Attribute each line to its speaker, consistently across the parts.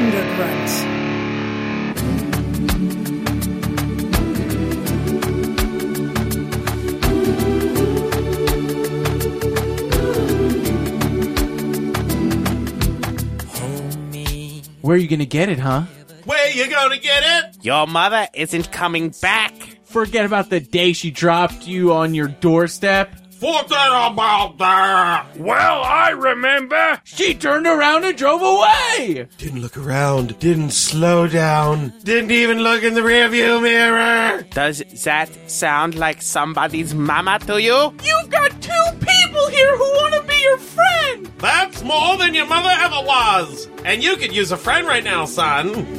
Speaker 1: runs.
Speaker 2: Where are you gonna get it, huh?
Speaker 3: Where you gonna get it?
Speaker 4: Your mother isn't coming back.
Speaker 2: Forget about the day she dropped you on your doorstep.
Speaker 3: Forget about that.
Speaker 4: Well, I remember.
Speaker 2: She turned around and drove away.
Speaker 3: Didn't look around. Didn't slow down. Didn't even look in the rearview mirror.
Speaker 4: Does that sound like somebody's mama to you?
Speaker 2: You've got two people here who want to be your friend.
Speaker 3: That's more than your mother ever was. And you could use a friend right now, son.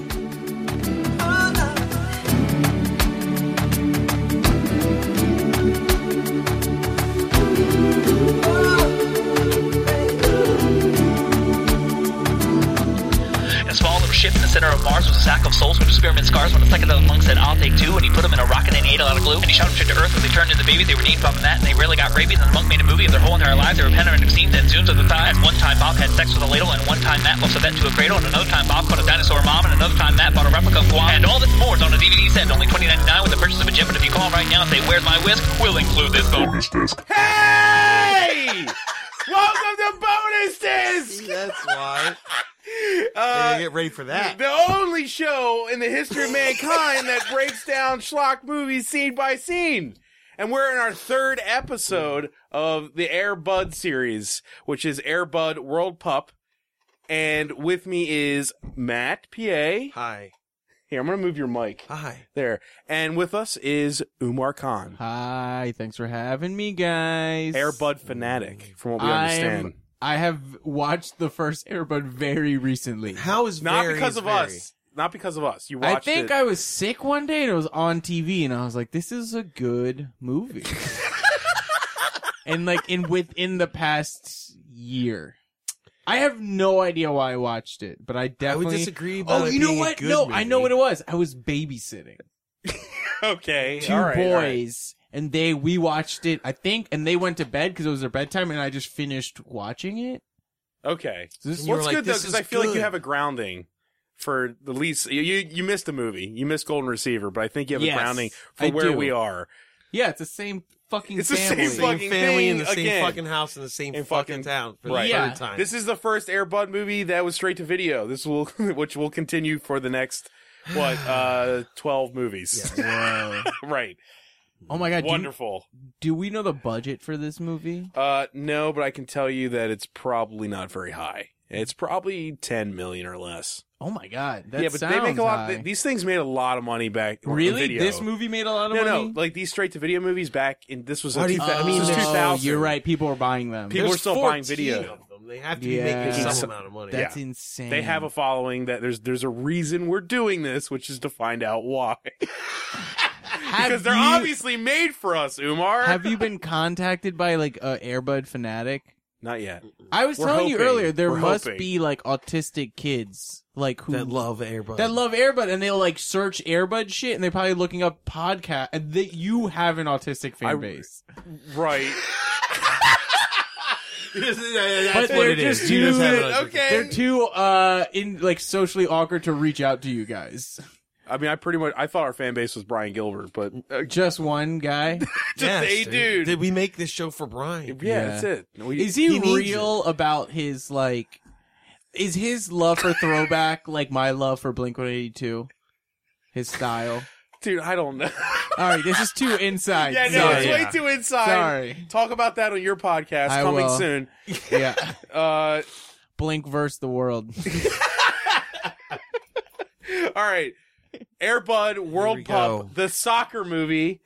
Speaker 5: And small little ship in the center of Mars was a sack of souls with experiment scars. When the second of the monk said, I'll take two, and he put them in a rocket and he ate a lot of glue. And he shot them straight to Earth when they turned into babies. They were named Bob and that, and they really got rabies. And the monk made a movie of their whole entire lives. They were panoramic scenes and zooms of the thigh. And one time Bob had sex with a ladle, and one time Matt lost a vet to a cradle, and another time Bob caught a dinosaur mom, and another time Matt bought a replica of Guam. And all this and more is on a DVD set, only twenty ninety nine with the purchase of a gym. But if you call right now and say, Where's my whisk? We'll include this bonus disc.
Speaker 3: Hey! Welcome to bonus disc.
Speaker 6: That's why.
Speaker 3: Uh,
Speaker 6: you get ready for that.
Speaker 3: The only show in the history of mankind that breaks down schlock movies scene by scene. And we're in our third episode of the Air Bud series, which is Air Bud World Pup. And with me is Matt PA. Here,
Speaker 6: Hi.
Speaker 3: I'm going to move your mic
Speaker 6: Hi.
Speaker 3: there. And with us is Umar Khan,
Speaker 2: Hi, thanks for having me, guys.
Speaker 3: Air Bud fanatic, from what we
Speaker 2: I am-
Speaker 3: understand.
Speaker 2: I have watched the first Airbud very recently.
Speaker 6: How is
Speaker 3: Not
Speaker 6: very
Speaker 3: because
Speaker 6: is
Speaker 3: of
Speaker 6: very?
Speaker 3: us. Not because of us. You
Speaker 2: I
Speaker 3: watched
Speaker 2: think
Speaker 3: it.
Speaker 2: I was sick one day and it was on TV and I was like, this is a good movie. and like in within the past year. I have no idea why I watched it, but I
Speaker 6: I would
Speaker 2: definitely
Speaker 6: disagree. About
Speaker 2: Oh,
Speaker 6: it
Speaker 2: you know
Speaker 6: being a
Speaker 2: what?
Speaker 6: good
Speaker 2: No, I
Speaker 6: movie.
Speaker 2: know what it was. I was babysitting
Speaker 3: okay.
Speaker 2: two
Speaker 3: all right, all right.
Speaker 2: boys and they we watched it, I think, and they went to bed because it was their bedtime and I just finished watching it.
Speaker 3: Okay.
Speaker 2: This-
Speaker 3: What's
Speaker 6: you were like,
Speaker 3: good though,
Speaker 6: "This
Speaker 3: because
Speaker 6: is
Speaker 3: I feel like you
Speaker 6: good."
Speaker 3: have a grounding for the least. You, you you missed the movie, you missed Golden Receiver, but I think you have
Speaker 2: Yes,
Speaker 3: a grounding for
Speaker 2: I
Speaker 3: where
Speaker 2: do.
Speaker 3: we are
Speaker 2: Yeah, it's the same fucking
Speaker 3: It's the same
Speaker 2: family.
Speaker 6: Same
Speaker 3: fucking
Speaker 6: family in
Speaker 3: thing
Speaker 6: the same
Speaker 3: again.
Speaker 6: fucking house in the same
Speaker 3: In fucking-
Speaker 6: fucking, town for
Speaker 3: Right.
Speaker 6: the
Speaker 2: Yeah.
Speaker 6: third time.
Speaker 3: This is the first Air Bud movie that was straight to video. This will, which will continue for the next what uh twelve movies. right.
Speaker 2: Oh my god, do,
Speaker 3: Wonderful.
Speaker 2: do we know the budget for this movie?
Speaker 3: Uh, no, but I can tell you that it's probably not very high. It's probably ten million or less.
Speaker 2: Oh my god, that
Speaker 3: yeah, but
Speaker 2: sounds
Speaker 3: they make a lot.
Speaker 2: high.
Speaker 3: these things made a lot of money back. on
Speaker 2: really,
Speaker 3: video.
Speaker 2: this movie made a lot of
Speaker 3: No,
Speaker 2: money.
Speaker 3: no, like these straight to video movies back in this was a
Speaker 6: Why do you-
Speaker 3: 2000,
Speaker 6: I
Speaker 2: I
Speaker 6: mean,
Speaker 2: mean,
Speaker 3: this was
Speaker 6: there's-
Speaker 3: 2000.
Speaker 2: Oh, you're right. People are buying them.
Speaker 3: People
Speaker 6: There's
Speaker 3: are still buying
Speaker 6: 14
Speaker 3: video.
Speaker 6: of them. They have to be
Speaker 2: Yeah.
Speaker 6: making
Speaker 3: It's-
Speaker 6: some amount of money.
Speaker 2: That's
Speaker 3: Yeah.
Speaker 2: insane.
Speaker 3: They have a following that there's there's a reason we're doing this, which is to find out why.
Speaker 2: Have
Speaker 3: because they're
Speaker 2: you-
Speaker 3: obviously made for us, Umar.
Speaker 2: Have you been contacted by like a Airbud fanatic?
Speaker 3: Not yet.
Speaker 2: I was
Speaker 3: We're
Speaker 2: telling you
Speaker 3: hoping.
Speaker 2: earlier there
Speaker 3: We're
Speaker 2: must
Speaker 3: hoping.
Speaker 2: be like autistic kids like who
Speaker 6: that love Airbud.
Speaker 2: that love Airbud and they'll like search Airbud shit and they're probably looking up podcast and they, you have an autistic fan
Speaker 3: I-
Speaker 2: base.
Speaker 3: Right.
Speaker 6: That's
Speaker 2: But
Speaker 6: what
Speaker 2: they're
Speaker 6: it is.
Speaker 2: just
Speaker 6: You
Speaker 2: doing
Speaker 6: have
Speaker 2: it,
Speaker 6: an autistic
Speaker 3: okay.
Speaker 2: They're too uh in like socially awkward to reach out to you guys.
Speaker 3: I mean, I pretty much I thought our fan base was Brian Gilbert, but uh, just
Speaker 2: Just one guy.
Speaker 6: Yes,
Speaker 3: a dude.
Speaker 6: Did we make this show for Brian?
Speaker 3: yeah, that's it. We-
Speaker 2: Is he,
Speaker 6: He needs
Speaker 2: real about his like? Is his love for throwback like my love for Blink One Eighty Two? His style.
Speaker 3: dude, I don't know.
Speaker 2: All right, this is too inside.
Speaker 3: yeah, no,
Speaker 2: Sorry.
Speaker 3: it's way too inside.
Speaker 2: Sorry.
Speaker 3: Talk about that on your podcast
Speaker 2: I
Speaker 3: coming
Speaker 2: will.
Speaker 3: soon.
Speaker 2: Yeah,
Speaker 3: Uh,
Speaker 2: Blink versus the world.
Speaker 3: All right. Airbud World
Speaker 6: we
Speaker 3: Pup,
Speaker 6: go.
Speaker 3: the soccer movie.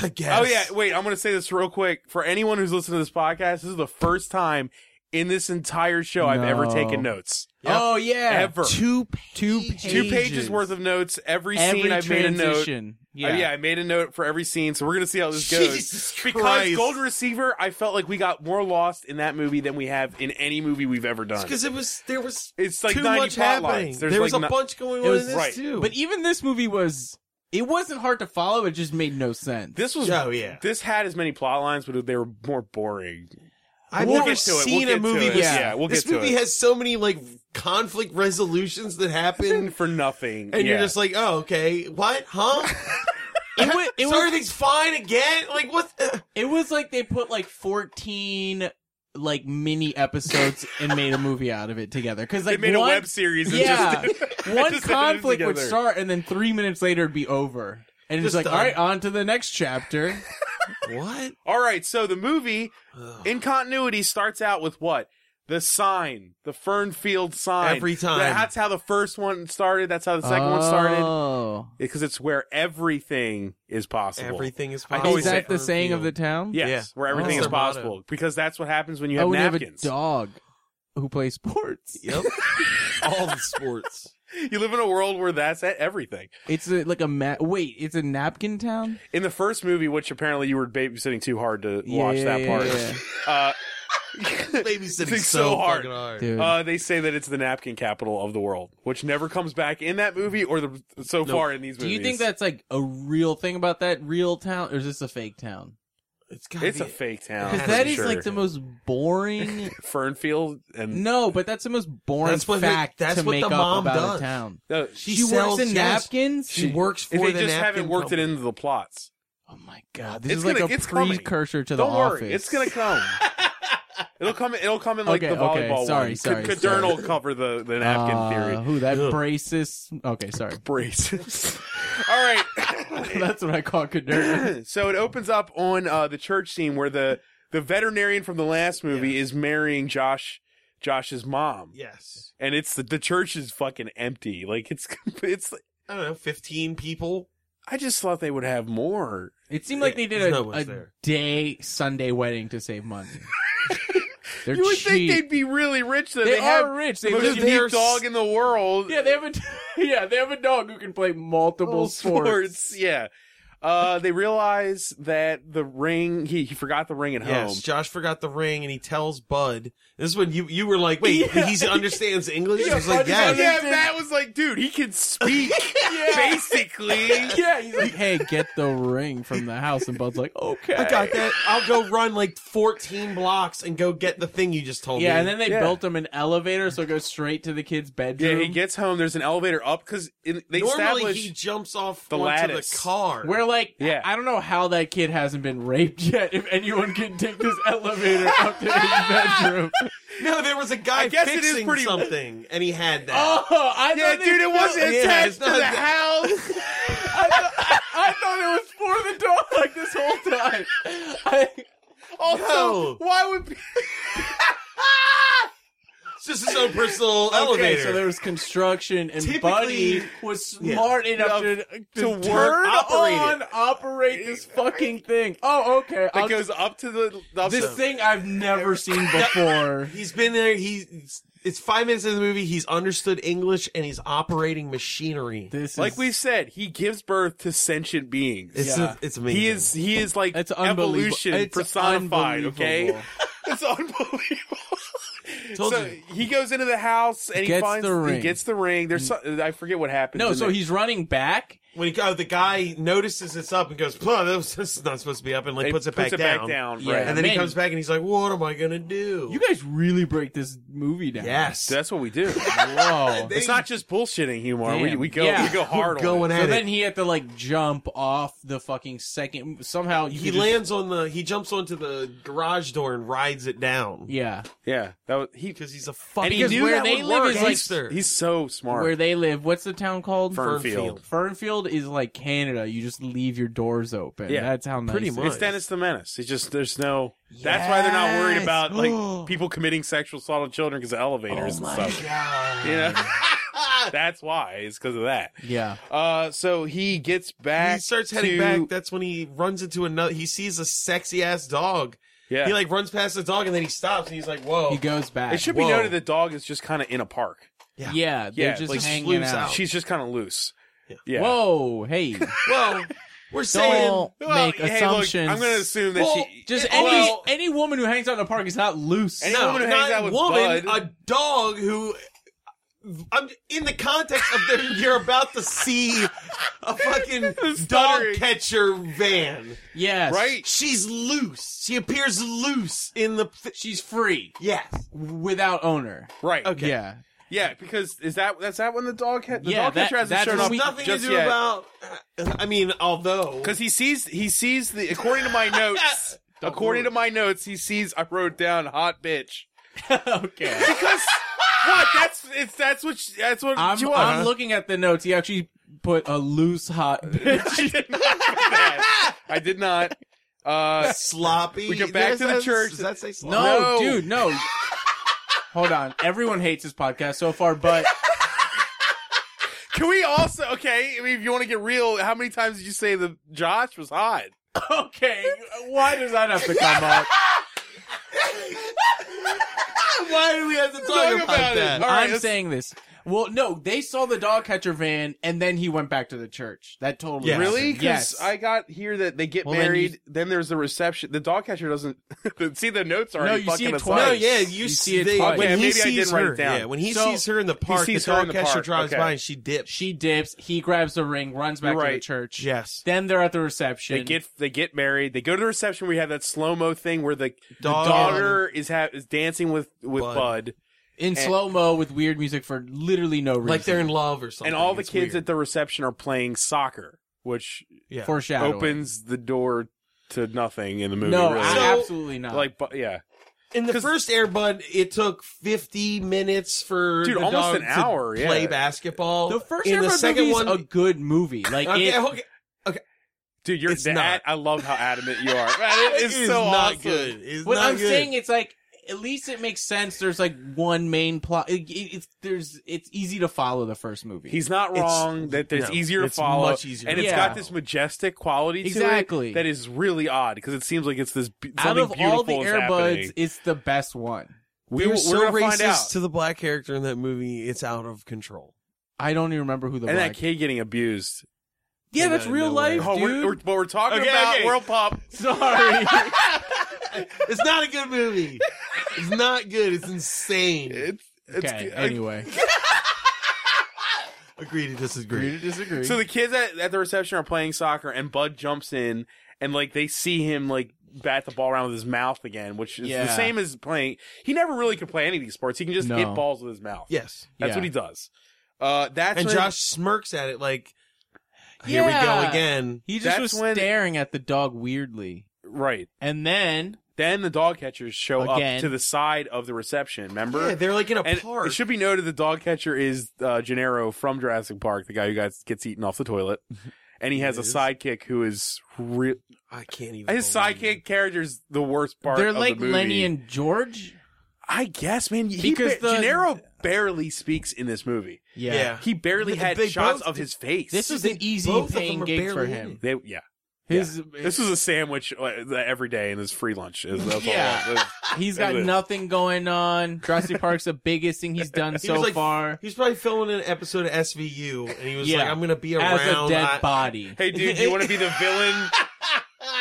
Speaker 6: I guess.
Speaker 3: Oh yeah, wait, I'm going to say this real quick for anyone who's listening to this podcast. This is the first time in this entire show I've ever
Speaker 2: No.
Speaker 3: taken notes.
Speaker 2: Oh yeah,
Speaker 3: Ever.
Speaker 2: two two
Speaker 3: Two pages worth of notes every,
Speaker 2: every
Speaker 3: scene I've made a note. Uh,
Speaker 2: transition.
Speaker 3: Yeah.
Speaker 2: Yeah,
Speaker 3: I made a note for every scene, so we're going to see how this goes.
Speaker 6: Jesus
Speaker 3: because
Speaker 6: Christ.
Speaker 3: Gold Receiver, I felt like we got more lost in that movie than we have in any movie we've ever done.
Speaker 6: Because it was there was
Speaker 3: It's like
Speaker 6: too
Speaker 3: 90
Speaker 6: much
Speaker 3: plot lines.
Speaker 6: happening.
Speaker 3: There's
Speaker 6: There was
Speaker 3: like
Speaker 6: a
Speaker 3: no-
Speaker 6: bunch going
Speaker 2: It
Speaker 6: on
Speaker 2: was-
Speaker 6: in this
Speaker 3: right.
Speaker 6: too.
Speaker 2: but even this movie was. It wasn't hard to follow. It just made no sense.
Speaker 3: This was
Speaker 6: Oh, yeah.
Speaker 3: This had as many plot lines, but they were more boring.
Speaker 6: I've
Speaker 3: We'll
Speaker 6: never
Speaker 3: get to it. We'll
Speaker 6: seen
Speaker 3: get
Speaker 6: a
Speaker 3: to
Speaker 6: movie
Speaker 3: it.
Speaker 6: with
Speaker 2: Yeah.
Speaker 3: Yeah, we'll
Speaker 6: this
Speaker 3: get to
Speaker 6: movie
Speaker 3: it.
Speaker 6: has so many like conflict resolutions that happen,
Speaker 3: for nothing.
Speaker 6: and you're
Speaker 3: Yeah.
Speaker 6: just like, oh, okay, what, huh?
Speaker 2: It was, it
Speaker 6: so
Speaker 2: was
Speaker 6: everything's fine again? Like what?
Speaker 2: It was like they put like 14 like mini episodes and made a movie out of it together. Cause
Speaker 3: they
Speaker 2: like
Speaker 3: made
Speaker 2: one,
Speaker 3: a web series. And
Speaker 2: Yeah.
Speaker 3: just,
Speaker 2: one
Speaker 3: just
Speaker 2: conflict would
Speaker 3: together.
Speaker 2: start and then three minutes later it'd be over. And it's
Speaker 6: Just
Speaker 2: like,
Speaker 6: done.
Speaker 2: all right, on to the next chapter.
Speaker 6: what?
Speaker 3: All right, so the movie
Speaker 6: Ugh.
Speaker 3: in continuity starts out with what? The sign, the Fernfield sign.
Speaker 6: Every time.
Speaker 3: That's how the first one started. That's how the second one started.
Speaker 2: Oh.
Speaker 3: Because it's where everything is possible.
Speaker 6: Everything is
Speaker 3: I
Speaker 6: possible.
Speaker 3: always
Speaker 2: Is that
Speaker 3: say-
Speaker 2: the saying of the town?
Speaker 3: Yes,
Speaker 6: Yeah.
Speaker 3: where everything
Speaker 2: That's
Speaker 3: is
Speaker 6: their motto.
Speaker 3: possible. Because that's what happens when you have
Speaker 2: oh, we have a
Speaker 3: napkins.
Speaker 2: dog who plays sports.
Speaker 6: Yep. All the sports.
Speaker 3: you live in a world where that's at everything.
Speaker 2: It's a, like a ma- wait, it's a napkin town?
Speaker 3: In the first movie, which apparently you were babysitting too hard to
Speaker 2: Yeah,
Speaker 3: watch
Speaker 2: yeah,
Speaker 3: that
Speaker 2: yeah,
Speaker 3: part,
Speaker 2: yeah.
Speaker 3: Uh,
Speaker 6: Babysitting
Speaker 3: It's
Speaker 6: so,
Speaker 3: so hard.
Speaker 6: fucking hard.
Speaker 2: Dude.
Speaker 3: uh, they say that it's the napkin capital of the world, which never comes back in that movie or the so far in these
Speaker 2: Do
Speaker 3: movies.
Speaker 2: you think that's like a real thing about that real town or is this a fake town?
Speaker 6: It's, gotta
Speaker 3: it's
Speaker 6: be-
Speaker 3: a fake town?
Speaker 2: Because
Speaker 6: Yeah,
Speaker 2: that
Speaker 6: for
Speaker 2: is
Speaker 3: sure.
Speaker 2: like the most boring.
Speaker 3: Fernfield and
Speaker 2: No, but that's the most boring
Speaker 6: That's what her-
Speaker 2: fact
Speaker 6: that's
Speaker 2: to
Speaker 6: what
Speaker 2: make
Speaker 6: the
Speaker 2: up
Speaker 6: mom
Speaker 2: about
Speaker 6: does.
Speaker 2: a town.
Speaker 3: no,
Speaker 2: She,
Speaker 6: sells-
Speaker 2: works in
Speaker 6: yes.
Speaker 2: napkins.
Speaker 6: She works for
Speaker 3: if they
Speaker 6: the
Speaker 3: just haven't
Speaker 6: napkin
Speaker 3: worked it
Speaker 6: company.
Speaker 3: into the plots.
Speaker 2: oh my god, this
Speaker 3: It's
Speaker 2: is like
Speaker 3: gonna-
Speaker 2: a
Speaker 3: it's coming.
Speaker 2: precursor to the
Speaker 3: Don't worry,
Speaker 2: office.
Speaker 3: it's gonna come. it'll come. It'll come in like
Speaker 2: Okay,
Speaker 3: the
Speaker 2: okay,
Speaker 3: volleyball
Speaker 2: sorry,
Speaker 3: one.
Speaker 2: sorry,
Speaker 3: Could
Speaker 2: sorry.
Speaker 3: will cover the the napkin
Speaker 2: Uh,
Speaker 3: theory.
Speaker 2: Who that
Speaker 6: Ugh.
Speaker 2: braces? Okay, sorry.
Speaker 3: Braces. All right.
Speaker 2: That's what I call Cadurno.
Speaker 3: so it opens up on uh, the church scene where the the veterinarian from the last movie is marrying Josh Josh's mom,
Speaker 6: Yes.
Speaker 3: and it's the, the church is fucking empty. Like it's it's.
Speaker 6: I don't know, 15 people.
Speaker 3: I just thought they would have more.
Speaker 2: It seemed like they did
Speaker 6: There's
Speaker 2: a,
Speaker 6: no one's
Speaker 2: a
Speaker 6: there.
Speaker 2: day Sunday wedding to save money. They're
Speaker 3: you would
Speaker 2: cheap.
Speaker 3: think they'd be really rich. Then
Speaker 2: They
Speaker 3: they, have
Speaker 2: are rich.
Speaker 3: the
Speaker 2: They
Speaker 3: most
Speaker 2: live
Speaker 3: deep
Speaker 2: there.
Speaker 3: dog in the world.
Speaker 2: Yeah, they have a yeah they have a dog who can play multiple
Speaker 3: All
Speaker 2: sports.
Speaker 3: Yeah. Uh, they realize that the ring. He, he forgot the ring at
Speaker 6: Yes.
Speaker 3: home.
Speaker 6: Josh forgot the ring and he tells Bud. This is when you, you were like, wait, he understands English?
Speaker 2: Yeah,
Speaker 6: He's like,
Speaker 2: Bud
Speaker 6: yeah.
Speaker 2: does.
Speaker 3: yeah, Matt was like, dude, he can speak. Basically.
Speaker 2: Yeah, he's like, hey, get the ring from the house, and Bud's like, okay,
Speaker 6: I got that. I'll go run like 14 blocks and go get the thing you just told me.
Speaker 2: Yeah, and then they
Speaker 3: Yeah.
Speaker 2: built him an elevator, so it goes straight to the kid's bedroom.
Speaker 3: Yeah, he gets home. There's an elevator up because they
Speaker 6: normally
Speaker 3: establish.
Speaker 6: he jumps off
Speaker 3: the
Speaker 6: onto
Speaker 3: lattice.
Speaker 6: the car.
Speaker 2: Where like,
Speaker 3: Yeah.
Speaker 2: I don't know how that kid hasn't been raped yet. If anyone can take this elevator up to his bedroom.
Speaker 6: no, there was a guy
Speaker 3: I guess it is
Speaker 6: fixing
Speaker 3: pretty-
Speaker 6: something and he had that.
Speaker 2: Oh, I
Speaker 3: yeah,
Speaker 2: thought
Speaker 3: dude, it wasn't
Speaker 6: Yeah,
Speaker 3: attached
Speaker 6: it's
Speaker 3: to
Speaker 6: not
Speaker 3: the
Speaker 6: that-
Speaker 3: house.
Speaker 2: I thought it was for the dog like this whole time. I,
Speaker 3: Also,
Speaker 6: No.
Speaker 3: why would
Speaker 6: It's just his own personal
Speaker 2: okay,
Speaker 6: elevator.
Speaker 2: so there was construction, and
Speaker 6: Typically-
Speaker 2: Buddy was smart enough to, to, turn
Speaker 3: to work-
Speaker 6: operate it.
Speaker 2: on operate this fucking thing. Oh, okay.
Speaker 3: that
Speaker 2: I'll-
Speaker 3: goes up to the up
Speaker 2: this
Speaker 3: to-
Speaker 2: thing I've never seen before.
Speaker 6: He's been there. He's it's five minutes into the movie. He's understood English and he's operating machinery.
Speaker 2: This
Speaker 3: Like
Speaker 2: is,
Speaker 3: we said, he gives birth to sentient beings.
Speaker 6: It's
Speaker 2: Yeah.
Speaker 6: it's amazing.
Speaker 3: He is he is like
Speaker 2: It's unbelievable.
Speaker 3: evolution
Speaker 2: It's
Speaker 3: personified. Okay,
Speaker 2: unbelievable.
Speaker 3: it's unbelievable.
Speaker 6: Told
Speaker 3: so
Speaker 6: you.
Speaker 3: he goes into the house and he
Speaker 2: Gets
Speaker 3: finds
Speaker 2: the ring.
Speaker 3: he gets the ring. There's some, I forget what happened.
Speaker 2: No, so he's running back.
Speaker 6: when he oh, the guy notices it's up and goes, "Plum, that was- this is not supposed to be up," and like puts it back down.
Speaker 2: Yeah.
Speaker 3: right?
Speaker 6: And then he
Speaker 2: Man.
Speaker 6: comes back and he's like, "What am I gonna do?"
Speaker 2: You guys really break this movie down.
Speaker 6: yes,
Speaker 3: That's what we do.
Speaker 2: Whoa.
Speaker 3: it's not just bullshitting humor. We,
Speaker 2: Damn.
Speaker 3: we go
Speaker 2: Yeah.
Speaker 3: we go hard on
Speaker 6: going
Speaker 3: it.
Speaker 2: so
Speaker 6: at
Speaker 2: then
Speaker 6: it.
Speaker 2: he had to like jump off the fucking second. Somehow you
Speaker 6: He,
Speaker 2: could just-
Speaker 6: lands on the he jumps onto the garage door and rides it down.
Speaker 2: Yeah.
Speaker 3: Yeah, that was, he
Speaker 6: because he's a fucking
Speaker 2: And he knew where that they would live work. is, like,
Speaker 6: Gangster.
Speaker 3: he's so smart.
Speaker 2: Where they live. What's the town called?
Speaker 3: Fernfield.
Speaker 2: Fernfield is like Canada. You just leave your doors open.
Speaker 3: Yeah.
Speaker 2: That's how nice
Speaker 6: Pretty
Speaker 2: it is.
Speaker 6: much.
Speaker 3: it's Dennis the Menace. It's just there's no. That's why they're not worried about like people committing sexual assault on children because of elevators
Speaker 2: Oh
Speaker 3: and stuff. You know, that's why. It's because of that.
Speaker 2: Yeah.
Speaker 3: Uh, so he gets back.
Speaker 6: he starts heading
Speaker 3: to-
Speaker 6: back. That's when he runs into another. He sees a sexy ass dog.
Speaker 3: Yeah.
Speaker 6: He like runs past the dog and then he stops and he's like, "Whoa!"
Speaker 2: He goes back.
Speaker 3: it should
Speaker 6: Whoa.
Speaker 3: be noted that dog is just kind of in a park.
Speaker 2: yeah. They're
Speaker 3: Yeah,
Speaker 2: just
Speaker 3: like,
Speaker 2: hanging
Speaker 6: slews
Speaker 2: out.
Speaker 6: out.
Speaker 3: She's just kind of loose. Yeah.
Speaker 2: Whoa. Hey.
Speaker 6: Well, we're saying
Speaker 2: Don't
Speaker 3: Well,
Speaker 2: make
Speaker 3: hey,
Speaker 2: assumptions.
Speaker 3: Look, I'm going to assume that
Speaker 6: Well,
Speaker 3: she.
Speaker 2: Just
Speaker 6: It-
Speaker 2: any
Speaker 6: well-
Speaker 2: any woman who hangs out in the park is not loose.
Speaker 3: Any
Speaker 6: no,
Speaker 3: woman who hangs
Speaker 6: not
Speaker 3: out with
Speaker 6: woman,
Speaker 3: Bud-
Speaker 6: a dog who I'm in the context of the, you're about to see a fucking dog
Speaker 3: stuttering.
Speaker 6: catcher van.
Speaker 2: Yes.
Speaker 3: Right?
Speaker 6: She's loose. She appears loose in the. Th-
Speaker 2: She's free
Speaker 6: yes.
Speaker 2: without owner.
Speaker 3: Right.
Speaker 6: Okay.
Speaker 2: Yeah.
Speaker 3: Yeah, because is that that's that when the dog cat the
Speaker 2: Yeah,
Speaker 3: dog
Speaker 2: that-
Speaker 3: catcher hasn't
Speaker 2: that's
Speaker 3: shown
Speaker 2: when
Speaker 3: up
Speaker 2: we-
Speaker 6: Nothing
Speaker 3: just
Speaker 6: to do
Speaker 3: yet.
Speaker 6: about. I mean, although.
Speaker 3: Because he sees he sees the according to my notes
Speaker 6: Don't
Speaker 3: according
Speaker 6: worry.
Speaker 3: to my notes he sees I wrote down hot bitch
Speaker 2: okay.
Speaker 3: because what that's it's that's what she, that's what
Speaker 2: I'm,
Speaker 3: she was.
Speaker 2: I'm looking at the notes. He actually put a loose hot.
Speaker 3: I did not. put that. I did not. Uh,
Speaker 6: sloppy.
Speaker 3: We go back
Speaker 6: Does
Speaker 3: to the
Speaker 6: that-
Speaker 3: church.
Speaker 6: Does that say sloppy?
Speaker 2: No,
Speaker 3: No.
Speaker 2: dude, no. Hold on. Everyone hates this podcast so far, but
Speaker 3: can we also okay? I mean, if you want to get real, how many times did you say that Josh was hot?
Speaker 2: okay. Why does that have to come up?
Speaker 6: Why do we have to talk, about,
Speaker 3: about it.
Speaker 6: that?
Speaker 3: All right,
Speaker 2: I'm
Speaker 3: let's-
Speaker 2: saying this. Well, no, they saw the dog catcher van, and then he went back to the church. That totally
Speaker 6: Yes.
Speaker 2: happened.
Speaker 3: Really? Because
Speaker 2: Yes.
Speaker 3: I got here that they get
Speaker 2: Well, then
Speaker 3: married. Then, there's the reception. The dog catcher doesn't see the notes are
Speaker 2: No,
Speaker 3: already
Speaker 2: you see
Speaker 3: fucking
Speaker 2: it
Speaker 3: aside.
Speaker 2: twice.
Speaker 6: No, yeah, you,
Speaker 2: You
Speaker 6: see
Speaker 2: see it
Speaker 6: they,
Speaker 2: twice.
Speaker 6: when
Speaker 3: Yeah,
Speaker 6: he
Speaker 3: maybe I
Speaker 6: sees
Speaker 3: didn't write
Speaker 6: her.
Speaker 3: it down.
Speaker 6: Yeah, when he
Speaker 2: So-
Speaker 6: sees her in the park, the
Speaker 3: sees her in
Speaker 6: dog
Speaker 3: the
Speaker 6: catcher
Speaker 3: park,
Speaker 6: drives
Speaker 3: okay.
Speaker 6: by and she dips.
Speaker 2: She dips. He grabs the ring, runs back
Speaker 3: You're
Speaker 2: to the
Speaker 3: right.
Speaker 2: church.
Speaker 6: Yes,
Speaker 2: Then they're at the reception.
Speaker 3: They get they get married. They go to the reception. We have that slow mo thing where the, the
Speaker 6: Dog-
Speaker 3: daughter is ha- is dancing with with
Speaker 6: Bud.
Speaker 3: Bud,
Speaker 2: in slow mo with weird music for literally no reason.
Speaker 6: like they're in love or something.
Speaker 3: and all the
Speaker 6: It's
Speaker 3: kids
Speaker 6: weird.
Speaker 3: at the reception are playing soccer, which
Speaker 6: yeah.
Speaker 2: foreshadowing.
Speaker 3: opens the door to nothing in the movie.
Speaker 2: No,
Speaker 3: really.
Speaker 2: a-
Speaker 6: So-
Speaker 2: absolutely not.
Speaker 3: like, but yeah,
Speaker 6: in the
Speaker 3: 'cause-
Speaker 6: first Airbud, it took fifty minutes for
Speaker 3: Dude,
Speaker 6: the
Speaker 3: almost
Speaker 6: dog
Speaker 3: an
Speaker 6: to
Speaker 3: hour, yeah.
Speaker 6: play basketball.
Speaker 2: the first
Speaker 6: in
Speaker 2: Air
Speaker 6: the
Speaker 2: Bud
Speaker 6: second
Speaker 2: movie's
Speaker 6: one.
Speaker 2: a good movie. Like
Speaker 6: okay,
Speaker 2: it,
Speaker 6: okay,
Speaker 3: dude, you're
Speaker 6: It's
Speaker 3: that.
Speaker 6: not.
Speaker 3: I love how adamant you are. Man, it is
Speaker 6: It's
Speaker 3: so
Speaker 6: not
Speaker 3: awesome.
Speaker 6: good. It's
Speaker 2: What
Speaker 6: not
Speaker 2: I'm
Speaker 6: good.
Speaker 2: saying, it's like at least it makes sense. There's like one main plot. It, it- it's there's it's easy to follow the first movie.
Speaker 3: He's not wrong that there's
Speaker 6: no,
Speaker 3: easier to
Speaker 6: it's
Speaker 3: follow,
Speaker 6: much easier
Speaker 3: and
Speaker 2: to
Speaker 3: it's
Speaker 2: follow.
Speaker 3: got this majestic quality to
Speaker 2: Exactly.
Speaker 3: it that is really odd because it seems like it's this be-
Speaker 2: out
Speaker 3: something
Speaker 2: of
Speaker 3: beautiful
Speaker 2: all the
Speaker 3: is
Speaker 2: Airbuds,
Speaker 3: happening.
Speaker 2: it's the best one.
Speaker 3: We,
Speaker 6: They're
Speaker 3: we're
Speaker 6: so
Speaker 3: gonna
Speaker 6: racist
Speaker 3: find out.
Speaker 6: to the black character in that movie. It's out of control.
Speaker 2: I don't even remember who the
Speaker 3: and that
Speaker 2: black.
Speaker 3: kid getting abused.
Speaker 2: yeah, that's
Speaker 6: No,
Speaker 2: real
Speaker 6: no way.
Speaker 2: life,
Speaker 3: Oh,
Speaker 2: dude.
Speaker 3: we're, we're, but we're talking
Speaker 6: Okay,
Speaker 3: about
Speaker 6: okay.
Speaker 3: World Pop.
Speaker 2: Sorry.
Speaker 6: It's not a good movie. It's not good. It's insane.
Speaker 3: It's, it's
Speaker 2: okay.
Speaker 3: like,
Speaker 2: Anyway,
Speaker 6: Agree to
Speaker 2: agree
Speaker 6: disagree.
Speaker 2: to disagree.
Speaker 3: So the kids at, at the reception are playing soccer, and Bud jumps in, and like they see him like bat the ball around with his mouth again, which is
Speaker 2: Yeah.
Speaker 3: the same as playing. He never really could play any of these sports. He can just
Speaker 2: No.
Speaker 3: hit balls with his mouth.
Speaker 6: Yes.
Speaker 3: that's
Speaker 2: Yeah.
Speaker 3: what he does. Uh, that's
Speaker 6: and
Speaker 3: when-
Speaker 6: Josh smirks at it like, "Here we
Speaker 2: Yeah.
Speaker 6: go again."
Speaker 2: he just
Speaker 3: that's
Speaker 2: was
Speaker 3: when-
Speaker 2: staring at the dog weirdly,
Speaker 3: right.
Speaker 2: and then
Speaker 3: Then the dog catchers show
Speaker 2: Again.
Speaker 3: up to the side of the reception. Remember?
Speaker 6: Yeah, they're like in a
Speaker 3: and
Speaker 6: park.
Speaker 3: it should be noted the dog catcher is uh, Gennaro from Jurassic Park, the guy who got, gets eaten off the toilet, and he has a
Speaker 6: is.
Speaker 3: sidekick who is real.
Speaker 6: I can't even.
Speaker 3: His
Speaker 6: believe
Speaker 3: sidekick character's the worst part.
Speaker 2: they're
Speaker 3: of
Speaker 2: like
Speaker 3: the movie.
Speaker 2: Lenny and George.
Speaker 3: I guess, man. He
Speaker 2: Because
Speaker 3: because
Speaker 2: the-
Speaker 3: Gennaro barely speaks in this movie.
Speaker 6: it. Yeah.
Speaker 3: He barely
Speaker 6: They-
Speaker 3: had
Speaker 6: they
Speaker 3: shots
Speaker 6: both
Speaker 3: of his face.
Speaker 2: This is an easy
Speaker 6: both of
Speaker 2: paying
Speaker 6: them are
Speaker 2: gig for
Speaker 6: barely
Speaker 2: him.
Speaker 6: in
Speaker 3: they, yeah.
Speaker 2: His
Speaker 3: This is a sandwich uh, every day and his free lunch. Is that's all.
Speaker 2: Yeah. He's got
Speaker 3: It is.
Speaker 2: nothing going on. Jurassic Park's the biggest thing he's done
Speaker 6: He
Speaker 2: so
Speaker 6: was like,
Speaker 2: far.
Speaker 6: He was probably filming an episode of SVU, and he was
Speaker 2: Yeah.
Speaker 6: like, "I'm gonna be around."
Speaker 2: As a dead
Speaker 6: I-
Speaker 2: body.
Speaker 3: Hey, dude, you want to be the villain?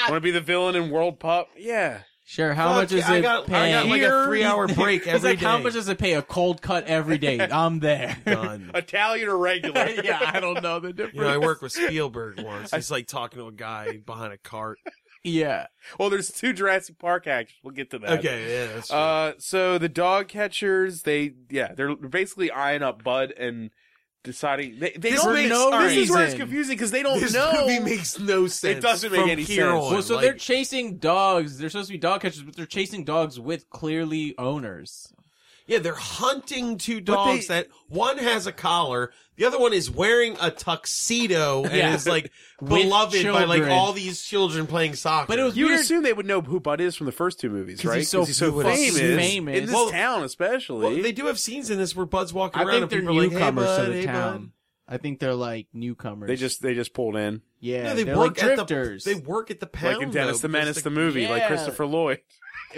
Speaker 3: want to be the villain in World Pup? Yeah.
Speaker 2: Sure, how
Speaker 6: Fuck
Speaker 2: much is
Speaker 6: yeah, I
Speaker 2: it
Speaker 6: got- I
Speaker 2: pay?
Speaker 6: got like a
Speaker 2: Here-
Speaker 6: three-hour break
Speaker 2: It's like,
Speaker 6: every
Speaker 2: how
Speaker 6: day.
Speaker 2: much does it pay? A cold cut every day. I'm there.
Speaker 6: Done.
Speaker 3: Italian or regular?
Speaker 2: yeah, I don't know the difference.
Speaker 6: You know, I worked with Spielberg once. He's like talking to a guy behind a cart.
Speaker 2: yeah.
Speaker 3: Well, there's two Jurassic Park acts. We'll get to that.
Speaker 6: Okay, yeah, that's true.
Speaker 3: Uh, so the dog catchers, they yeah, they're basically eyeing up Bud and deciding they they
Speaker 6: This
Speaker 3: don't
Speaker 6: makes
Speaker 3: know.
Speaker 6: no
Speaker 3: This is where it's
Speaker 2: reason.
Speaker 3: confusing because they don't
Speaker 6: this
Speaker 3: know.
Speaker 6: movie makes no sense.
Speaker 3: doesn't make
Speaker 6: from
Speaker 3: any
Speaker 6: here
Speaker 3: sense.
Speaker 6: on.
Speaker 2: Well, so
Speaker 6: Like,
Speaker 2: they're chasing dogs. They're supposed to be dog catchers, but they're chasing dogs with clearly owners.
Speaker 6: Yeah, they're hunting two
Speaker 3: But they-
Speaker 6: dogs that one has a collar, the other one is wearing a tuxedo and
Speaker 2: Yeah.
Speaker 6: is like
Speaker 2: With
Speaker 6: beloved by like
Speaker 2: children.
Speaker 6: all these children playing soccer.
Speaker 2: But it was
Speaker 3: You would
Speaker 2: weird.
Speaker 3: assume they would know who Bud is from the first two movies,
Speaker 2: 'Cause
Speaker 3: right?
Speaker 2: he's so fucking
Speaker 3: famous,
Speaker 2: famous.
Speaker 3: in this
Speaker 6: Well-
Speaker 3: town, especially.
Speaker 6: Well, they do have scenes in this where Bud's walking
Speaker 2: I
Speaker 6: around
Speaker 2: think
Speaker 6: and
Speaker 2: they're
Speaker 6: people are like, hey,
Speaker 2: newcomers
Speaker 6: bud,
Speaker 2: to the
Speaker 6: hey,
Speaker 2: town. I think they're like newcomers.
Speaker 3: They just they just pulled in,
Speaker 6: Bud.
Speaker 2: yeah,
Speaker 6: No, they
Speaker 2: they're like
Speaker 6: work at
Speaker 2: drifters.
Speaker 6: the they work at the pound.
Speaker 3: like in Dennis
Speaker 6: though,
Speaker 3: the Menace,
Speaker 6: because
Speaker 3: the movie, like
Speaker 2: Yeah.
Speaker 3: Christopher Lloyd.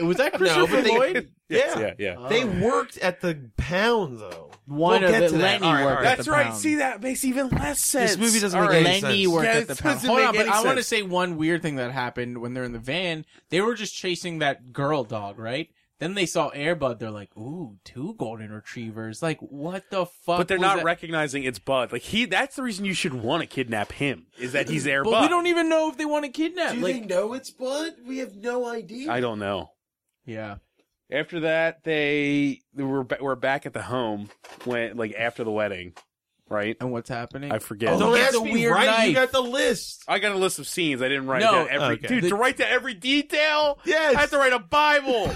Speaker 2: was that
Speaker 6: No,
Speaker 2: Christopher
Speaker 6: but they-
Speaker 2: Lloyd?
Speaker 6: Yeah.
Speaker 3: yeah, yeah.
Speaker 2: Oh.
Speaker 6: They worked at the pound though.
Speaker 2: One
Speaker 6: We'll
Speaker 2: of
Speaker 6: get
Speaker 2: the
Speaker 6: to that.
Speaker 2: Lenny
Speaker 6: All right,
Speaker 2: worked at
Speaker 6: all right.
Speaker 3: That's
Speaker 2: the
Speaker 3: right.
Speaker 2: pound.
Speaker 3: See, that makes even less sense.
Speaker 6: This movie doesn't
Speaker 3: All
Speaker 6: make
Speaker 3: right.
Speaker 6: any
Speaker 2: Lenny
Speaker 6: sense.
Speaker 2: worked
Speaker 3: Yeah,
Speaker 2: at the
Speaker 3: this
Speaker 2: pound.
Speaker 3: doesn't
Speaker 2: Hold
Speaker 3: make
Speaker 2: on, but
Speaker 3: any
Speaker 2: I want to
Speaker 3: sense.
Speaker 2: say one weird thing that happened when they're in the van. They were just chasing that girl dog, right? Then they saw Airbud. They're like, ooh, two golden retrievers. Like, what the fuck?
Speaker 3: But they're
Speaker 2: was
Speaker 3: not
Speaker 2: that?
Speaker 3: recognizing it's Bud. Like he, that's the reason you should want to kidnap him is that he's Air
Speaker 2: But
Speaker 3: Bud.
Speaker 2: we don't even know if they want to kidnap.
Speaker 6: Do
Speaker 2: like,
Speaker 6: they know it's blood? We have no idea.
Speaker 3: I don't know.
Speaker 2: yeah,
Speaker 3: After that, they they were ba- we're back at the home when like after the wedding, right?
Speaker 2: and what's happening?
Speaker 3: I forget.
Speaker 6: Oh, don't
Speaker 2: It's
Speaker 6: ask
Speaker 2: a
Speaker 6: me.
Speaker 2: weird
Speaker 6: Right? You
Speaker 2: knife.
Speaker 6: got the list.
Speaker 3: I got a list of scenes. I didn't write
Speaker 2: No.
Speaker 3: down every
Speaker 6: Okay.
Speaker 3: dude
Speaker 2: The-
Speaker 3: to write down every detail.
Speaker 6: Yes.
Speaker 3: I have to write a Bible.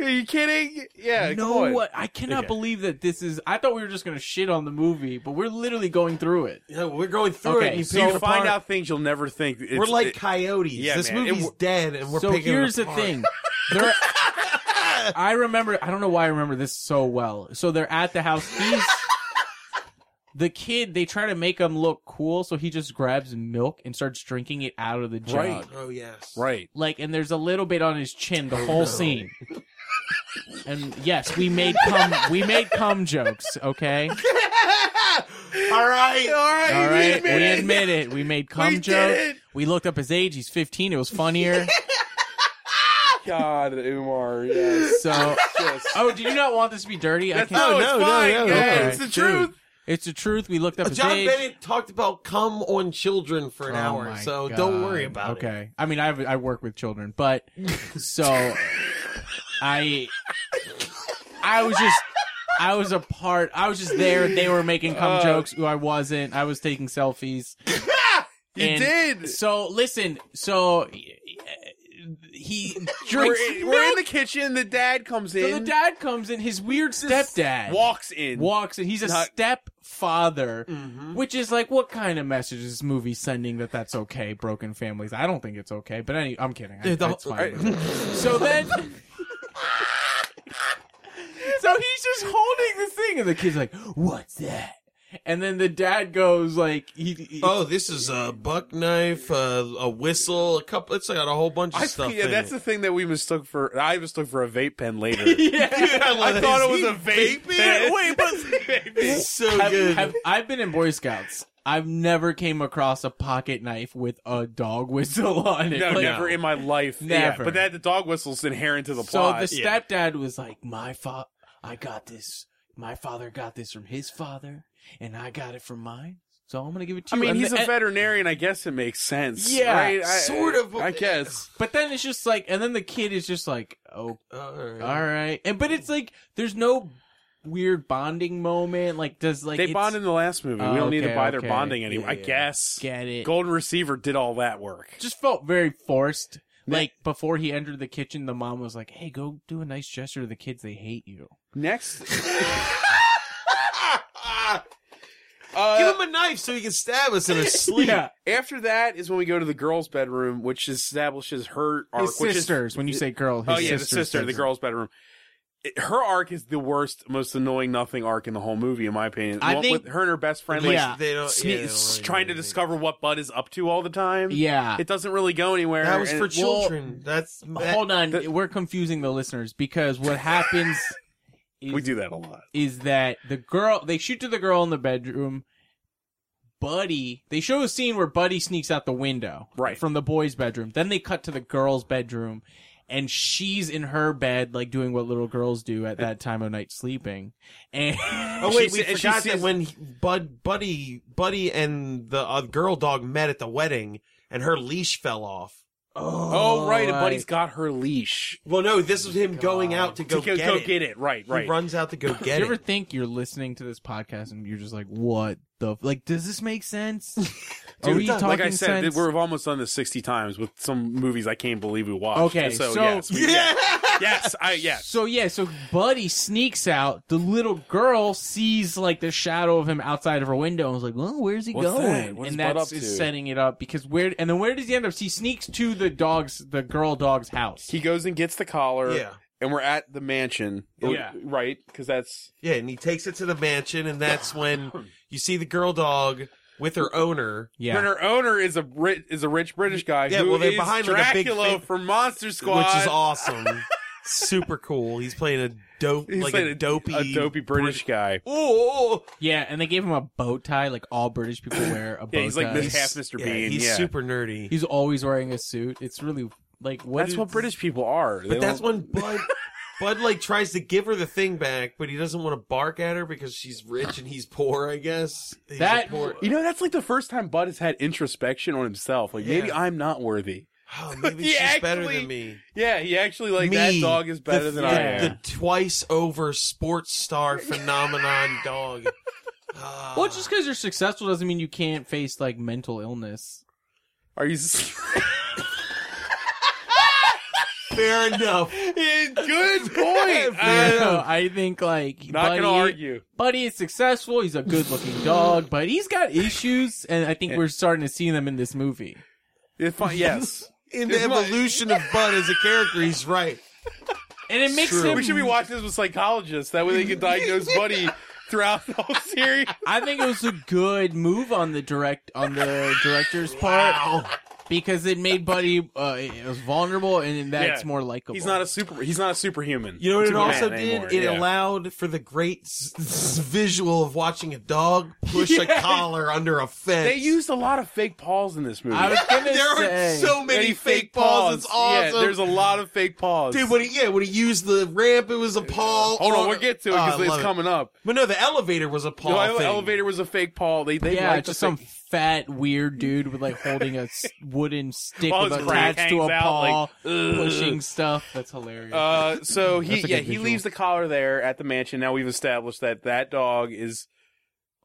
Speaker 3: Are you kidding? Yeah. come
Speaker 2: no,
Speaker 3: on.
Speaker 2: what? I cannot
Speaker 3: Okay.
Speaker 2: believe that this is. I thought we were just gonna shit on the movie, but we're literally going through it.
Speaker 6: Yeah, we're going through
Speaker 2: Okay,
Speaker 6: it. and you
Speaker 3: So
Speaker 6: pick
Speaker 3: you
Speaker 6: it
Speaker 3: find
Speaker 6: apart.
Speaker 3: out things you'll never think. It's-
Speaker 6: We're like
Speaker 3: it-
Speaker 6: coyotes.
Speaker 3: Yeah,
Speaker 6: this
Speaker 3: man, it
Speaker 6: movie's
Speaker 3: w-
Speaker 6: dead, and we're
Speaker 2: so
Speaker 6: picking
Speaker 2: here's
Speaker 6: it
Speaker 2: the
Speaker 6: apart.
Speaker 2: thing. They're- I remember. I don't know why I remember this so well. So they're at the house. He's the kid. They try to make him look cool, so he just grabs milk and starts drinking it out of the jug.
Speaker 3: Right.
Speaker 6: Oh yes.
Speaker 3: right.
Speaker 2: Like, and there's a little bit on his chin. The whole scene. And yes, we made cum. We made cum jokes. Okay.
Speaker 6: All right. All right.
Speaker 2: All right, we admit it. We made cum
Speaker 3: did
Speaker 2: joke.
Speaker 3: it.
Speaker 2: We looked up his age. He's 15. It was funnier.
Speaker 3: God, Umar. Yes.
Speaker 2: So, oh, did you not want this to be dirty? I
Speaker 3: That's,
Speaker 2: can't.
Speaker 3: no, it's
Speaker 6: no, no,
Speaker 3: fine.
Speaker 6: no,
Speaker 3: yeah,
Speaker 2: okay.
Speaker 3: It's the
Speaker 2: Dude,
Speaker 3: truth.
Speaker 2: It's the truth. We looked up his
Speaker 6: John
Speaker 2: age.
Speaker 6: Bennett talked about cum on children for an
Speaker 2: Oh
Speaker 6: hour,
Speaker 2: my
Speaker 6: so
Speaker 2: God.
Speaker 6: don't worry about
Speaker 2: okay.
Speaker 6: it.
Speaker 2: I mean, I I work with children, but so I I was just I was a part. I was just there. They were making cum
Speaker 3: Uh.
Speaker 2: jokes. Ooh, I wasn't. I was taking selfies.
Speaker 3: You
Speaker 2: And
Speaker 3: did.
Speaker 2: So listen. So uh, he
Speaker 3: We're,
Speaker 2: drinks.
Speaker 3: in- we're in the kitchen. The dad comes in.
Speaker 2: So the dad comes in. His weird stepdad
Speaker 3: walks in.
Speaker 2: walks in. He's a
Speaker 3: Not-
Speaker 2: stepfather, which is like, what kind of message is this movie sending that that's okay? Broken families. I don't think it's okay. But any, I'm kidding. I,
Speaker 6: Dude, the-
Speaker 2: that's fine. so then. So he's just holding this thing, and the kid's like, "What's that?" And then the dad goes, "Like he, he-
Speaker 6: Oh, this is a buck knife, uh, a whistle, a couple. It's got a whole bunch of
Speaker 3: I,
Speaker 6: stuff.
Speaker 3: yeah,
Speaker 6: in
Speaker 3: that's
Speaker 6: it.
Speaker 3: the thing that we mistook for. I mistook for a vape pen later.
Speaker 2: yeah."
Speaker 3: I thought it was a vape pen.
Speaker 2: Wait,
Speaker 3: but
Speaker 6: It's so
Speaker 2: Have-
Speaker 6: good.
Speaker 2: have- I've been in Boy Scouts. I've never came across a pocket knife with a dog whistle on it.
Speaker 3: no,
Speaker 2: Like,
Speaker 3: never in my life.
Speaker 2: Never.
Speaker 3: Yeah, but that the dog whistle's inherent to the
Speaker 2: So
Speaker 3: plot.
Speaker 2: the stepdad was like, "My fa, I got this. My father got this from his father, and I got it from mine. So I'm gonna give it to
Speaker 3: I
Speaker 2: you."
Speaker 3: mean,
Speaker 2: And
Speaker 3: he's
Speaker 2: the-
Speaker 3: a
Speaker 2: and-
Speaker 3: veterinarian. I guess it makes sense.
Speaker 2: Yeah,
Speaker 3: right? I-
Speaker 6: sort of.
Speaker 3: I guess.
Speaker 2: But then it's just like, and then the kid is just like, "Oh,
Speaker 6: All right.
Speaker 2: all right." And but it's like, there's no weird bonding moment. Like, does like
Speaker 3: They
Speaker 2: it's-
Speaker 3: bond in the last movie.
Speaker 2: Oh,
Speaker 3: we don't need
Speaker 2: okay,
Speaker 3: to buy their
Speaker 2: okay.
Speaker 3: bonding anymore. I
Speaker 6: Yeah.
Speaker 3: guess.
Speaker 2: Get it?
Speaker 3: Golden Receiver did all that work.
Speaker 2: just felt very forced. Like before he entered the kitchen, the mom was like, "Hey, go do a nice gesture to the kids. They hate you."
Speaker 3: Next,
Speaker 6: Give him a knife so he can stab us in his sleep.
Speaker 2: Uh, Yeah,
Speaker 3: after that is when we go to the girl's bedroom, which establishes her arc.
Speaker 2: his
Speaker 3: which is
Speaker 2: sisters. when you say girl, his
Speaker 3: oh yeah, the
Speaker 2: sister's
Speaker 3: sister, the
Speaker 2: bedroom.
Speaker 3: girl's bedroom. It- her arc is the worst, most annoying nothing arc in the whole movie, in my opinion.
Speaker 2: I
Speaker 3: One
Speaker 2: think-
Speaker 3: with her and her best friend,
Speaker 2: Yeah.
Speaker 3: like
Speaker 6: They don't.
Speaker 3: sne-
Speaker 6: yeah, they don't
Speaker 3: s-
Speaker 6: really
Speaker 3: trying
Speaker 6: do
Speaker 3: to
Speaker 6: anything.
Speaker 3: discover what Bud is up to all the time.
Speaker 2: Yeah,
Speaker 3: it doesn't really go anywhere.
Speaker 6: That was
Speaker 3: and-
Speaker 6: for
Speaker 3: well,
Speaker 6: children. that's that,
Speaker 2: Hold on,
Speaker 3: the-
Speaker 2: we're confusing the listeners because what happens is,
Speaker 3: we do that a lot.
Speaker 2: is that the girl they shoot to the girl in the bedroom. Buddy, they show a scene where Buddy sneaks out the window
Speaker 3: Right.
Speaker 2: from the boy's bedroom. Then they cut to the girl's bedroom, and she's in her bed, like doing what little girls do at that time of night, sleeping. And
Speaker 6: Oh wait, we
Speaker 3: She se- she
Speaker 6: forgot that
Speaker 3: sees-
Speaker 6: when he- Bud, Buddy, Buddy, and the uh, girl dog met at the wedding, and her leash fell off.
Speaker 3: Oh, right, and
Speaker 2: right.
Speaker 3: Buddy's got her leash.
Speaker 6: Well, no, this was him going out to go,
Speaker 3: to go,
Speaker 6: get,
Speaker 3: go
Speaker 6: it.
Speaker 3: get it. Right,
Speaker 6: He
Speaker 3: right.
Speaker 6: runs out to
Speaker 2: do
Speaker 6: go get
Speaker 2: you ever
Speaker 6: it.
Speaker 2: think you're listening to this podcast and you're just like, "What the f- like? Does this make sense?" Are
Speaker 3: Dude,
Speaker 2: we talking
Speaker 3: like I said,
Speaker 2: sense?
Speaker 3: we've almost done this sixty times with some movies I can't believe we watched.
Speaker 2: Okay,
Speaker 3: so,
Speaker 2: so-
Speaker 3: yes, we-
Speaker 6: Yeah.
Speaker 3: yes, I yes.
Speaker 2: So yeah, so Buddy sneaks out. The little girl sees like the shadow of him outside of her window and was like, "Well, where's he
Speaker 3: What's
Speaker 2: going?"
Speaker 3: that? What is
Speaker 2: and
Speaker 3: Bud
Speaker 2: that's
Speaker 3: up
Speaker 2: is
Speaker 3: to?
Speaker 2: setting it up because where and then where does he end up? He sneaks to the dog's the girl dog's house.
Speaker 3: He goes and gets the collar.
Speaker 6: Yeah.
Speaker 3: and we're at the mansion.
Speaker 2: Yeah.
Speaker 3: right, because that's
Speaker 6: Yeah, and he takes it to the mansion, and that's when you see the girl dog with her owner.
Speaker 3: When
Speaker 2: yeah,
Speaker 3: her owner is a ri- is a rich British guy
Speaker 6: Yeah,
Speaker 3: who
Speaker 6: well, they're
Speaker 3: is
Speaker 6: behind, like, a big
Speaker 3: Dracula
Speaker 6: fa-
Speaker 3: from Monster Squad,
Speaker 6: Which is awesome. Super cool. He's playing a dope,
Speaker 3: He's
Speaker 6: like
Speaker 3: like
Speaker 6: a dopey,
Speaker 3: a dopey British guy.
Speaker 6: Oh,
Speaker 2: yeah. And they gave him a bow tie, like all British people wear a bow
Speaker 3: Yeah, he's
Speaker 2: tie.
Speaker 3: like this half Mr.
Speaker 6: yeah,
Speaker 3: Bean.
Speaker 6: he's
Speaker 3: yeah.
Speaker 6: super nerdy.
Speaker 2: He's always wearing a suit. It's really like what
Speaker 3: That's what
Speaker 2: is-
Speaker 3: British people are.
Speaker 6: but that's when Bud, Bud like tries to give her the thing back, but he doesn't want to bark at her because she's rich and he's poor. I guess He's a
Speaker 2: That-
Speaker 6: poor-
Speaker 3: You know, that's like the first time Bud has had introspection on himself. Like, maybe
Speaker 6: Yeah.
Speaker 3: I'm not worthy.
Speaker 6: oh, maybe
Speaker 3: He
Speaker 6: she's better
Speaker 3: actually-
Speaker 6: than me.
Speaker 3: Yeah, he actually like that
Speaker 6: Me,
Speaker 3: dog is better
Speaker 6: the,
Speaker 3: than
Speaker 6: the,
Speaker 3: I am.
Speaker 6: The twice over sports star phenomenon dog. Ah.
Speaker 2: Well, just because you're successful doesn't mean you can't face like mental illness.
Speaker 3: Are you s-
Speaker 6: fair enough.
Speaker 3: good
Speaker 2: I,
Speaker 3: point? I
Speaker 2: don't know. I think like
Speaker 3: not
Speaker 2: Buddy,
Speaker 3: gonna argue.
Speaker 2: Buddy is successful. He's a good-looking dog, but he's got issues, and I think we're starting to see them in this movie.
Speaker 3: It's fine. Yes,
Speaker 6: In the
Speaker 3: It's my-
Speaker 6: evolution of Bud as a character, he's right.
Speaker 2: And it makes him.
Speaker 3: we should be watching this with psychologists. That way they can diagnose Buddy throughout the whole series.
Speaker 2: I think it was a good move on the direct on the director's part
Speaker 6: Wow.
Speaker 2: because it made Buddy uh, it was vulnerable, and that's
Speaker 3: Yeah.
Speaker 2: more likable.
Speaker 3: He's not a super. He's not a superhuman.
Speaker 6: You know what it
Speaker 3: Superman
Speaker 6: also did?
Speaker 3: anymore,
Speaker 6: It
Speaker 3: yeah.
Speaker 6: allowed for the great s- s- visual of watching a dog push a collar under a fence.
Speaker 3: They used a lot of fake paws in this movie.
Speaker 2: I was gonna
Speaker 6: there are
Speaker 2: say,
Speaker 6: so many fake paws. It's awesome.
Speaker 3: Yeah, there's a lot of fake paws.
Speaker 6: Dude, when he, yeah, when he used the ramp, it was a paw.
Speaker 3: Hold on,
Speaker 6: a-
Speaker 3: we'll get to it
Speaker 6: Oh, I
Speaker 3: because
Speaker 6: love
Speaker 3: it's coming up.
Speaker 6: But no, the elevator was a paw.
Speaker 3: the ele-
Speaker 6: thing.
Speaker 3: elevator was a fake paw. They they
Speaker 2: yeah,
Speaker 3: liked
Speaker 2: just
Speaker 3: the
Speaker 2: some
Speaker 3: fake-
Speaker 2: fat weird dude with like holding a s- wooden stick
Speaker 3: All
Speaker 2: with
Speaker 3: his crack
Speaker 2: attached to a
Speaker 3: hangs out,
Speaker 2: paw,
Speaker 3: like,
Speaker 2: pushing stuff. That's hilarious.
Speaker 3: Uh, so he
Speaker 2: That's a
Speaker 3: yeah
Speaker 2: good
Speaker 3: he
Speaker 2: visual.
Speaker 3: leaves the collar there at the mansion. Now we've established that that dog is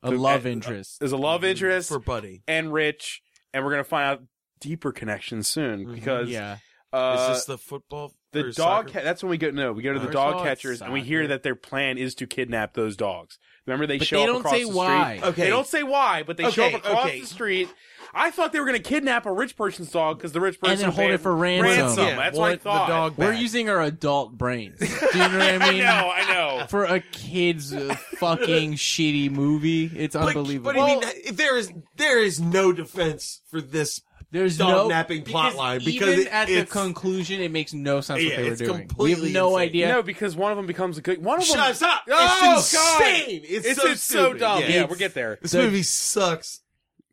Speaker 2: a
Speaker 3: the-
Speaker 2: love
Speaker 3: uh,
Speaker 2: interest.
Speaker 3: is a love interest
Speaker 6: for Buddy.
Speaker 3: and rich, and we're gonna find out deeper connections soon
Speaker 6: Mhm,
Speaker 3: because
Speaker 2: Mm-hmm. yeah,
Speaker 3: uh,
Speaker 6: is this the football?
Speaker 3: the
Speaker 6: or
Speaker 3: dog
Speaker 6: soccer-
Speaker 3: ca- that's when we go no we go to the
Speaker 2: Or
Speaker 3: dog
Speaker 2: soccer.
Speaker 3: catchers and we hear
Speaker 2: Soccer.
Speaker 3: that their plan is to kidnap those dogs remember they
Speaker 2: but
Speaker 3: show
Speaker 2: they
Speaker 3: up
Speaker 2: don't
Speaker 3: across
Speaker 2: say
Speaker 3: the
Speaker 2: why.
Speaker 3: street
Speaker 6: Okay.
Speaker 3: they don't say why but they show up
Speaker 6: Okay,
Speaker 3: across
Speaker 6: okay.
Speaker 3: the street i thought they were going to kidnap a rich person's dog because the rich person
Speaker 2: And then hold
Speaker 3: paid
Speaker 2: it for ransom.
Speaker 3: ransom.
Speaker 6: Yeah,
Speaker 3: that's what i
Speaker 6: want the
Speaker 3: thought
Speaker 6: dog
Speaker 2: We're
Speaker 6: back.
Speaker 2: using our adult brains. Do you know what I
Speaker 3: i
Speaker 2: mean?
Speaker 3: know i know
Speaker 2: For a kid's uh, fucking shitty movie, it's
Speaker 6: But-
Speaker 2: unbelievable.
Speaker 6: But I mean, that- there is there is no defense for this.
Speaker 2: There's
Speaker 6: dog
Speaker 2: no
Speaker 6: napping plot line, because
Speaker 2: even
Speaker 6: it-
Speaker 2: at the
Speaker 6: it's-
Speaker 2: conclusion, it makes no sense
Speaker 6: Yeah,
Speaker 2: what they were
Speaker 6: it's
Speaker 2: doing. We have
Speaker 6: completely
Speaker 2: no
Speaker 6: insane.
Speaker 2: idea.
Speaker 3: no because one of them becomes a good one of them
Speaker 6: Shut up!
Speaker 3: Oh,
Speaker 6: it's
Speaker 3: God.
Speaker 6: insane. It's,
Speaker 3: it's
Speaker 6: so,
Speaker 3: it's so
Speaker 6: stupid.
Speaker 3: dumb yeah,
Speaker 6: Yeah.
Speaker 3: we'll get there
Speaker 6: This
Speaker 2: The-
Speaker 6: movie sucks.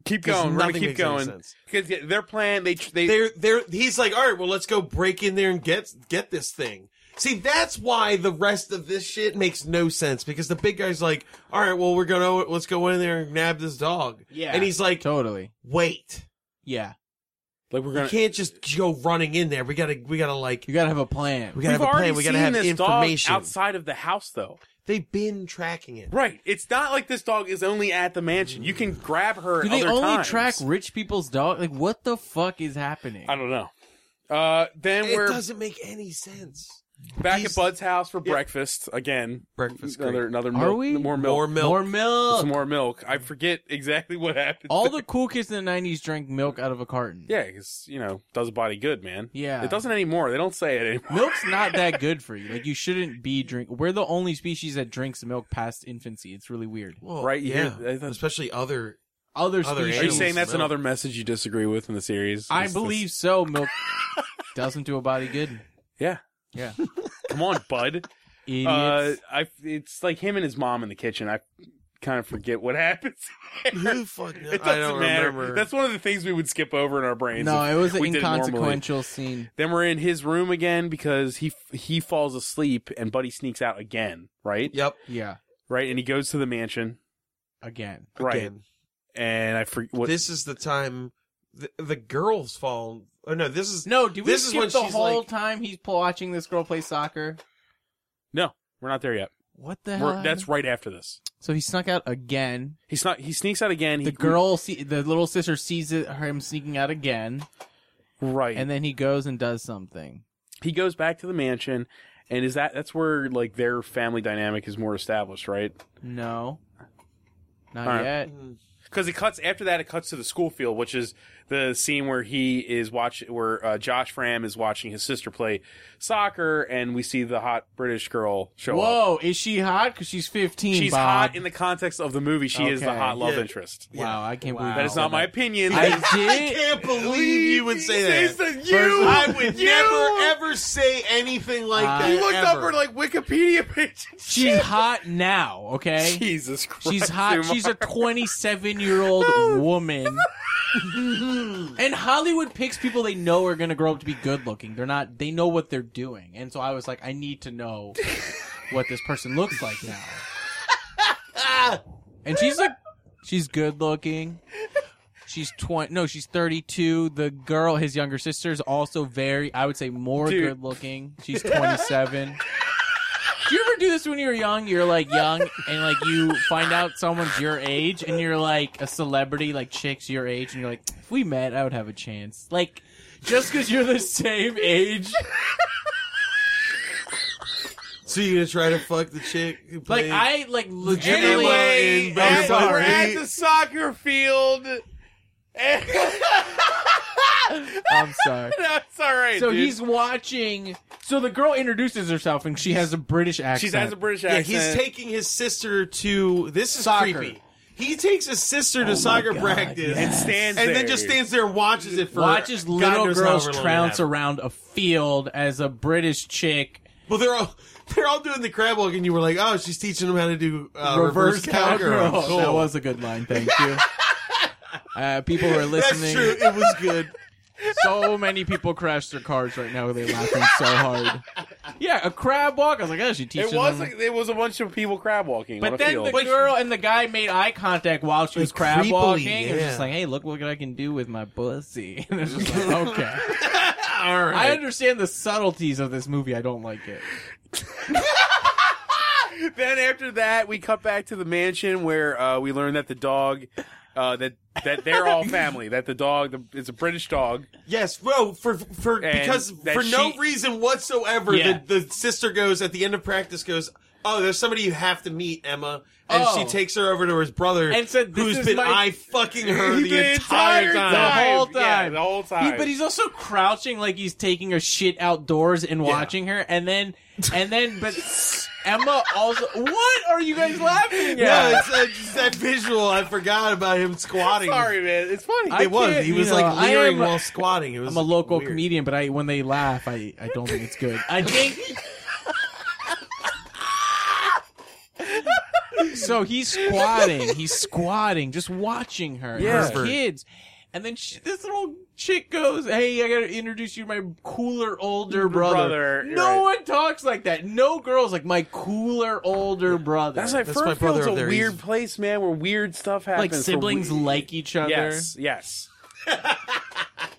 Speaker 3: keep
Speaker 6: 'cause
Speaker 3: going we're going
Speaker 6: nothing
Speaker 3: to keep
Speaker 6: makes any
Speaker 3: going
Speaker 6: sense.
Speaker 3: because yeah, their plan they tr- they
Speaker 6: They're they're he's like, all right, well, let's go break in there and get get this thing. See, that's why the rest of this shit makes no sense because the big guy's like, all right, well, we're gonna let's go in there and nab this dog.
Speaker 2: Yeah.
Speaker 6: and he's like,
Speaker 2: totally.
Speaker 6: wait,
Speaker 2: Yeah,
Speaker 3: like we're
Speaker 6: we
Speaker 3: going to
Speaker 6: can't just go running in there. We gotta we gotta like
Speaker 2: you gotta have a plan.
Speaker 6: we
Speaker 3: We've
Speaker 6: gotta have a
Speaker 3: already
Speaker 6: plan. We gotta
Speaker 3: seen
Speaker 6: have
Speaker 3: this
Speaker 6: information.
Speaker 3: dog outside of the house, though.
Speaker 6: They've been tracking it.
Speaker 3: Right. It's not like this dog is only at the mansion. You can grab her.
Speaker 2: Do
Speaker 3: at
Speaker 2: they
Speaker 3: other
Speaker 2: only
Speaker 3: times.
Speaker 2: track rich people's dog? Like, what the fuck is happening?
Speaker 3: I don't know. Uh, then
Speaker 6: It
Speaker 3: we're
Speaker 6: doesn't make any sense.
Speaker 3: back at
Speaker 6: these-
Speaker 3: Bud's house for breakfast again.
Speaker 6: Breakfast, great.
Speaker 3: Another another
Speaker 2: Are
Speaker 3: milk.
Speaker 2: we?
Speaker 3: More milk.
Speaker 6: More milk.
Speaker 2: More milk.
Speaker 3: Some more milk. I forget exactly what happened.
Speaker 2: All the cool kids in the '90s drank milk out of a carton.
Speaker 3: yeah, because you know does a body good, man.
Speaker 2: Yeah.
Speaker 3: It doesn't anymore. They don't say it anymore.
Speaker 2: Milk's not that good for you. Like you shouldn't be drink. We're the only species that drinks milk past infancy. It's really weird.
Speaker 6: Well,
Speaker 3: Right, you
Speaker 6: Yeah,
Speaker 3: hear- I thought-
Speaker 6: especially other.
Speaker 2: Other,
Speaker 6: Other
Speaker 2: species.
Speaker 3: Are you
Speaker 6: animals
Speaker 3: saying that's
Speaker 6: milk.
Speaker 3: another message you disagree with in the series?
Speaker 2: I
Speaker 3: This- this-
Speaker 2: believe so. Milk doesn't do a body good.
Speaker 3: Yeah.
Speaker 2: Yeah.
Speaker 3: Come on, Bud.
Speaker 2: Idiots.
Speaker 3: Uh, I it's like him and his mom in the kitchen. I kind of forget what happens.
Speaker 6: Who fucking?
Speaker 3: It doesn't
Speaker 6: I don't
Speaker 3: matter.
Speaker 6: remember.
Speaker 3: That's one of the things we would skip over in our brains.
Speaker 2: no,
Speaker 3: if
Speaker 2: it was an
Speaker 3: we did it normally.
Speaker 2: inconsequential scene.
Speaker 3: Then we're in his room again because he he falls asleep and Buddy sneaks out again, right?
Speaker 6: Yep.
Speaker 2: Yeah.
Speaker 3: Right, and he goes to the mansion,
Speaker 2: Again.
Speaker 3: right?
Speaker 6: Again.
Speaker 3: And I forget what.
Speaker 6: This is the time the, the girls fall. Oh no, this is
Speaker 2: No, do we
Speaker 6: This is
Speaker 2: skip
Speaker 6: when
Speaker 2: the
Speaker 6: she's
Speaker 2: whole
Speaker 6: like-
Speaker 2: time he's watching this girl play soccer?
Speaker 3: no, we're not there yet.
Speaker 2: What the hell?
Speaker 3: We're, that's
Speaker 2: happened?
Speaker 3: right after this.
Speaker 2: So he snuck out again.
Speaker 3: He's not. He sneaks out again.
Speaker 2: The
Speaker 3: he,
Speaker 2: girl, see, the little sister, sees it, him sneaking out again,
Speaker 3: right?
Speaker 2: and then he goes and does something.
Speaker 3: he goes back to the mansion, and is that that's where like their family dynamic is more established, right?
Speaker 2: No, not
Speaker 3: All right.
Speaker 2: yet.
Speaker 3: because it cuts after that. It cuts to the school field, which is the scene where he is watch where uh, Josh Fram is watching his sister play soccer, and we see the hot British girl show up.
Speaker 2: Whoa, is she hot? Because she's fifteen.
Speaker 3: She's
Speaker 2: Bob.
Speaker 3: hot in the context of the movie. She is the
Speaker 2: Okay.
Speaker 3: hot love
Speaker 6: Yeah.
Speaker 3: interest.
Speaker 2: Wow, I can't believe
Speaker 3: That is not my opinion.
Speaker 2: I
Speaker 6: I
Speaker 2: did.
Speaker 6: can't believe you would say
Speaker 3: It's
Speaker 6: that.
Speaker 3: the- you,
Speaker 6: I would
Speaker 3: you-
Speaker 6: never ever say anything like
Speaker 2: I-
Speaker 6: that.
Speaker 2: You
Speaker 3: You looked up
Speaker 6: ever.
Speaker 3: her like Wikipedia page.
Speaker 2: She's hot now. Okay.
Speaker 3: Jesus Christ!
Speaker 2: She's hot.
Speaker 3: Umar.
Speaker 2: She's a 27 year old woman. and Hollywood picks people they know are going to grow up to be good looking. They're not, they know what they're doing. And so I was like, I need to know what this person looks like now. and she's like, she's good looking. She's 20, no, she's 32. The girl, his younger sister, is also very, I would say, more
Speaker 3: Dude.
Speaker 2: good looking. She's 27. Do you ever do this when you're young? You're like young and like you find out someone's your age and you're like a celebrity, like chicks your age, and you're like, if we met, I would have a chance. Like, just because you're the same age,
Speaker 6: So you gonna try to fuck the chick? who
Speaker 2: like
Speaker 6: played-
Speaker 2: I like legitimately.
Speaker 3: Anyway,
Speaker 6: in
Speaker 3: and
Speaker 6: Bugs
Speaker 3: we're
Speaker 6: Bunny.
Speaker 3: at the soccer field. And-
Speaker 2: I'm sorry.
Speaker 3: That's all right.
Speaker 2: So
Speaker 3: dude.
Speaker 2: he's watching. So the girl introduces herself and she has a British accent.
Speaker 3: she has a British
Speaker 6: Yeah,
Speaker 3: accent.
Speaker 6: he's taking his sister to this is
Speaker 2: Soccer.
Speaker 6: creepy. He takes his sister to soccer practice
Speaker 3: and stands
Speaker 6: and
Speaker 3: there.
Speaker 6: then just stands there and watches it for
Speaker 2: watches
Speaker 6: God
Speaker 2: little
Speaker 6: knows how
Speaker 2: girls
Speaker 6: long it
Speaker 2: trounce
Speaker 6: happened.
Speaker 2: around a field as a British chick.
Speaker 6: Well, they're all they're all doing the crab walk, and you were like, "Oh, she's teaching them how to do uh, reverse, cowgirl." Cool.
Speaker 2: That was a good line. Thank you. Uh, people who are
Speaker 6: That's
Speaker 2: listening.
Speaker 6: true. It was good.
Speaker 2: So many people crash their cars right now. They're laughing so hard. Yeah, a crab walk. I was like, oh, she teaches
Speaker 3: it was
Speaker 2: them.
Speaker 3: like, it was a bunch of people crab walking. on
Speaker 2: but
Speaker 3: a
Speaker 2: then
Speaker 3: field.
Speaker 2: the girl and the guy made eye contact while she was
Speaker 6: Like,
Speaker 2: crab
Speaker 6: creepily,
Speaker 2: walking. And was
Speaker 6: yeah.
Speaker 2: just like, hey, look what I can do with my pussy. And it's just like, okay.
Speaker 6: All right.
Speaker 2: I understand the subtleties of this movie. I don't like it.
Speaker 3: then after that, we cut back to the mansion where uh, we learn that the dog, uh, that that they're all family. That the dog the, is a British dog.
Speaker 6: Yes, bro. For for
Speaker 3: And
Speaker 6: because
Speaker 3: that
Speaker 6: for no
Speaker 3: she-
Speaker 6: reason whatsoever,
Speaker 2: Yeah.
Speaker 6: the, the sister goes at the end of practice goes. Oh, there's somebody you have to meet, Emma, and
Speaker 2: Oh.
Speaker 6: she takes her over to his brother,
Speaker 2: And said, "This
Speaker 6: who's
Speaker 2: is
Speaker 6: been
Speaker 2: my-
Speaker 6: eye fucking her the,
Speaker 3: The
Speaker 6: entire
Speaker 3: entire
Speaker 6: time.
Speaker 3: time.
Speaker 2: the whole
Speaker 3: Yeah,
Speaker 2: time.
Speaker 3: the whole time.
Speaker 2: He- but he's also crouching like he's taking a shit outdoors and watching her, and then and then but Emma also. What are you guys laughing at?
Speaker 6: No, it's, uh, just that visual. I forgot about him squatting.
Speaker 3: Sorry, man. It's funny.
Speaker 2: I
Speaker 6: it was.
Speaker 2: can't,
Speaker 6: He was
Speaker 2: you know,
Speaker 6: like
Speaker 2: I
Speaker 6: leering
Speaker 2: am-
Speaker 6: while squatting. It was
Speaker 2: I'm a local
Speaker 6: weird.
Speaker 2: comedian, but I when they laugh, I I don't think it's good. I think. so he's squatting. He's squatting, just watching her. and
Speaker 3: Yeah.
Speaker 2: Her kids. And then she, this little chick goes, "Hey, I gotta introduce you to my cooler older brother."
Speaker 3: brother,
Speaker 2: no
Speaker 3: right.
Speaker 2: one talks like that. No girls like my cooler older brother.
Speaker 3: That's like
Speaker 6: That's
Speaker 3: Fernfield's
Speaker 6: my brother
Speaker 3: a
Speaker 6: over there.
Speaker 3: weird
Speaker 6: He's-
Speaker 3: place, man, where weird stuff happens.
Speaker 2: like
Speaker 3: where
Speaker 2: siblings
Speaker 3: we-
Speaker 2: like each other.
Speaker 3: Yes, yes.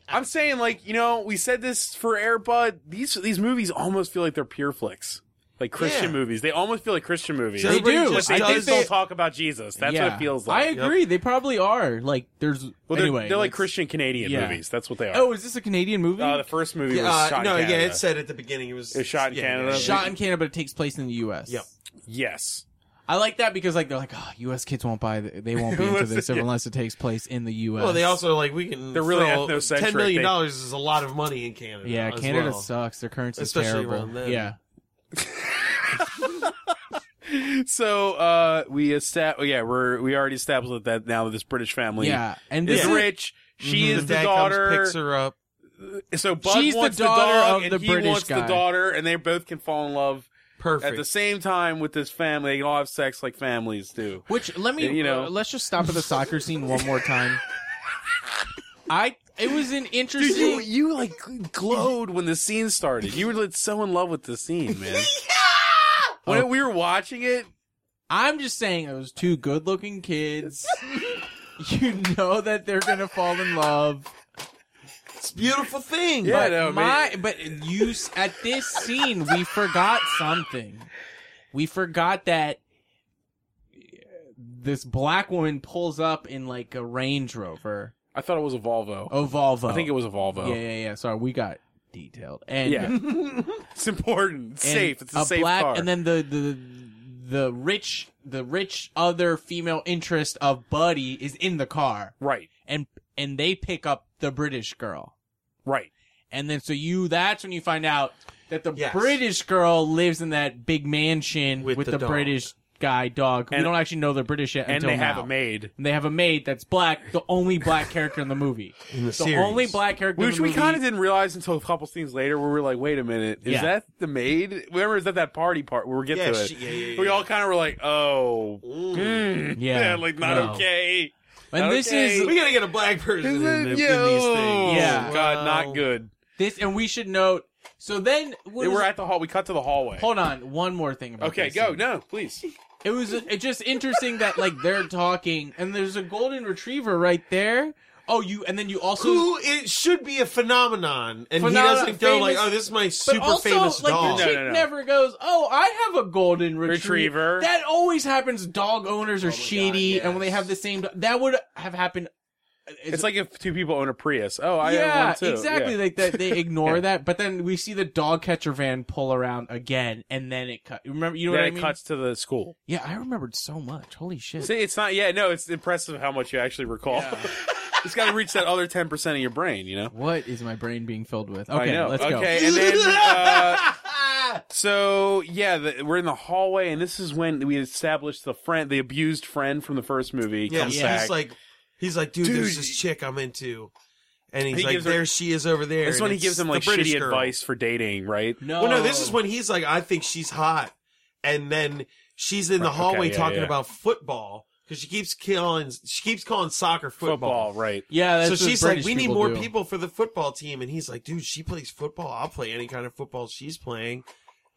Speaker 3: I'm saying, like, you know, we said this for Air Bud. These these movies almost feel like they're pure flicks, like Christian
Speaker 6: Yeah.
Speaker 3: movies. They almost feel like Christian movies.
Speaker 6: They
Speaker 3: Everybody
Speaker 2: do.
Speaker 3: Just
Speaker 2: I
Speaker 3: I
Speaker 2: think
Speaker 3: just
Speaker 2: they-
Speaker 3: don't talk about Jesus. That's what
Speaker 2: Yeah.
Speaker 3: it feels
Speaker 2: I
Speaker 3: like.
Speaker 2: agree. They probably are. Like there's
Speaker 3: Well, they're,
Speaker 2: anyway.
Speaker 3: they're like
Speaker 2: let's-
Speaker 3: Christian Canadian
Speaker 2: yeah.
Speaker 3: movies. That's what they are.
Speaker 2: Oh, is this a Canadian movie?
Speaker 3: Uh, the first movie
Speaker 6: Yeah,
Speaker 3: was
Speaker 6: uh,
Speaker 3: shot
Speaker 6: no,
Speaker 3: in
Speaker 6: yeah,
Speaker 3: Canada.
Speaker 6: it said at the beginning it was
Speaker 3: It was shot in
Speaker 6: yeah,
Speaker 3: Canada.
Speaker 6: yeah, yeah.
Speaker 2: shot in Canada, but it takes place in the U.S.
Speaker 6: Yep.
Speaker 3: yes.
Speaker 2: I like that because like they're like, oh, U.S. kids won't buy, th- they won't be into
Speaker 3: Unless it-
Speaker 2: this if-
Speaker 3: yeah.
Speaker 2: unless it takes place in the U.S.
Speaker 6: Well, they also like we can.
Speaker 3: They're really
Speaker 6: throw-
Speaker 3: ethnocentric.
Speaker 6: Ten million
Speaker 3: They-
Speaker 6: dollars is a lot of money in Canada.
Speaker 2: yeah,
Speaker 6: as
Speaker 2: Canada
Speaker 6: well.
Speaker 2: sucks. Their currency is
Speaker 6: Especially
Speaker 2: terrible.
Speaker 6: around then.
Speaker 2: Yeah,
Speaker 3: So uh, we established. Yeah, we're we already established that now this British family
Speaker 2: yeah, and
Speaker 3: is
Speaker 2: this is-
Speaker 3: rich. She
Speaker 6: Mhm.
Speaker 3: is the
Speaker 6: dad
Speaker 3: daughter.
Speaker 6: Comes, picks her up.
Speaker 3: So Bud
Speaker 2: She's the
Speaker 3: wants the,
Speaker 2: daughter
Speaker 3: dog,
Speaker 2: of
Speaker 3: and
Speaker 2: the
Speaker 3: he
Speaker 2: British
Speaker 3: wants
Speaker 2: guy.
Speaker 3: the daughter, and they both can fall in love
Speaker 6: Perfect.
Speaker 3: at the same time with this family. They can all have sex like families do.
Speaker 2: Which let me,
Speaker 3: You know.
Speaker 2: uh, let's just stop at the soccer scene one more time. I it was an interesting.
Speaker 3: you like glowed when the scene started. You were like so in love with the scene, man. When
Speaker 2: Oh.
Speaker 3: we were watching it,
Speaker 2: I'm just saying, it was two good-looking kids. you know that they're gonna fall in love.
Speaker 6: It's a beautiful thing.
Speaker 3: Yeah,
Speaker 2: but
Speaker 3: no, I mean-
Speaker 2: my, but you s- at this scene we forgot something. We forgot that this black woman pulls up in like a Range Rover,
Speaker 3: I thought it was a Volvo.
Speaker 2: a Volvo.
Speaker 3: I think it was a Volvo.
Speaker 2: Yeah, yeah, yeah. Sorry, we got detailed. And
Speaker 3: Yeah. It's important. It's
Speaker 2: and
Speaker 3: safe. It's a, safe
Speaker 2: black,
Speaker 3: car.
Speaker 2: And then the the the rich the rich other female interest of Buddy is in the car,
Speaker 3: right,
Speaker 2: and and they pick up the British girl.
Speaker 3: right.
Speaker 2: And then so you that's when you find out that the
Speaker 6: Yes.
Speaker 2: British girl lives in that big mansion with,
Speaker 6: With
Speaker 2: the,
Speaker 6: the dog.
Speaker 2: British guy dog.
Speaker 3: And-
Speaker 2: we don't actually know they're British yet
Speaker 3: And
Speaker 2: until
Speaker 3: they have
Speaker 2: now.
Speaker 3: a maid.
Speaker 2: And they have a maid that's black, the only black character in the movie.
Speaker 6: In the,
Speaker 2: The only black character in
Speaker 3: Which
Speaker 2: the
Speaker 3: we
Speaker 2: movie.
Speaker 3: kind of didn't realize until a couple scenes later, where we were like, "Wait a minute, is
Speaker 2: Yeah.
Speaker 3: that the maid?" Remember, is that that party part where we get
Speaker 6: Yeah,
Speaker 3: to it?
Speaker 6: she- yeah, yeah,
Speaker 3: We
Speaker 6: yeah.
Speaker 3: all kind of were like, "Oh,
Speaker 6: Mm.
Speaker 3: mm,
Speaker 2: Yeah,
Speaker 3: like not
Speaker 2: no.
Speaker 3: okay."
Speaker 2: And this
Speaker 3: Okay.
Speaker 2: is
Speaker 6: We gotta get a black person in, the, in these
Speaker 3: Yo.
Speaker 6: things.
Speaker 2: Yeah.
Speaker 3: Oh, God,
Speaker 6: Wow.
Speaker 3: not good.
Speaker 2: this, and we should note. So then, what
Speaker 3: They
Speaker 2: was-
Speaker 3: were at the hall. We cut to the hallway.
Speaker 2: hold on. One more thing about
Speaker 3: Okay,
Speaker 2: this
Speaker 3: go.
Speaker 2: scene.
Speaker 3: No, please.
Speaker 2: It was it just interesting that like they're talking, and there's a golden retriever right there. Oh, you, and then you also
Speaker 6: Who it should be a phenomenon, and
Speaker 2: Phenomenon,
Speaker 6: he doesn't go like,
Speaker 2: famous-
Speaker 6: "Oh, this is my super
Speaker 2: But also,
Speaker 6: famous
Speaker 2: like
Speaker 6: dog."
Speaker 2: the chick
Speaker 3: No, no, no.
Speaker 2: never goes, "Oh, I have a golden retriever."
Speaker 3: Retriever.
Speaker 2: That always happens. Dog owners are shitty,
Speaker 6: God,
Speaker 2: and when they
Speaker 6: yes.
Speaker 2: have the same, do- that would have happened. uh,
Speaker 3: It's, like if two people own a Prius. Oh, I have
Speaker 2: yeah,
Speaker 3: one too.
Speaker 2: exactly.
Speaker 3: Yeah.
Speaker 2: Like that, they ignore that. But then we see the dog catcher van pull around again, and then it cut. Remember, you know
Speaker 3: then
Speaker 2: what I
Speaker 3: it
Speaker 2: mean?
Speaker 3: cuts to the school.
Speaker 2: Yeah, I remembered so much. Holy shit!
Speaker 3: See, it's not. Yeah, no, it's impressive how much you actually recall. it's got to reach that other ten percent of your brain. You know.
Speaker 2: what is my brain being filled with?
Speaker 3: I
Speaker 2: Okay,
Speaker 3: know.
Speaker 2: let's
Speaker 3: okay,
Speaker 2: go.
Speaker 3: and then. Uh, So yeah, the, we're in the hallway, and this is when we established the friend, the abused friend from the first movie,
Speaker 6: yeah,
Speaker 3: comes
Speaker 6: he's
Speaker 3: back.
Speaker 6: like, he's like, dude,
Speaker 3: Dude.
Speaker 6: there's this chick I'm into, and he's
Speaker 3: He
Speaker 6: like,
Speaker 3: gives her-
Speaker 6: there she is over there.
Speaker 3: this is
Speaker 6: and
Speaker 3: when he
Speaker 6: it's
Speaker 3: gives him
Speaker 6: the
Speaker 3: like
Speaker 6: British
Speaker 3: shitty
Speaker 6: girl.
Speaker 3: advice for dating, right?
Speaker 2: No,
Speaker 6: Well, no, this is when he's like, I think she's hot, and then she's in the
Speaker 3: Right, okay,
Speaker 6: hallway
Speaker 3: yeah,
Speaker 6: talking
Speaker 3: yeah.
Speaker 6: about football because she keeps killing, she keeps calling soccer
Speaker 3: Football, right?
Speaker 2: Yeah, that's
Speaker 6: so
Speaker 2: what
Speaker 6: she's
Speaker 2: British
Speaker 6: like, we need more
Speaker 2: do.
Speaker 6: people for the football team. And he's like, dude, she plays football. I'll play any kind of football she's playing.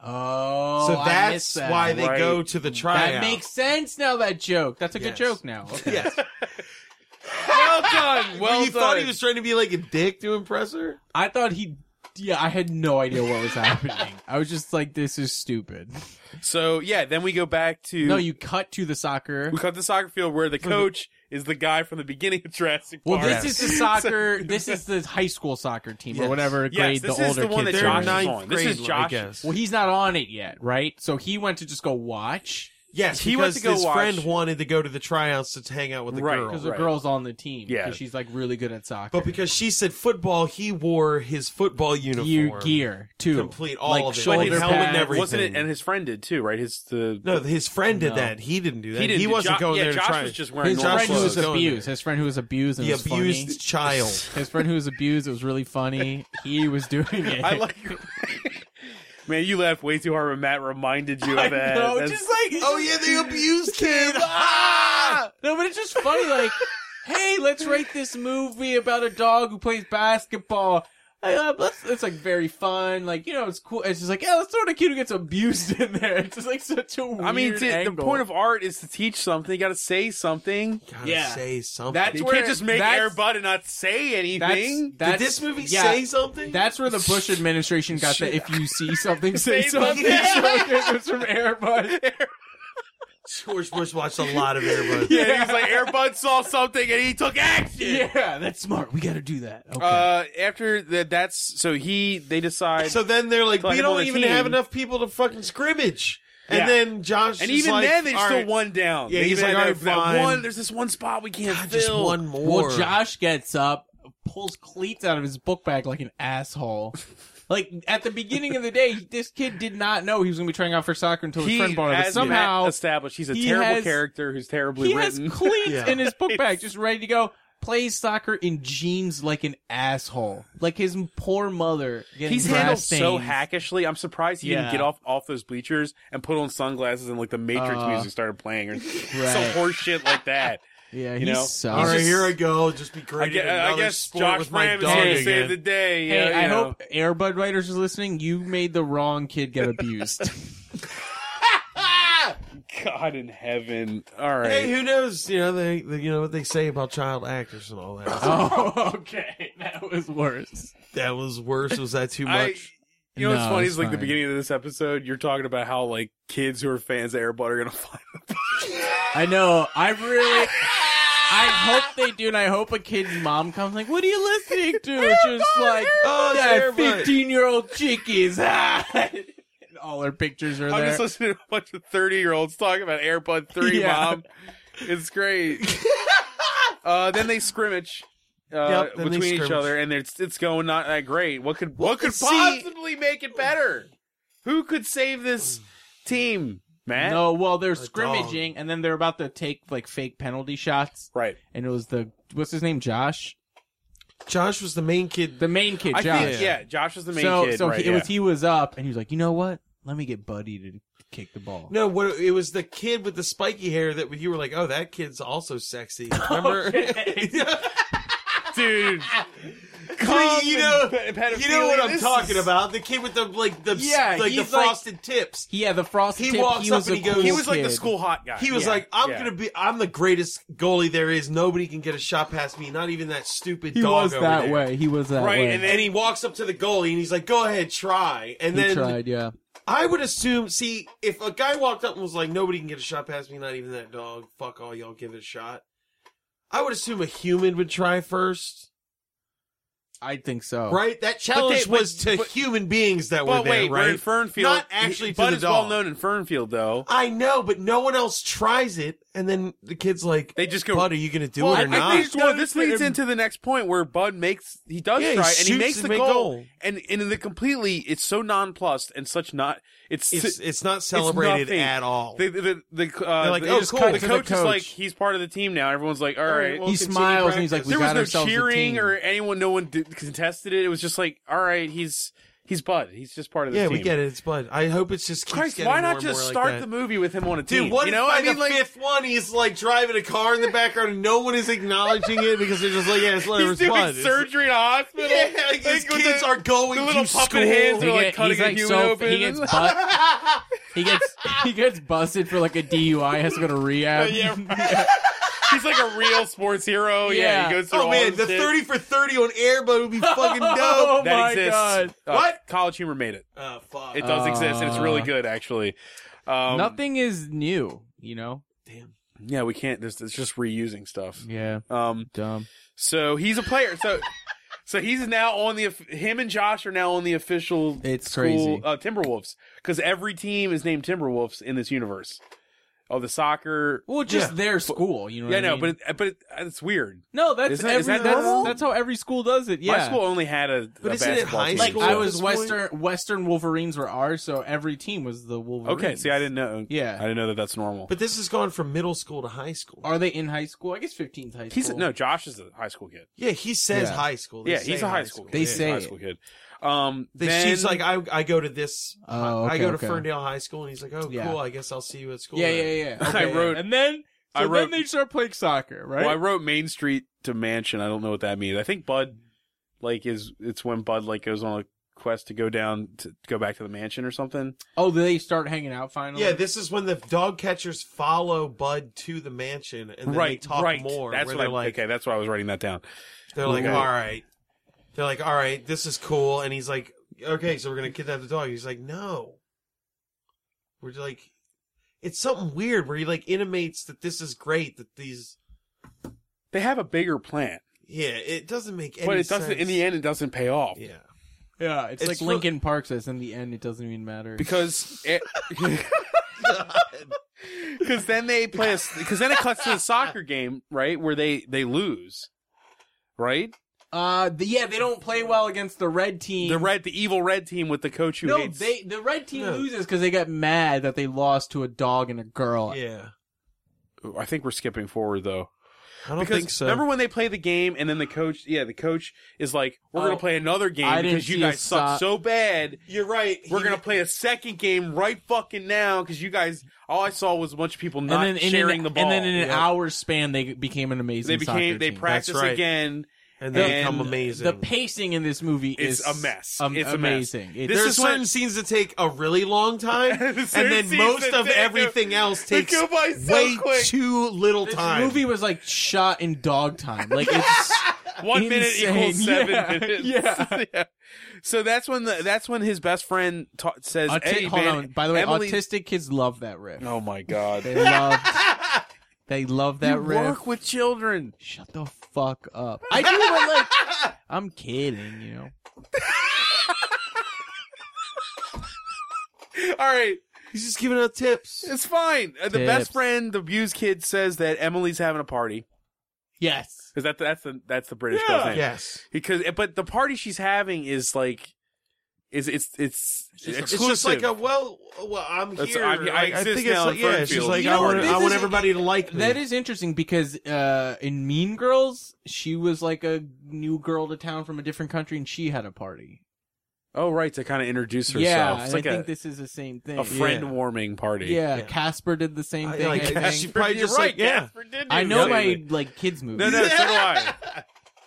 Speaker 2: Oh,
Speaker 6: so
Speaker 2: I
Speaker 6: that's
Speaker 2: missed that.
Speaker 6: why they
Speaker 3: Right.
Speaker 6: go to the tryout.
Speaker 2: That makes sense now. That joke. That's a
Speaker 6: Yes.
Speaker 2: good joke now. Okay.
Speaker 6: Yes.
Speaker 3: Well done.
Speaker 6: well,
Speaker 3: Well
Speaker 6: you
Speaker 3: done.
Speaker 6: thought he was trying to be like a dick to impress her?
Speaker 2: I thought he. Yeah, I had no idea what was happening. I was just like, "This is stupid."
Speaker 3: so yeah, then we go back to
Speaker 2: No, you cut to the soccer.
Speaker 3: we cut the soccer field where the coach is the guy from the beginning of Jurassic
Speaker 2: Well,
Speaker 3: Park.
Speaker 2: this is the soccer. this is the high school soccer team or
Speaker 6: Yes.
Speaker 2: whatever
Speaker 3: Yes,
Speaker 2: grade
Speaker 3: this
Speaker 2: the
Speaker 3: is
Speaker 2: older
Speaker 3: the one
Speaker 2: kids
Speaker 3: that
Speaker 2: are.
Speaker 3: Josh
Speaker 2: in.
Speaker 3: is on. This is
Speaker 6: grade,
Speaker 3: Josh.
Speaker 6: I guess.
Speaker 2: Well, he's not on it yet, right? So he went to just go watch
Speaker 6: yes,
Speaker 3: he
Speaker 6: he
Speaker 3: went
Speaker 6: because
Speaker 3: to go
Speaker 6: his
Speaker 3: watch-
Speaker 6: friend wanted to go to the tryouts to hang out with the
Speaker 3: Right,
Speaker 6: girl.
Speaker 2: because the
Speaker 3: Right.
Speaker 2: girl's on the team.
Speaker 3: Yeah.
Speaker 2: 'cause she's like really good at soccer.
Speaker 6: But because she said football, he wore his football
Speaker 2: gear,
Speaker 6: uniform.
Speaker 2: gear too,
Speaker 6: Complete all
Speaker 2: like
Speaker 6: of it.
Speaker 3: but
Speaker 2: shoulder
Speaker 3: his
Speaker 6: Older
Speaker 3: helmet
Speaker 2: pads.
Speaker 6: and everything.
Speaker 3: wasn't it? And his friend did too, right? His the
Speaker 6: No, his friend did
Speaker 2: No.
Speaker 6: that. He didn't do that.
Speaker 3: he didn't. do-
Speaker 6: wasn't
Speaker 3: Jo-
Speaker 6: going
Speaker 3: yeah,
Speaker 6: there to
Speaker 3: Josh
Speaker 6: try.
Speaker 3: was just wearing
Speaker 2: His
Speaker 3: normal
Speaker 2: friend who
Speaker 3: clothes.
Speaker 2: was
Speaker 6: was going
Speaker 2: abused. His friend who was abused and
Speaker 6: the
Speaker 2: was funny.
Speaker 6: abused child.
Speaker 2: His friend who was abused, it was really funny. He was doing it.
Speaker 3: I like. Man, you laughed way too hard when Matt reminded you of
Speaker 2: I
Speaker 3: that.
Speaker 2: know,
Speaker 3: That's-
Speaker 2: just like
Speaker 6: Oh yeah, the abused kid. Ah!
Speaker 2: no, but it's just funny. Like, hey, let's rate this movie about a dog who plays basketball. Like, uh, let's, it's like very fun. Like, you know, it's cool. It's just like, yeah, let's throw in a kid who gets abused in there. It's just like such a weird
Speaker 3: I mean, the- the
Speaker 2: angle.
Speaker 3: point of art is to teach something. You got to say something.
Speaker 6: Gotta
Speaker 2: Yeah.
Speaker 6: say something.
Speaker 2: That's
Speaker 3: you
Speaker 2: where-
Speaker 3: can't just make
Speaker 2: that's-
Speaker 3: Air Bud and not say anything.
Speaker 2: that's, that's
Speaker 6: Did this movie
Speaker 2: yeah,
Speaker 6: say something?
Speaker 2: That's where the Bush administration got the "if you see something, say
Speaker 3: Say
Speaker 2: something."
Speaker 3: something.
Speaker 2: it was from Airbus.
Speaker 6: George Bush watched a lot of Airbud.
Speaker 3: yeah, he was like Air Bud saw something and he took action.
Speaker 2: Yeah, that's smart. We got to do that. Okay.
Speaker 3: Uh, after that, that's so he they decide.
Speaker 6: So then they're like,
Speaker 3: Like,
Speaker 6: we
Speaker 3: I'm on
Speaker 6: don't
Speaker 3: the
Speaker 6: even
Speaker 3: team.
Speaker 6: have enough people to fucking scrimmage. And
Speaker 3: Yeah.
Speaker 6: then Josh
Speaker 3: and
Speaker 6: is
Speaker 3: even
Speaker 6: like,
Speaker 3: then, they
Speaker 6: "All
Speaker 3: still
Speaker 6: right,
Speaker 3: one down.
Speaker 6: Yeah,
Speaker 3: They
Speaker 6: he's
Speaker 3: even
Speaker 6: like, all
Speaker 3: have
Speaker 6: right,
Speaker 3: that
Speaker 6: fine.
Speaker 3: one. There's this one spot we can't
Speaker 6: God,
Speaker 3: fill.
Speaker 6: just one more.
Speaker 2: Well, Josh gets up, pulls cleats out of his book bag like an asshole. Like at the beginning of the day, this kid did not know he was going to be trying out for soccer until his
Speaker 3: He,
Speaker 2: friend bought it. But
Speaker 3: as
Speaker 2: somehow
Speaker 3: Matt established, he's a
Speaker 2: he
Speaker 3: terrible
Speaker 2: has-
Speaker 3: character who's terribly
Speaker 2: he has
Speaker 3: written.
Speaker 2: cleats
Speaker 6: Yeah.
Speaker 2: in his book bag, just ready to go. Plays soccer in jeans like an asshole. Like his poor mother. Getting
Speaker 3: He's
Speaker 2: brass
Speaker 3: handled so
Speaker 2: stains.
Speaker 3: hackishly. I'm surprised he
Speaker 2: Yeah.
Speaker 3: didn't get off off those bleachers and put on sunglasses and like the Matrix
Speaker 2: Uh,
Speaker 3: music started playing or some
Speaker 2: right.
Speaker 3: horse shit like that.
Speaker 2: Yeah,
Speaker 3: you
Speaker 2: he
Speaker 3: know?
Speaker 2: sucks.
Speaker 6: All right,
Speaker 3: just-
Speaker 6: here I go. Just be
Speaker 3: I
Speaker 6: great.
Speaker 3: guess,
Speaker 6: at
Speaker 3: I
Speaker 6: another
Speaker 3: guess
Speaker 6: sport
Speaker 3: Josh
Speaker 6: with my
Speaker 3: Brown is
Speaker 6: dog
Speaker 3: going to
Speaker 6: again.
Speaker 3: save the day.
Speaker 2: Hey,
Speaker 3: yeah,
Speaker 2: I
Speaker 3: you know.
Speaker 2: hope Airbud writers are listening. You made the wrong kid get abused.
Speaker 3: God in heaven. All right.
Speaker 6: Hey, who knows? You know they, they, you know what they say about child actors and all that.
Speaker 2: oh, okay, that was worse.
Speaker 6: that was worse. Was that too
Speaker 3: I,
Speaker 6: much?
Speaker 3: you know what's
Speaker 2: No,
Speaker 3: funny
Speaker 2: it's
Speaker 3: is like the
Speaker 2: fine.
Speaker 3: beginning of this episode, you're talking about how like kids who are fans of Airbud are gonna find them.
Speaker 2: I know. I really. I hope they do, and I hope a kid's mom comes like, "What are you listening to?" And she was like,
Speaker 6: Oh, it's
Speaker 2: that
Speaker 6: Air Bud."
Speaker 2: fifteen-year-old chickies." Ah. and all her pictures are
Speaker 3: I'm
Speaker 2: there.
Speaker 3: just listening to a bunch of 30 year olds talking about Airbud 3,
Speaker 2: Yeah.
Speaker 3: mom. It's great. uh, then they scrimmage. Uh,
Speaker 6: Yep, then they
Speaker 3: between each
Speaker 6: scrimmage.
Speaker 3: other, and it's it's going not that great. What could what could
Speaker 6: see-
Speaker 3: possibly make it better? Who could save this team, man?
Speaker 2: no, well, they're
Speaker 6: dog.
Speaker 2: scrimmaging, and then they're about to take like fake penalty shots,
Speaker 3: right.
Speaker 2: and it was the what's his name, Josh,
Speaker 6: Josh was the main kid.
Speaker 2: the main kid,
Speaker 3: I
Speaker 2: Josh.
Speaker 3: think yeah, Josh was the main
Speaker 2: so
Speaker 3: kid.
Speaker 2: so
Speaker 3: right,
Speaker 2: he,
Speaker 3: yeah.
Speaker 2: it was he was up, and he was like, "You know what? Let me get Buddy to kick the ball.
Speaker 6: No, what it was the kid with the spiky hair that you were like, oh, that kid's also sexy. Remember?
Speaker 3: dude.
Speaker 6: you know,
Speaker 3: Common pedophilia.
Speaker 6: you know what I'm
Speaker 3: This
Speaker 6: talking
Speaker 3: is-
Speaker 6: about? The kid with the like the
Speaker 2: Yeah,
Speaker 6: yeah, like the
Speaker 2: he's like-
Speaker 6: frosted tips.
Speaker 2: Yeah, the frost.
Speaker 6: He
Speaker 2: tip,
Speaker 6: walks
Speaker 2: he
Speaker 6: up
Speaker 2: was
Speaker 6: and
Speaker 2: a
Speaker 6: he goes-
Speaker 2: cool
Speaker 3: He was like the
Speaker 2: kid.
Speaker 3: school hot guy.
Speaker 6: He was
Speaker 2: Yeah.
Speaker 6: like, "I'm
Speaker 3: Yeah.
Speaker 6: gonna be, I'm the greatest goalie there is. Nobody can get a shot past me. Not even that stupid
Speaker 2: He
Speaker 6: dog
Speaker 2: was
Speaker 6: over
Speaker 2: that
Speaker 6: there."
Speaker 2: way. He was that
Speaker 3: Right,
Speaker 2: way.
Speaker 3: and then-
Speaker 6: And he walks up to the goalie and he's like, "Go ahead, try." And
Speaker 2: he
Speaker 6: then
Speaker 2: tried. Yeah.
Speaker 6: I would assume, see, if a guy walked up and was like, "Nobody can get a shot past me. Not even that dog. Fuck all y'all. Give it a shot." I would assume a human would try first,
Speaker 2: I think so.
Speaker 6: right? That challenge
Speaker 3: they-
Speaker 6: was
Speaker 3: but-
Speaker 6: to
Speaker 3: but-
Speaker 6: human beings that
Speaker 3: But
Speaker 6: were there,
Speaker 3: wait,
Speaker 6: right?
Speaker 3: we're in Fernfield.
Speaker 6: Not actually to
Speaker 3: Bud
Speaker 6: the
Speaker 3: is
Speaker 6: dog.
Speaker 3: well known in Fernfield, though.
Speaker 6: I know, but no one else tries it, and then the kid's like,
Speaker 3: They just go.
Speaker 6: "Bud, are you gonna do
Speaker 3: Well,
Speaker 6: it
Speaker 3: I-
Speaker 6: or
Speaker 3: I
Speaker 6: not?"
Speaker 3: think- no, this leads into the next point where Bud makes he does
Speaker 6: Yeah, he
Speaker 3: try and he
Speaker 6: shoots
Speaker 3: makes
Speaker 6: and
Speaker 3: the
Speaker 6: make
Speaker 3: goal,
Speaker 6: goal.
Speaker 3: and and in the completely it's so nonplussed and such not it's
Speaker 6: it's
Speaker 3: it's
Speaker 6: it's not celebrated
Speaker 3: nothing.
Speaker 6: at all.
Speaker 3: the the the, uh,
Speaker 6: They're like,
Speaker 3: they
Speaker 6: "Oh,
Speaker 3: just
Speaker 6: cool."
Speaker 3: cut- the
Speaker 2: To the
Speaker 3: coach is
Speaker 2: coach.
Speaker 3: like he's part of the team now. Everyone's like, all
Speaker 6: All
Speaker 3: right.
Speaker 6: right, well,
Speaker 2: He
Speaker 6: continue
Speaker 2: smiles and he's like,
Speaker 6: practice.
Speaker 2: "We
Speaker 3: there
Speaker 2: got
Speaker 3: was no
Speaker 2: ourselves a
Speaker 3: cheering
Speaker 2: team."
Speaker 3: or anyone. No one did, contested it. It was just like, all right, he's he's Bud. He's just part of the
Speaker 6: yeah,
Speaker 3: team.
Speaker 6: we get it. It's Bud. I hope it's just keeps
Speaker 3: Christ,
Speaker 6: getting
Speaker 3: why
Speaker 6: more
Speaker 3: not
Speaker 6: and
Speaker 3: just
Speaker 6: more
Speaker 3: start
Speaker 6: like
Speaker 3: the
Speaker 6: that.
Speaker 3: movie with him on a team?
Speaker 6: Dude, what
Speaker 3: you know,
Speaker 6: if by
Speaker 3: I mean,
Speaker 6: the
Speaker 3: like
Speaker 6: fifth one he's like driving a car in the background and no one is acknowledging it because they're just like, yeah, it's whatever,
Speaker 3: he's
Speaker 6: it's
Speaker 3: doing
Speaker 6: Bud. It's-
Speaker 3: surgery in a hospital.
Speaker 6: Yeah, like,
Speaker 3: Like,
Speaker 6: these
Speaker 3: with
Speaker 6: kids
Speaker 3: the-
Speaker 6: are going
Speaker 3: the
Speaker 6: to
Speaker 3: little puppet
Speaker 6: school.
Speaker 3: hands are
Speaker 2: He
Speaker 3: like
Speaker 2: get-
Speaker 3: cutting
Speaker 2: he's
Speaker 3: a
Speaker 2: like
Speaker 3: human
Speaker 2: so.
Speaker 3: open.
Speaker 2: He gets bu- he gets he gets busted for like a DUI. Has to go to rehab.
Speaker 3: yeah, right. he's like a real sports hero. Yeah,
Speaker 2: Yeah.
Speaker 3: he goes through
Speaker 6: Oh
Speaker 3: all
Speaker 6: man, the
Speaker 3: this shit.
Speaker 6: thirty for thirty on Airbud would be fucking
Speaker 2: Oh
Speaker 6: dope.
Speaker 3: that
Speaker 2: my
Speaker 3: exists.
Speaker 2: God.
Speaker 3: Uh,
Speaker 6: What?
Speaker 3: College Humor made it.
Speaker 6: Oh fuck.
Speaker 3: It does exist, and it's really
Speaker 2: Uh,
Speaker 3: good, actually. Um,
Speaker 2: Nothing is new. You know.
Speaker 3: Yeah, we can't. There's, it's just reusing stuff.
Speaker 2: Yeah.
Speaker 3: Um,
Speaker 2: Dumb.
Speaker 3: so he's a player. So, so he's now on the. of- Him and Josh are now on the official.
Speaker 2: It's
Speaker 3: school,
Speaker 2: crazy.
Speaker 3: Uh, Timberwolves, because every team is named Timberwolves in this universe. Oh, the soccer.
Speaker 2: Well, just
Speaker 6: Yeah.
Speaker 2: their school. You know.
Speaker 3: Yeah,
Speaker 2: what I
Speaker 3: no,
Speaker 2: mean?
Speaker 3: but it, but it, it's weird.
Speaker 2: no. That's
Speaker 3: Is that-
Speaker 2: every,
Speaker 3: is that normal?
Speaker 2: that's, that's how every school does it. Yeah.
Speaker 3: My school only had a.
Speaker 6: But
Speaker 3: a
Speaker 6: isn't it
Speaker 3: basketball
Speaker 6: high
Speaker 3: team,
Speaker 6: Like,
Speaker 2: Like
Speaker 6: school
Speaker 3: so-
Speaker 2: I
Speaker 6: at
Speaker 2: was
Speaker 6: this point?
Speaker 2: Western Western Wolverines were ours, so every team was the Wolverines.
Speaker 3: Okay, see, I didn't know.
Speaker 2: Yeah.
Speaker 3: I didn't know that. That's normal.
Speaker 6: But this has gone from middle school to high school.
Speaker 2: Are they in high school? I guess 15th high school.
Speaker 3: he's no. Josh is a high school kid.
Speaker 6: Yeah, he says
Speaker 2: Yeah.
Speaker 6: high school. They
Speaker 3: yeah,
Speaker 6: say
Speaker 3: he's a high school. kid.
Speaker 2: They
Speaker 3: Yeah, he's a
Speaker 2: say
Speaker 3: high
Speaker 2: it.
Speaker 3: school kid. Um,
Speaker 6: They,
Speaker 3: then,
Speaker 6: she's like, I I go to this.
Speaker 2: Oh,
Speaker 6: I
Speaker 2: okay,
Speaker 6: go to
Speaker 2: okay.
Speaker 6: Ferndale High School, and he's like, oh,
Speaker 2: Yeah.
Speaker 6: cool. I guess I'll see you at school.
Speaker 2: Yeah, yeah,
Speaker 6: then."
Speaker 2: yeah.
Speaker 3: I
Speaker 2: Okay, yeah.
Speaker 3: wrote-
Speaker 2: and then so
Speaker 3: I wrote-
Speaker 2: then they start playing soccer, right?
Speaker 3: Well, I wrote Main Street to Mansion. I don't know what that means. I think Bud, like, is it's when Bud like goes on a quest to go down to go back to the mansion or something.
Speaker 2: oh, they start hanging out finally.
Speaker 6: Yeah, this is when the dog catchers follow Bud to the mansion, and then they talk more.
Speaker 3: That's
Speaker 6: where
Speaker 3: what I
Speaker 6: they're like.
Speaker 3: okay. That's why I was writing that down.
Speaker 6: They're like,
Speaker 3: Okay.
Speaker 6: all right. They're like, all right, this is cool. And he's like, okay, so we're gonna kidnap the dog. He's like, no. We're just like, it's something weird where he like intimates that this is great. That these,
Speaker 3: They have a bigger plan,
Speaker 6: yeah, it doesn't make any.
Speaker 3: but it doesn't. In the
Speaker 6: sense.
Speaker 3: end, it doesn't pay off
Speaker 6: yeah.
Speaker 2: yeah. It's,
Speaker 6: It's
Speaker 2: like
Speaker 6: real-
Speaker 2: Lincoln Park says. In the end, it doesn't even matter.
Speaker 3: because it. Because then they play, because then it cuts to the soccer game, right? Where they they lose, right?
Speaker 2: uh, the, yeah, they don't play well against the red team.
Speaker 3: The red, the evil red team with the coach who
Speaker 2: no,
Speaker 3: hates.
Speaker 2: they the red team
Speaker 6: No.
Speaker 2: loses because they got mad that they lost to a dog and a girl.
Speaker 6: Yeah.
Speaker 3: I think we're skipping forward though.
Speaker 6: I don't
Speaker 3: Because
Speaker 6: think so.
Speaker 3: remember when they play the game and then the coach, yeah, the coach is like, "We're
Speaker 2: Oh,
Speaker 3: gonna play another game
Speaker 2: I didn't
Speaker 3: because you
Speaker 2: see a
Speaker 3: guys suck
Speaker 2: stop.
Speaker 3: so bad.
Speaker 6: You're right.
Speaker 3: We're
Speaker 6: He-
Speaker 3: gonna play a second game right fucking now because you guys. All I saw was a bunch of people
Speaker 2: And
Speaker 3: not
Speaker 2: then in
Speaker 3: sharing
Speaker 2: an,
Speaker 3: the ball.
Speaker 2: And then in an
Speaker 6: Yeah.
Speaker 2: hour span, they became an amazing.
Speaker 3: they
Speaker 2: soccer
Speaker 3: became they
Speaker 2: team.
Speaker 3: practice
Speaker 6: right.
Speaker 3: again.
Speaker 6: and they
Speaker 3: and
Speaker 6: become amazing.
Speaker 2: The pacing in this movie
Speaker 3: It's
Speaker 2: is
Speaker 3: a mess.
Speaker 2: am-
Speaker 3: It's a mess.
Speaker 2: amazing. It's-
Speaker 3: This
Speaker 6: there are
Speaker 3: is
Speaker 6: certain
Speaker 3: when-
Speaker 6: scenes that take a really long time, and
Speaker 3: Certain
Speaker 6: then
Speaker 3: scenes
Speaker 6: most
Speaker 3: that
Speaker 6: of
Speaker 3: take a-
Speaker 6: everything else
Speaker 3: they
Speaker 6: takes
Speaker 3: go by so
Speaker 6: way
Speaker 3: quick.
Speaker 6: too little
Speaker 2: this
Speaker 6: time.
Speaker 2: movie was like shot in dog time. Like it's
Speaker 3: One minute
Speaker 2: Insane.
Speaker 3: equals seven
Speaker 2: Yeah.
Speaker 3: minutes.
Speaker 2: Yeah.
Speaker 3: So that's when the that's when his best friend ta- says,
Speaker 2: Auti-
Speaker 3: "Hey
Speaker 2: hold
Speaker 3: man,
Speaker 2: on. By the way,
Speaker 3: Emily-
Speaker 2: autistic kids love that riff.
Speaker 3: Oh my god.
Speaker 2: They love. they love that
Speaker 3: You
Speaker 2: riff.
Speaker 3: work with children.
Speaker 2: Shut the fuck up. I do, but like, I'm kidding. You know.
Speaker 3: All right.
Speaker 6: He's just giving out tips.
Speaker 3: It's fine. Uh, the
Speaker 2: Tips.
Speaker 3: best friend, the abused kid, says that Emily's having a party.
Speaker 2: Yes.
Speaker 3: Is that that's the that's the British girl's name?
Speaker 6: Yes.
Speaker 3: Because eh, but the party she's having is like is it's it's exclusive.
Speaker 6: It's just like a well, well, I'm
Speaker 3: That's-
Speaker 6: here.
Speaker 3: I'm- I
Speaker 6: Like,
Speaker 3: exist
Speaker 6: think it's
Speaker 3: now
Speaker 6: like,
Speaker 3: in
Speaker 6: yeah, she's
Speaker 3: Fernfield.
Speaker 6: like,
Speaker 2: You
Speaker 6: I
Speaker 2: know
Speaker 6: want,
Speaker 2: what,
Speaker 6: I
Speaker 2: this
Speaker 6: want
Speaker 2: is-
Speaker 6: everybody to like me.
Speaker 2: That is interesting because uh, in Mean Girls, she was like a new girl to town from a different country, and she had a party.
Speaker 3: Oh, right, to kind of introduce herself.
Speaker 2: yeah,
Speaker 3: it's
Speaker 2: and
Speaker 3: like
Speaker 2: I
Speaker 3: a,
Speaker 2: think this is the same thing.
Speaker 3: a friend
Speaker 6: Yeah.
Speaker 3: warming party.
Speaker 2: yeah, Casper did the same
Speaker 6: I-
Speaker 2: thing.
Speaker 6: like,
Speaker 2: I,
Speaker 6: she
Speaker 2: think.
Speaker 6: probably
Speaker 3: You're
Speaker 6: just
Speaker 3: right.
Speaker 6: like, yeah.
Speaker 3: Casper did
Speaker 2: I
Speaker 3: do
Speaker 2: know
Speaker 3: that.
Speaker 2: my like kids movies.
Speaker 3: No, no, so do I.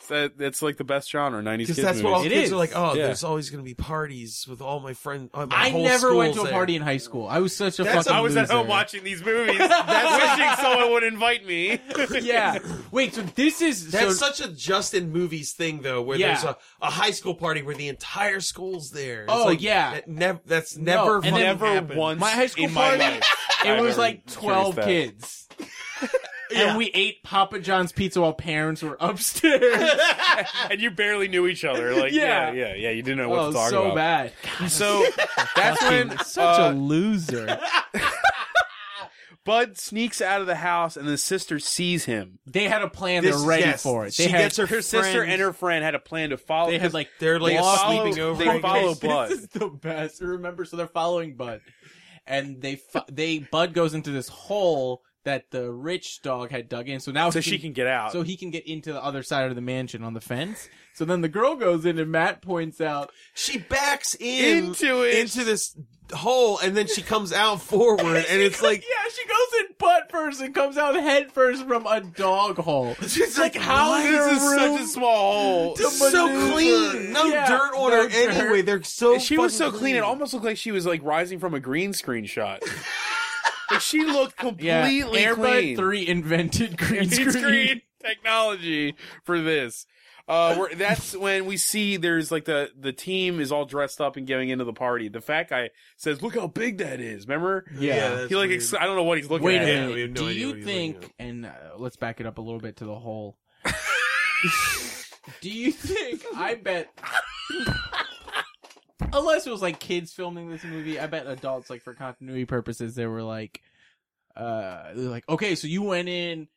Speaker 3: It's, that, it's like the best genre, 90s
Speaker 6: Because
Speaker 3: kids
Speaker 6: that's what all
Speaker 3: movies.
Speaker 2: It
Speaker 6: kids
Speaker 2: is.
Speaker 6: are like. Oh,
Speaker 3: Yeah.
Speaker 6: there's always going to be parties with all my friends. My
Speaker 2: I
Speaker 6: whole
Speaker 2: never went to a
Speaker 6: school's there.
Speaker 2: party in high school. I was such a
Speaker 6: That's-
Speaker 2: fucking.
Speaker 3: I was at
Speaker 2: loser.
Speaker 3: home watching these movies, wishing someone would invite me.
Speaker 2: Yeah. Wait. So this is
Speaker 6: That's
Speaker 2: so,
Speaker 6: such a just in movies thing, though, where
Speaker 2: Yeah.
Speaker 6: there's a, a high school party where the entire school's there. It's
Speaker 2: Oh,
Speaker 6: like,
Speaker 2: yeah.
Speaker 6: that nev- that's
Speaker 2: No,
Speaker 6: never
Speaker 2: and
Speaker 6: fucking
Speaker 2: then-
Speaker 3: Never
Speaker 6: happened.
Speaker 3: once
Speaker 2: My high school
Speaker 3: in my
Speaker 2: party,
Speaker 3: life.
Speaker 2: it
Speaker 3: I've
Speaker 2: was
Speaker 3: ever
Speaker 2: like twelve
Speaker 3: experienced
Speaker 2: kids.
Speaker 6: Yeah.
Speaker 2: And we ate Papa John's pizza while parents were upstairs.
Speaker 3: that. and you barely knew each other. Like,
Speaker 2: Yeah.
Speaker 3: yeah, yeah, yeah, You didn't know what
Speaker 2: oh,
Speaker 3: to talk
Speaker 2: so
Speaker 3: about.
Speaker 2: bad.
Speaker 3: So that's when
Speaker 2: Such
Speaker 3: uh,
Speaker 2: a loser.
Speaker 3: Bud sneaks out of the house, and the sister sees him.
Speaker 2: They had a plan.
Speaker 6: This-
Speaker 2: They're ready
Speaker 6: yes,
Speaker 2: for it. They
Speaker 6: she
Speaker 2: had,
Speaker 6: gets her
Speaker 3: Her sister
Speaker 6: friend-
Speaker 3: and her friend had a plan to follow.
Speaker 2: They had like
Speaker 6: They're like
Speaker 3: Follow-
Speaker 6: sleeping over.
Speaker 3: they
Speaker 6: I guess.
Speaker 3: follow Bud.
Speaker 2: This is the best. Remember, so they're following Bud, and they fo- they Bud goes into this hole that the rich dog had dug in. So now
Speaker 3: so she can get out.
Speaker 2: so he can get into the other side of the mansion on the fence. So then the girl goes in, and Matt points out
Speaker 6: She backs in
Speaker 3: Into it.
Speaker 6: into this hole, and then she comes out forward, and it's like
Speaker 2: yeah, she goes in butt first and comes out head first from a dog hole.
Speaker 6: she's like,
Speaker 2: how
Speaker 6: why
Speaker 2: is there
Speaker 6: this
Speaker 2: room
Speaker 3: such a small hole.
Speaker 2: to maneuver?
Speaker 6: so clean? No
Speaker 2: Yeah,
Speaker 6: dirt on
Speaker 2: no
Speaker 6: her
Speaker 2: dirt.
Speaker 6: anyway. They're so
Speaker 3: she was so
Speaker 6: fucking
Speaker 3: clean. It almost looked like she was like rising from a green screen shot. like she looked
Speaker 2: Yeah,
Speaker 3: completely
Speaker 2: Airbud
Speaker 3: clean.
Speaker 2: Three invented green
Speaker 3: green
Speaker 2: screen.
Speaker 3: screen technology for this. Uh, we're, that's when we see there's like the the team is all dressed up and going into the party. The fat guy says, "Look how big that is." Remember?
Speaker 2: Yeah.
Speaker 6: that's
Speaker 3: he like
Speaker 6: weird.
Speaker 3: ex- I don't know what he's looking
Speaker 2: Wait a
Speaker 3: at.
Speaker 6: Yeah, we
Speaker 2: minute.
Speaker 6: have no
Speaker 2: Do
Speaker 6: idea
Speaker 2: you
Speaker 6: what he's
Speaker 2: think?
Speaker 6: looking
Speaker 2: And uh, let's back it up a little bit to the hole. Do you think? I bet. Unless it was like kids filming this movie, I bet adults, like for continuity purposes, they were like, uh, they're like, okay, so you went in,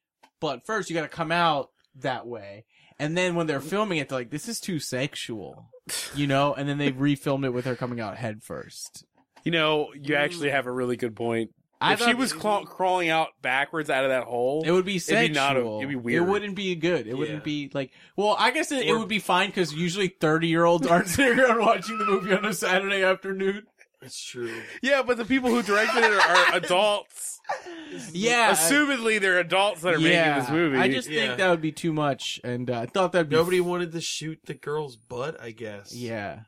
Speaker 2: but first you got to come out that way. And then when they're filming it, they're like, this is too sexual, you know? And then they refilmed it with her coming out head first.
Speaker 3: You know, you actually have a really good point.
Speaker 2: I
Speaker 3: if she
Speaker 2: thought-
Speaker 3: was claw- crawling out backwards out of that hole,
Speaker 2: It would be sexual.
Speaker 3: It'd be not a- it'd be weird.
Speaker 2: It wouldn't be good. It
Speaker 6: Yeah.
Speaker 2: wouldn't be like. Well, I guess it, it
Speaker 6: Or-
Speaker 2: would be fine because usually thirty-year-olds aren't sitting around watching the movie on a Saturday afternoon.
Speaker 6: It's true.
Speaker 3: yeah, but the people who directed it are adults.
Speaker 2: Yeah,
Speaker 3: Assumedly, they're adults that are
Speaker 2: yeah.
Speaker 3: making this movie.
Speaker 2: I just
Speaker 6: Yeah.
Speaker 2: think that would be too much, and uh, I thought that'd be
Speaker 6: Nobody wanted to shoot the girl's butt. I guess.
Speaker 2: Yeah,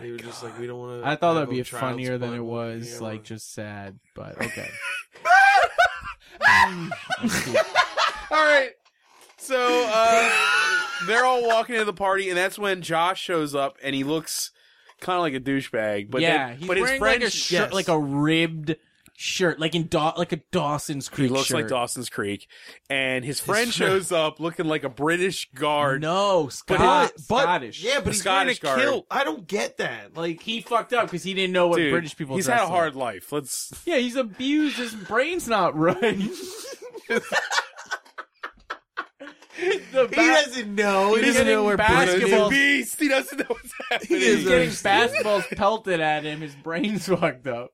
Speaker 6: They were just like, we don't want to.
Speaker 2: I thought that'd be funnier than it was. Like just sad, but okay.
Speaker 3: All right. So uh, they're all walking into the party, and that's when Josh shows up, and he looks kind of like a douchebag. But
Speaker 2: yeah,
Speaker 3: then-
Speaker 2: he's
Speaker 3: but his
Speaker 2: wearing
Speaker 3: friend
Speaker 2: like a shirt,
Speaker 6: yes.
Speaker 2: like a ribbed shirt, like in Daw like a Dawson's
Speaker 3: he
Speaker 2: Creek.
Speaker 3: looks like
Speaker 2: shirt.
Speaker 3: Dawson's Creek, and his friend
Speaker 6: friend-
Speaker 3: shows up looking like a British guard.
Speaker 2: No,
Speaker 6: but,
Speaker 2: Scott,
Speaker 6: but
Speaker 2: Ah, Scottish.
Speaker 6: yeah, but
Speaker 3: The
Speaker 6: he's Scottish
Speaker 3: Scottish guard.
Speaker 6: kilt. I don't get that. Like,
Speaker 2: like he fucked up because he didn't know what
Speaker 3: Dude,
Speaker 2: British people.
Speaker 3: He's
Speaker 2: dress
Speaker 3: had a
Speaker 2: like.
Speaker 3: hard life. Let's.
Speaker 2: Yeah, he's abused. His brain's not right. the
Speaker 6: he
Speaker 2: ba-
Speaker 6: doesn't know. He
Speaker 2: He's
Speaker 6: doesn't know
Speaker 2: getting
Speaker 6: where
Speaker 2: basketball-
Speaker 6: basketball.
Speaker 3: He's a beast. He doesn't know what's happening.
Speaker 2: he's
Speaker 6: is a-
Speaker 2: getting basketballs pelted at him. His brain's fucked up.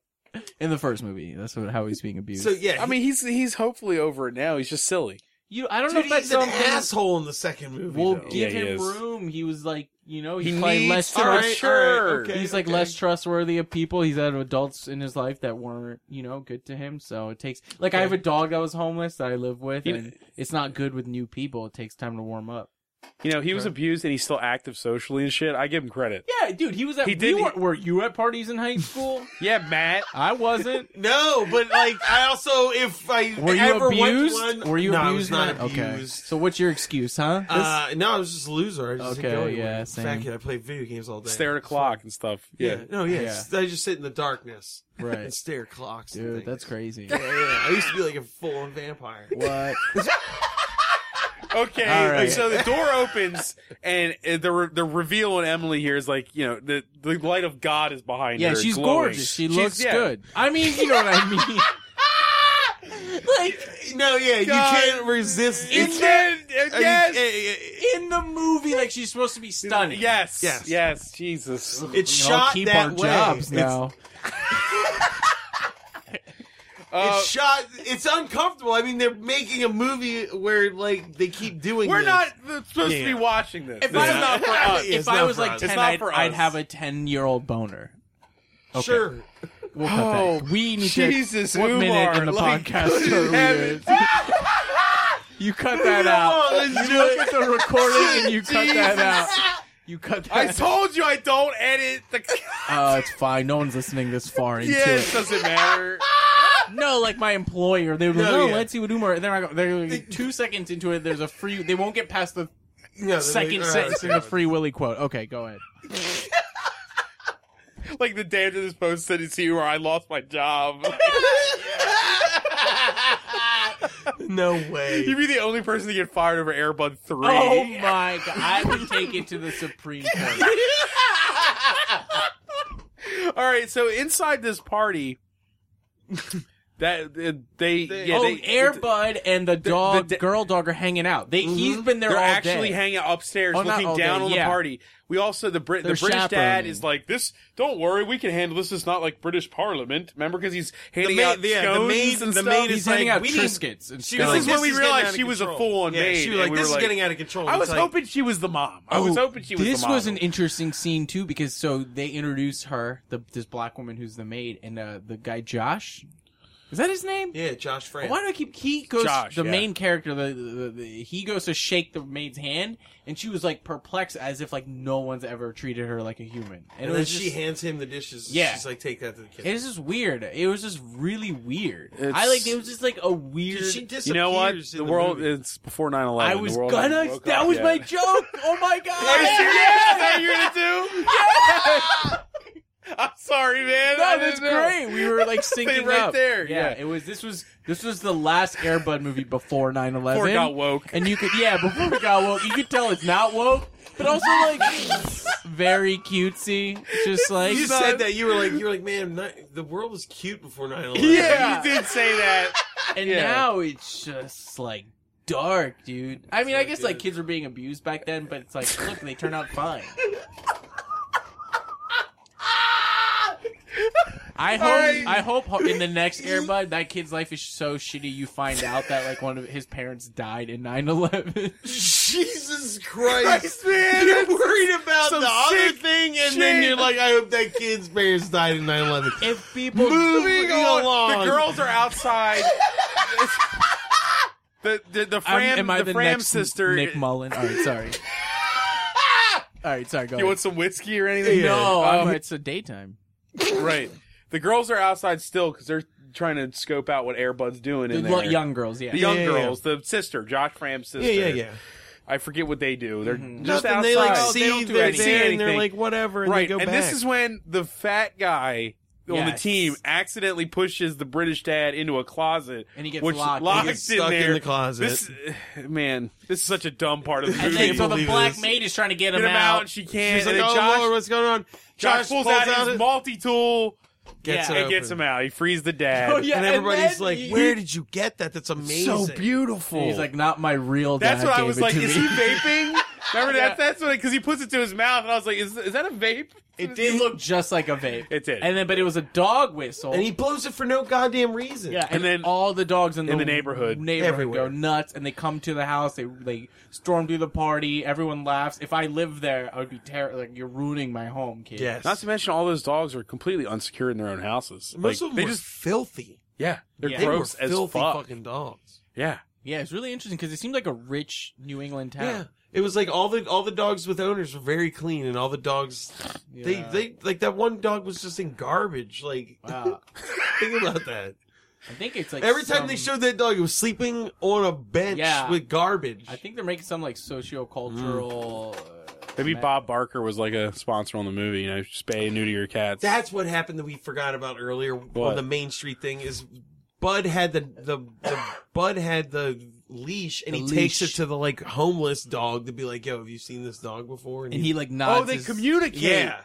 Speaker 2: In the first movie, that's what, how he's being abused.
Speaker 6: So yeah,
Speaker 3: I mean, he's he's hopefully over it now. He's just silly.
Speaker 2: you, I don't know
Speaker 6: dude,
Speaker 2: if that's
Speaker 6: he's an
Speaker 2: something.
Speaker 6: asshole in the second movie.
Speaker 2: We'll
Speaker 6: though.
Speaker 2: give
Speaker 3: Yeah, he
Speaker 2: him
Speaker 3: is.
Speaker 2: room. He was like, you know,
Speaker 3: He
Speaker 2: he's probably
Speaker 3: needs
Speaker 2: less.
Speaker 3: to
Speaker 2: trust-
Speaker 3: mature.
Speaker 6: okay.
Speaker 2: he's like less trustworthy of people. He's had adults in his life that weren't, you know, good to him. So it takes. Like, I have a dog that was homeless that I live with,
Speaker 3: He-
Speaker 2: and it's not good with new people. It takes time to warm up.
Speaker 3: You know, he was abused, and he's still active socially and shit. I give him credit.
Speaker 2: Yeah, dude, he was at.
Speaker 3: He
Speaker 2: He
Speaker 3: did-
Speaker 2: did. We were, were you at parties in high school?
Speaker 3: Yeah, Matt.
Speaker 2: I wasn't.
Speaker 6: No, but like I also if I
Speaker 2: Were you
Speaker 6: ever
Speaker 2: abused?
Speaker 6: Went one,
Speaker 2: were you
Speaker 6: no,
Speaker 2: abused?
Speaker 6: I was not
Speaker 2: Matt? Okay.
Speaker 6: abused.
Speaker 2: So what's your excuse, huh?
Speaker 6: Uh, no, I was just a loser. I just
Speaker 2: Okay,
Speaker 6: didn't go anywhere.
Speaker 2: yeah,
Speaker 6: In
Speaker 2: same.
Speaker 6: fact, I played video games all day.
Speaker 3: Stare at a clock and stuff.
Speaker 6: Yeah.
Speaker 3: yeah.
Speaker 6: No, yeah.
Speaker 2: Yeah.
Speaker 6: I just sit in the darkness
Speaker 2: This-
Speaker 6: and
Speaker 2: right,
Speaker 6: stare at clocks. and
Speaker 2: dude,
Speaker 6: things.
Speaker 2: that's crazy.
Speaker 6: Yeah, yeah. I used to be like a full-on vampire.
Speaker 2: What?
Speaker 3: Okay,
Speaker 2: All right.
Speaker 3: so the door opens, and uh, the re- the reveal on Emily here is like you know the the light of God is behind her.
Speaker 2: Yeah, she's
Speaker 3: glowing.
Speaker 2: gorgeous. She
Speaker 3: She's-
Speaker 2: looks
Speaker 3: yeah.
Speaker 2: good. I mean, you know what I mean. like
Speaker 6: No, yeah, you
Speaker 3: God.
Speaker 6: can't resist.
Speaker 3: You
Speaker 6: it's-
Speaker 3: can
Speaker 6: uh, you-
Speaker 3: yes,
Speaker 6: uh, uh,
Speaker 2: in the movie, like she's supposed to be stunning.
Speaker 3: yes, yes,
Speaker 6: Yes.
Speaker 3: Jesus.
Speaker 6: It's
Speaker 2: We can all
Speaker 6: shot
Speaker 2: keep
Speaker 6: that
Speaker 2: our
Speaker 6: way.
Speaker 2: jobs
Speaker 6: It's-
Speaker 2: now.
Speaker 3: Uh,
Speaker 6: it's shot. It's uncomfortable. I mean, they're making a movie where like they keep doing.
Speaker 3: We're
Speaker 6: this.
Speaker 3: not supposed to be
Speaker 6: Yeah.
Speaker 3: watching this.
Speaker 2: If
Speaker 3: this
Speaker 2: I-
Speaker 3: is not for us.
Speaker 6: Yeah,
Speaker 2: if
Speaker 6: it's
Speaker 2: I
Speaker 6: not
Speaker 2: was
Speaker 6: for
Speaker 2: like
Speaker 6: us.
Speaker 2: ten,
Speaker 3: It's not
Speaker 2: I'd,
Speaker 3: for
Speaker 2: I'd
Speaker 3: us.
Speaker 2: have a ten-year-old boner.
Speaker 6: sure.
Speaker 2: We'll cut
Speaker 3: Oh,
Speaker 2: that. we need
Speaker 3: Jesus,
Speaker 2: to. What minute
Speaker 3: Umar,
Speaker 2: in the
Speaker 3: like,
Speaker 2: podcast are we
Speaker 3: heaven.
Speaker 2: at? You cut that out.
Speaker 6: on, let's
Speaker 2: You look at the recording and you cut that out. You cut
Speaker 3: I
Speaker 2: that. out.
Speaker 3: told you I don't edit the.
Speaker 2: Uh, it's fine. No one's listening this far into
Speaker 3: yeah, it
Speaker 2: it.
Speaker 3: doesn't matter.
Speaker 2: No, like my employer, they would.
Speaker 6: No,
Speaker 2: No,
Speaker 6: yeah.
Speaker 2: let's see what Umar. And then I go. They're like, two seconds into it. There's a free. They won't get past the
Speaker 6: Yeah, uh, they're
Speaker 2: second
Speaker 6: like, "Oh, all right,
Speaker 2: sentence
Speaker 6: so
Speaker 2: of the Free Willy quote. Okay, go ahead.
Speaker 3: Like the day after this post said it's you or I lost my job.
Speaker 6: No way.
Speaker 3: You'd be the only person to get fired over Airbud 3.
Speaker 2: Oh my god! I would take it to the Supreme Court.
Speaker 3: All right, so inside this party, that uh, they, yeah,
Speaker 2: oh,
Speaker 3: they,
Speaker 2: Airbud and the Mm-hmm. dog,
Speaker 3: the-
Speaker 2: girl dog, are hanging out. They he's been there
Speaker 3: hmm? They're
Speaker 2: all
Speaker 3: actually
Speaker 2: day.
Speaker 3: hanging out upstairs,
Speaker 2: Oh, not
Speaker 3: looking
Speaker 2: all
Speaker 3: down
Speaker 2: day,
Speaker 3: on the
Speaker 2: yeah.
Speaker 3: party. We also the Brit, the
Speaker 2: They're
Speaker 3: British dad
Speaker 2: chaperoning.
Speaker 3: is like, "This, don't worry, we can handle this. It's not like British Parliament, remember?" Because he's handing
Speaker 6: maid-
Speaker 3: out
Speaker 6: yeah, the
Speaker 3: scones
Speaker 6: maid-
Speaker 3: and
Speaker 6: the
Speaker 3: stuff.
Speaker 6: maid
Speaker 2: he's
Speaker 6: is
Speaker 2: handing
Speaker 6: like,
Speaker 2: out
Speaker 6: we need-
Speaker 2: triscuits. and
Speaker 6: She
Speaker 2: stuff.
Speaker 6: was
Speaker 3: This
Speaker 6: like,
Speaker 3: is when we
Speaker 6: is
Speaker 3: realized
Speaker 6: getting out
Speaker 3: she
Speaker 6: of
Speaker 3: was a
Speaker 6: control.
Speaker 3: full-on
Speaker 6: yeah,
Speaker 3: maid,
Speaker 6: She was like,
Speaker 3: and we
Speaker 6: this
Speaker 3: were
Speaker 6: is
Speaker 3: like-
Speaker 6: getting out of control.
Speaker 3: I
Speaker 6: It's
Speaker 3: was
Speaker 6: like,
Speaker 3: hoping she was the mom. I was
Speaker 2: Oh,
Speaker 3: hoping she was.
Speaker 2: this
Speaker 3: the
Speaker 2: was
Speaker 3: mom.
Speaker 2: an interesting scene too because so they introduce her, the, this black woman who's the maid, and uh, the guy Josh. Is that his name?
Speaker 6: Yeah, Josh Frank.
Speaker 2: Why do I keep he goes
Speaker 3: Josh,
Speaker 2: the
Speaker 3: yeah.
Speaker 2: main character the, the, the he goes to shake the maid's hand and she was like perplexed as if like no one's ever treated her like a human and,
Speaker 6: And
Speaker 2: it
Speaker 6: then
Speaker 2: was
Speaker 6: she
Speaker 2: just,
Speaker 6: hands him the dishes.
Speaker 2: Yeah.
Speaker 6: She's like, take that to the
Speaker 2: it
Speaker 6: kitchen.
Speaker 2: was just weird it was just really weird I
Speaker 3: It's-
Speaker 2: like it was just like a weird
Speaker 6: She disappears.
Speaker 3: You know what?
Speaker 6: in
Speaker 3: The, world
Speaker 6: movie.
Speaker 3: it's before 9-11.
Speaker 2: I
Speaker 3: The
Speaker 2: was
Speaker 3: world
Speaker 2: gonna
Speaker 3: woke
Speaker 2: that
Speaker 3: up,
Speaker 2: was
Speaker 3: yeah.
Speaker 2: my joke oh my god
Speaker 3: Are you serious? Is that what you're gonna do? I'm sorry, man. I
Speaker 2: No, that's
Speaker 3: didn't know.
Speaker 2: great. We were like syncing
Speaker 3: right
Speaker 2: up.
Speaker 3: there,
Speaker 2: Yeah,
Speaker 3: yeah.
Speaker 2: it was. This was this was the last Airbud movie before 9-11.
Speaker 3: Before it got woke.
Speaker 2: and you could yeah before it got woke. You could tell it's not woke, but also like very cutesy. Just like
Speaker 6: You said that you were like you were like man, ni- the world was cute before 9/11.
Speaker 3: Yeah, you did say that.
Speaker 2: and
Speaker 3: yeah.
Speaker 2: now it's just like dark, dude. I mean, I guess like kids were being abused back then, but it's like look, they turned out fine. I hope
Speaker 3: right.
Speaker 2: I hope ho- in the next Airbud that kid's life is so shitty you find out that like one of his parents died in 9/11.
Speaker 6: Jesus Christ.
Speaker 3: Christ, man.
Speaker 6: You're worried about
Speaker 3: Some
Speaker 6: the other
Speaker 3: sick
Speaker 6: thing, and
Speaker 3: shit.
Speaker 6: then you're like, I hope that kid's parents died in 9/11.
Speaker 2: if people
Speaker 6: Moving on.
Speaker 3: The girls are outside. the the, the
Speaker 2: I'm-
Speaker 3: Fram
Speaker 2: am I
Speaker 3: the,
Speaker 2: the
Speaker 3: Fram
Speaker 2: next
Speaker 3: sister.
Speaker 2: Nick Mullen? All right, sorry. All right, sorry. Go
Speaker 3: you
Speaker 2: ahead.
Speaker 3: want some whiskey or anything?
Speaker 2: No, I'm-
Speaker 3: Um,
Speaker 2: it's a daytime.
Speaker 3: right. The girls are outside still because they're trying to scope out what Airbud's doing
Speaker 2: The
Speaker 3: in
Speaker 2: lo-
Speaker 3: there.
Speaker 2: young girls, yeah.
Speaker 3: the young
Speaker 6: Yeah, yeah, yeah.
Speaker 3: girls, the sister, Josh Fram's sister.
Speaker 6: yeah, yeah, yeah. Mm-hmm.
Speaker 3: I forget what they do. They're just
Speaker 6: Nothing.
Speaker 3: outside.
Speaker 6: They like
Speaker 2: Oh,
Speaker 6: see
Speaker 2: they don't do
Speaker 6: are
Speaker 2: anything.
Speaker 6: there, and they're
Speaker 3: Anything.
Speaker 6: like whatever, and
Speaker 3: right.
Speaker 6: they go
Speaker 3: and
Speaker 6: back.
Speaker 3: this is when the fat guy on the
Speaker 2: Yes.
Speaker 3: team accidentally pushes the British dad into a closet,
Speaker 2: And he gets
Speaker 3: which
Speaker 2: locked.
Speaker 3: locks
Speaker 2: He
Speaker 6: gets stuck
Speaker 3: in
Speaker 6: in
Speaker 3: there.
Speaker 6: the closet.
Speaker 3: This, man, this is such a dumb part of the
Speaker 2: And
Speaker 3: movie.
Speaker 2: then so the
Speaker 6: believe
Speaker 2: black
Speaker 6: this.
Speaker 2: maid is trying to get him,
Speaker 3: Get him out, and she can't.
Speaker 6: She's like,
Speaker 3: and then
Speaker 6: oh
Speaker 3: Josh,
Speaker 6: Lord, what's going on?
Speaker 3: Josh, pulls, out, his
Speaker 6: it,
Speaker 3: multi tool
Speaker 6: gets
Speaker 2: Yeah.
Speaker 6: it
Speaker 3: and gets
Speaker 6: open.
Speaker 3: him out. He frees the dad.
Speaker 2: Oh, yeah.
Speaker 6: And
Speaker 2: And
Speaker 6: everybody's
Speaker 2: then
Speaker 6: like,
Speaker 2: he-
Speaker 6: where did you get that? That's amazing.
Speaker 3: So beautiful.
Speaker 2: He's like, not my real dad.
Speaker 3: That's what I
Speaker 2: gave
Speaker 3: was
Speaker 2: it
Speaker 3: like.
Speaker 2: to
Speaker 3: Is
Speaker 2: me.
Speaker 3: he vaping? Remember
Speaker 2: Yeah.
Speaker 3: that? That's what because he puts it to his mouth, and I was like, "Is, is that a vape?"
Speaker 2: It did look just like a vape.
Speaker 3: It did.
Speaker 2: And then, but it was a dog whistle.
Speaker 6: And he blows it for no goddamn reason.
Speaker 2: yeah, and,
Speaker 3: And then-
Speaker 2: then all the dogs in,
Speaker 3: in the neighborhood.
Speaker 2: neighborhood go
Speaker 6: Everywhere.
Speaker 2: nuts, and they come to the house. They they storm through the party. Everyone laughs. If I lived there, I would be terrified. Like you're ruining my home, kid.
Speaker 6: Yes.
Speaker 3: Not to mention, all those dogs are completely unsecured in their own houses.
Speaker 6: Most
Speaker 3: Like,
Speaker 6: of them
Speaker 3: they
Speaker 6: were
Speaker 3: just
Speaker 6: filthy.
Speaker 3: yeah, they're
Speaker 2: Yeah.
Speaker 6: They
Speaker 3: gross
Speaker 6: were filthy
Speaker 3: as fuck.
Speaker 6: fucking dogs.
Speaker 3: Yeah,
Speaker 2: yeah. It's really interesting because it seemed like a rich New England town.
Speaker 6: Yeah. It was like all the all the dogs with owners were very clean, and all the dogs, they
Speaker 2: Yeah.
Speaker 6: they like that one dog was just in garbage. Like,
Speaker 2: Wow.
Speaker 6: think about that.
Speaker 2: I think it's like
Speaker 6: Every time they
Speaker 2: some-
Speaker 6: showed that dog, it was sleeping on a bench
Speaker 2: Yeah.
Speaker 6: with garbage.
Speaker 2: I think they're making some like socio-cultural.
Speaker 3: Mm.
Speaker 2: uh,
Speaker 3: maybe
Speaker 2: ma-
Speaker 3: Bob Barker was like a sponsor on the movie. You know, spay and neuter your cats.
Speaker 6: That's what happened that we forgot about earlier
Speaker 3: What?
Speaker 6: on the Main Street thing is Bud had the the, the Bud had the leash and
Speaker 2: The
Speaker 6: he
Speaker 2: leash.
Speaker 6: takes it to the like homeless dog to be like, "Yo, have you seen this dog before?"
Speaker 2: And he like nods.
Speaker 3: oh, they
Speaker 2: his-
Speaker 3: communicate.
Speaker 6: yeah.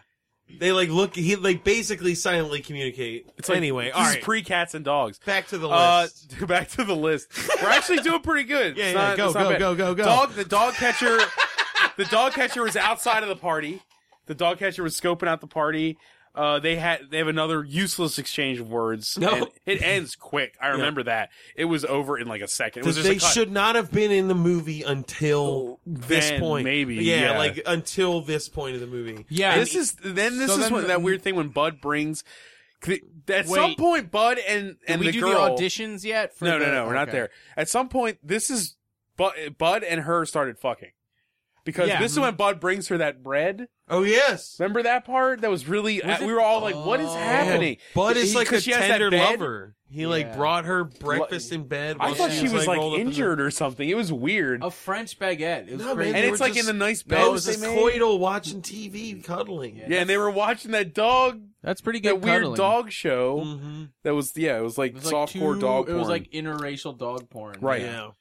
Speaker 6: They like look. He like basically silently communicate.
Speaker 3: It's like,
Speaker 6: anyway,
Speaker 3: this
Speaker 6: all
Speaker 3: is
Speaker 6: right.
Speaker 3: pre cats and dogs.
Speaker 6: back to the
Speaker 3: Uh,
Speaker 6: list.
Speaker 3: back to the list. We're actually doing pretty good.
Speaker 6: Yeah,
Speaker 3: It's
Speaker 6: yeah,
Speaker 3: not-
Speaker 6: go,
Speaker 3: it's not
Speaker 6: go,
Speaker 3: bad.
Speaker 6: go, go, go.
Speaker 3: Dog, the dog catcher, the dog catcher was outside of the party. The dog catcher was scoping out the party. uh, they had they have another useless exchange of words.
Speaker 6: No.
Speaker 3: and it ends quick. I remember that it was over in like a second. It was just
Speaker 6: they
Speaker 3: a cut.
Speaker 6: should not have been in the movie until this
Speaker 3: then,
Speaker 6: point.
Speaker 3: maybe,
Speaker 6: yeah,
Speaker 3: yeah.
Speaker 6: like until this point of the movie.
Speaker 2: Yeah,
Speaker 3: this is then this
Speaker 2: So
Speaker 3: is
Speaker 2: then-
Speaker 3: what, that weird thing when Bud brings. 'cause At some
Speaker 2: Wait.
Speaker 3: point, Bud and
Speaker 2: Did
Speaker 3: and
Speaker 2: we
Speaker 3: the
Speaker 2: do
Speaker 3: girl.
Speaker 2: the auditions yet? For
Speaker 3: no, no,
Speaker 2: the-
Speaker 3: no, we're not
Speaker 2: okay.
Speaker 3: there. At some point, this is Bud, Bud and her started fucking because
Speaker 2: Yeah.
Speaker 3: this is when Bud brings her that bread.
Speaker 6: Oh yes.
Speaker 3: Remember that part? That was really. uh,
Speaker 2: Was it-
Speaker 3: we were all like, "What is
Speaker 2: Oh.
Speaker 3: happening?"
Speaker 6: Bud
Speaker 3: He-
Speaker 6: is like a
Speaker 3: 'cause she has that
Speaker 6: tender
Speaker 3: bed.
Speaker 6: lover. He like
Speaker 2: Yeah.
Speaker 6: brought her breakfast in bed.
Speaker 3: I
Speaker 6: while
Speaker 3: thought she was like,
Speaker 6: rolled up in the-
Speaker 3: injured or something. It was weird.
Speaker 2: A French baguette. It was
Speaker 6: No,
Speaker 2: great.
Speaker 6: man,
Speaker 3: and
Speaker 6: they
Speaker 3: it's
Speaker 6: were
Speaker 3: like in
Speaker 6: just-
Speaker 3: the nice bed.
Speaker 6: No, it was
Speaker 3: they
Speaker 6: just
Speaker 3: made.
Speaker 6: coital watching TV, cuddling.
Speaker 2: Yeah.
Speaker 3: Yeah, and they were watching that dog,
Speaker 2: That's pretty good.
Speaker 3: that weird
Speaker 2: cuddling.
Speaker 3: dog show.
Speaker 6: Mm-hmm.
Speaker 3: That was yeah, it was like
Speaker 2: It was like
Speaker 3: soft
Speaker 2: two,
Speaker 3: core dog.
Speaker 2: It was
Speaker 3: porn.
Speaker 2: like interracial dog porn.
Speaker 3: Right.
Speaker 6: Yeah.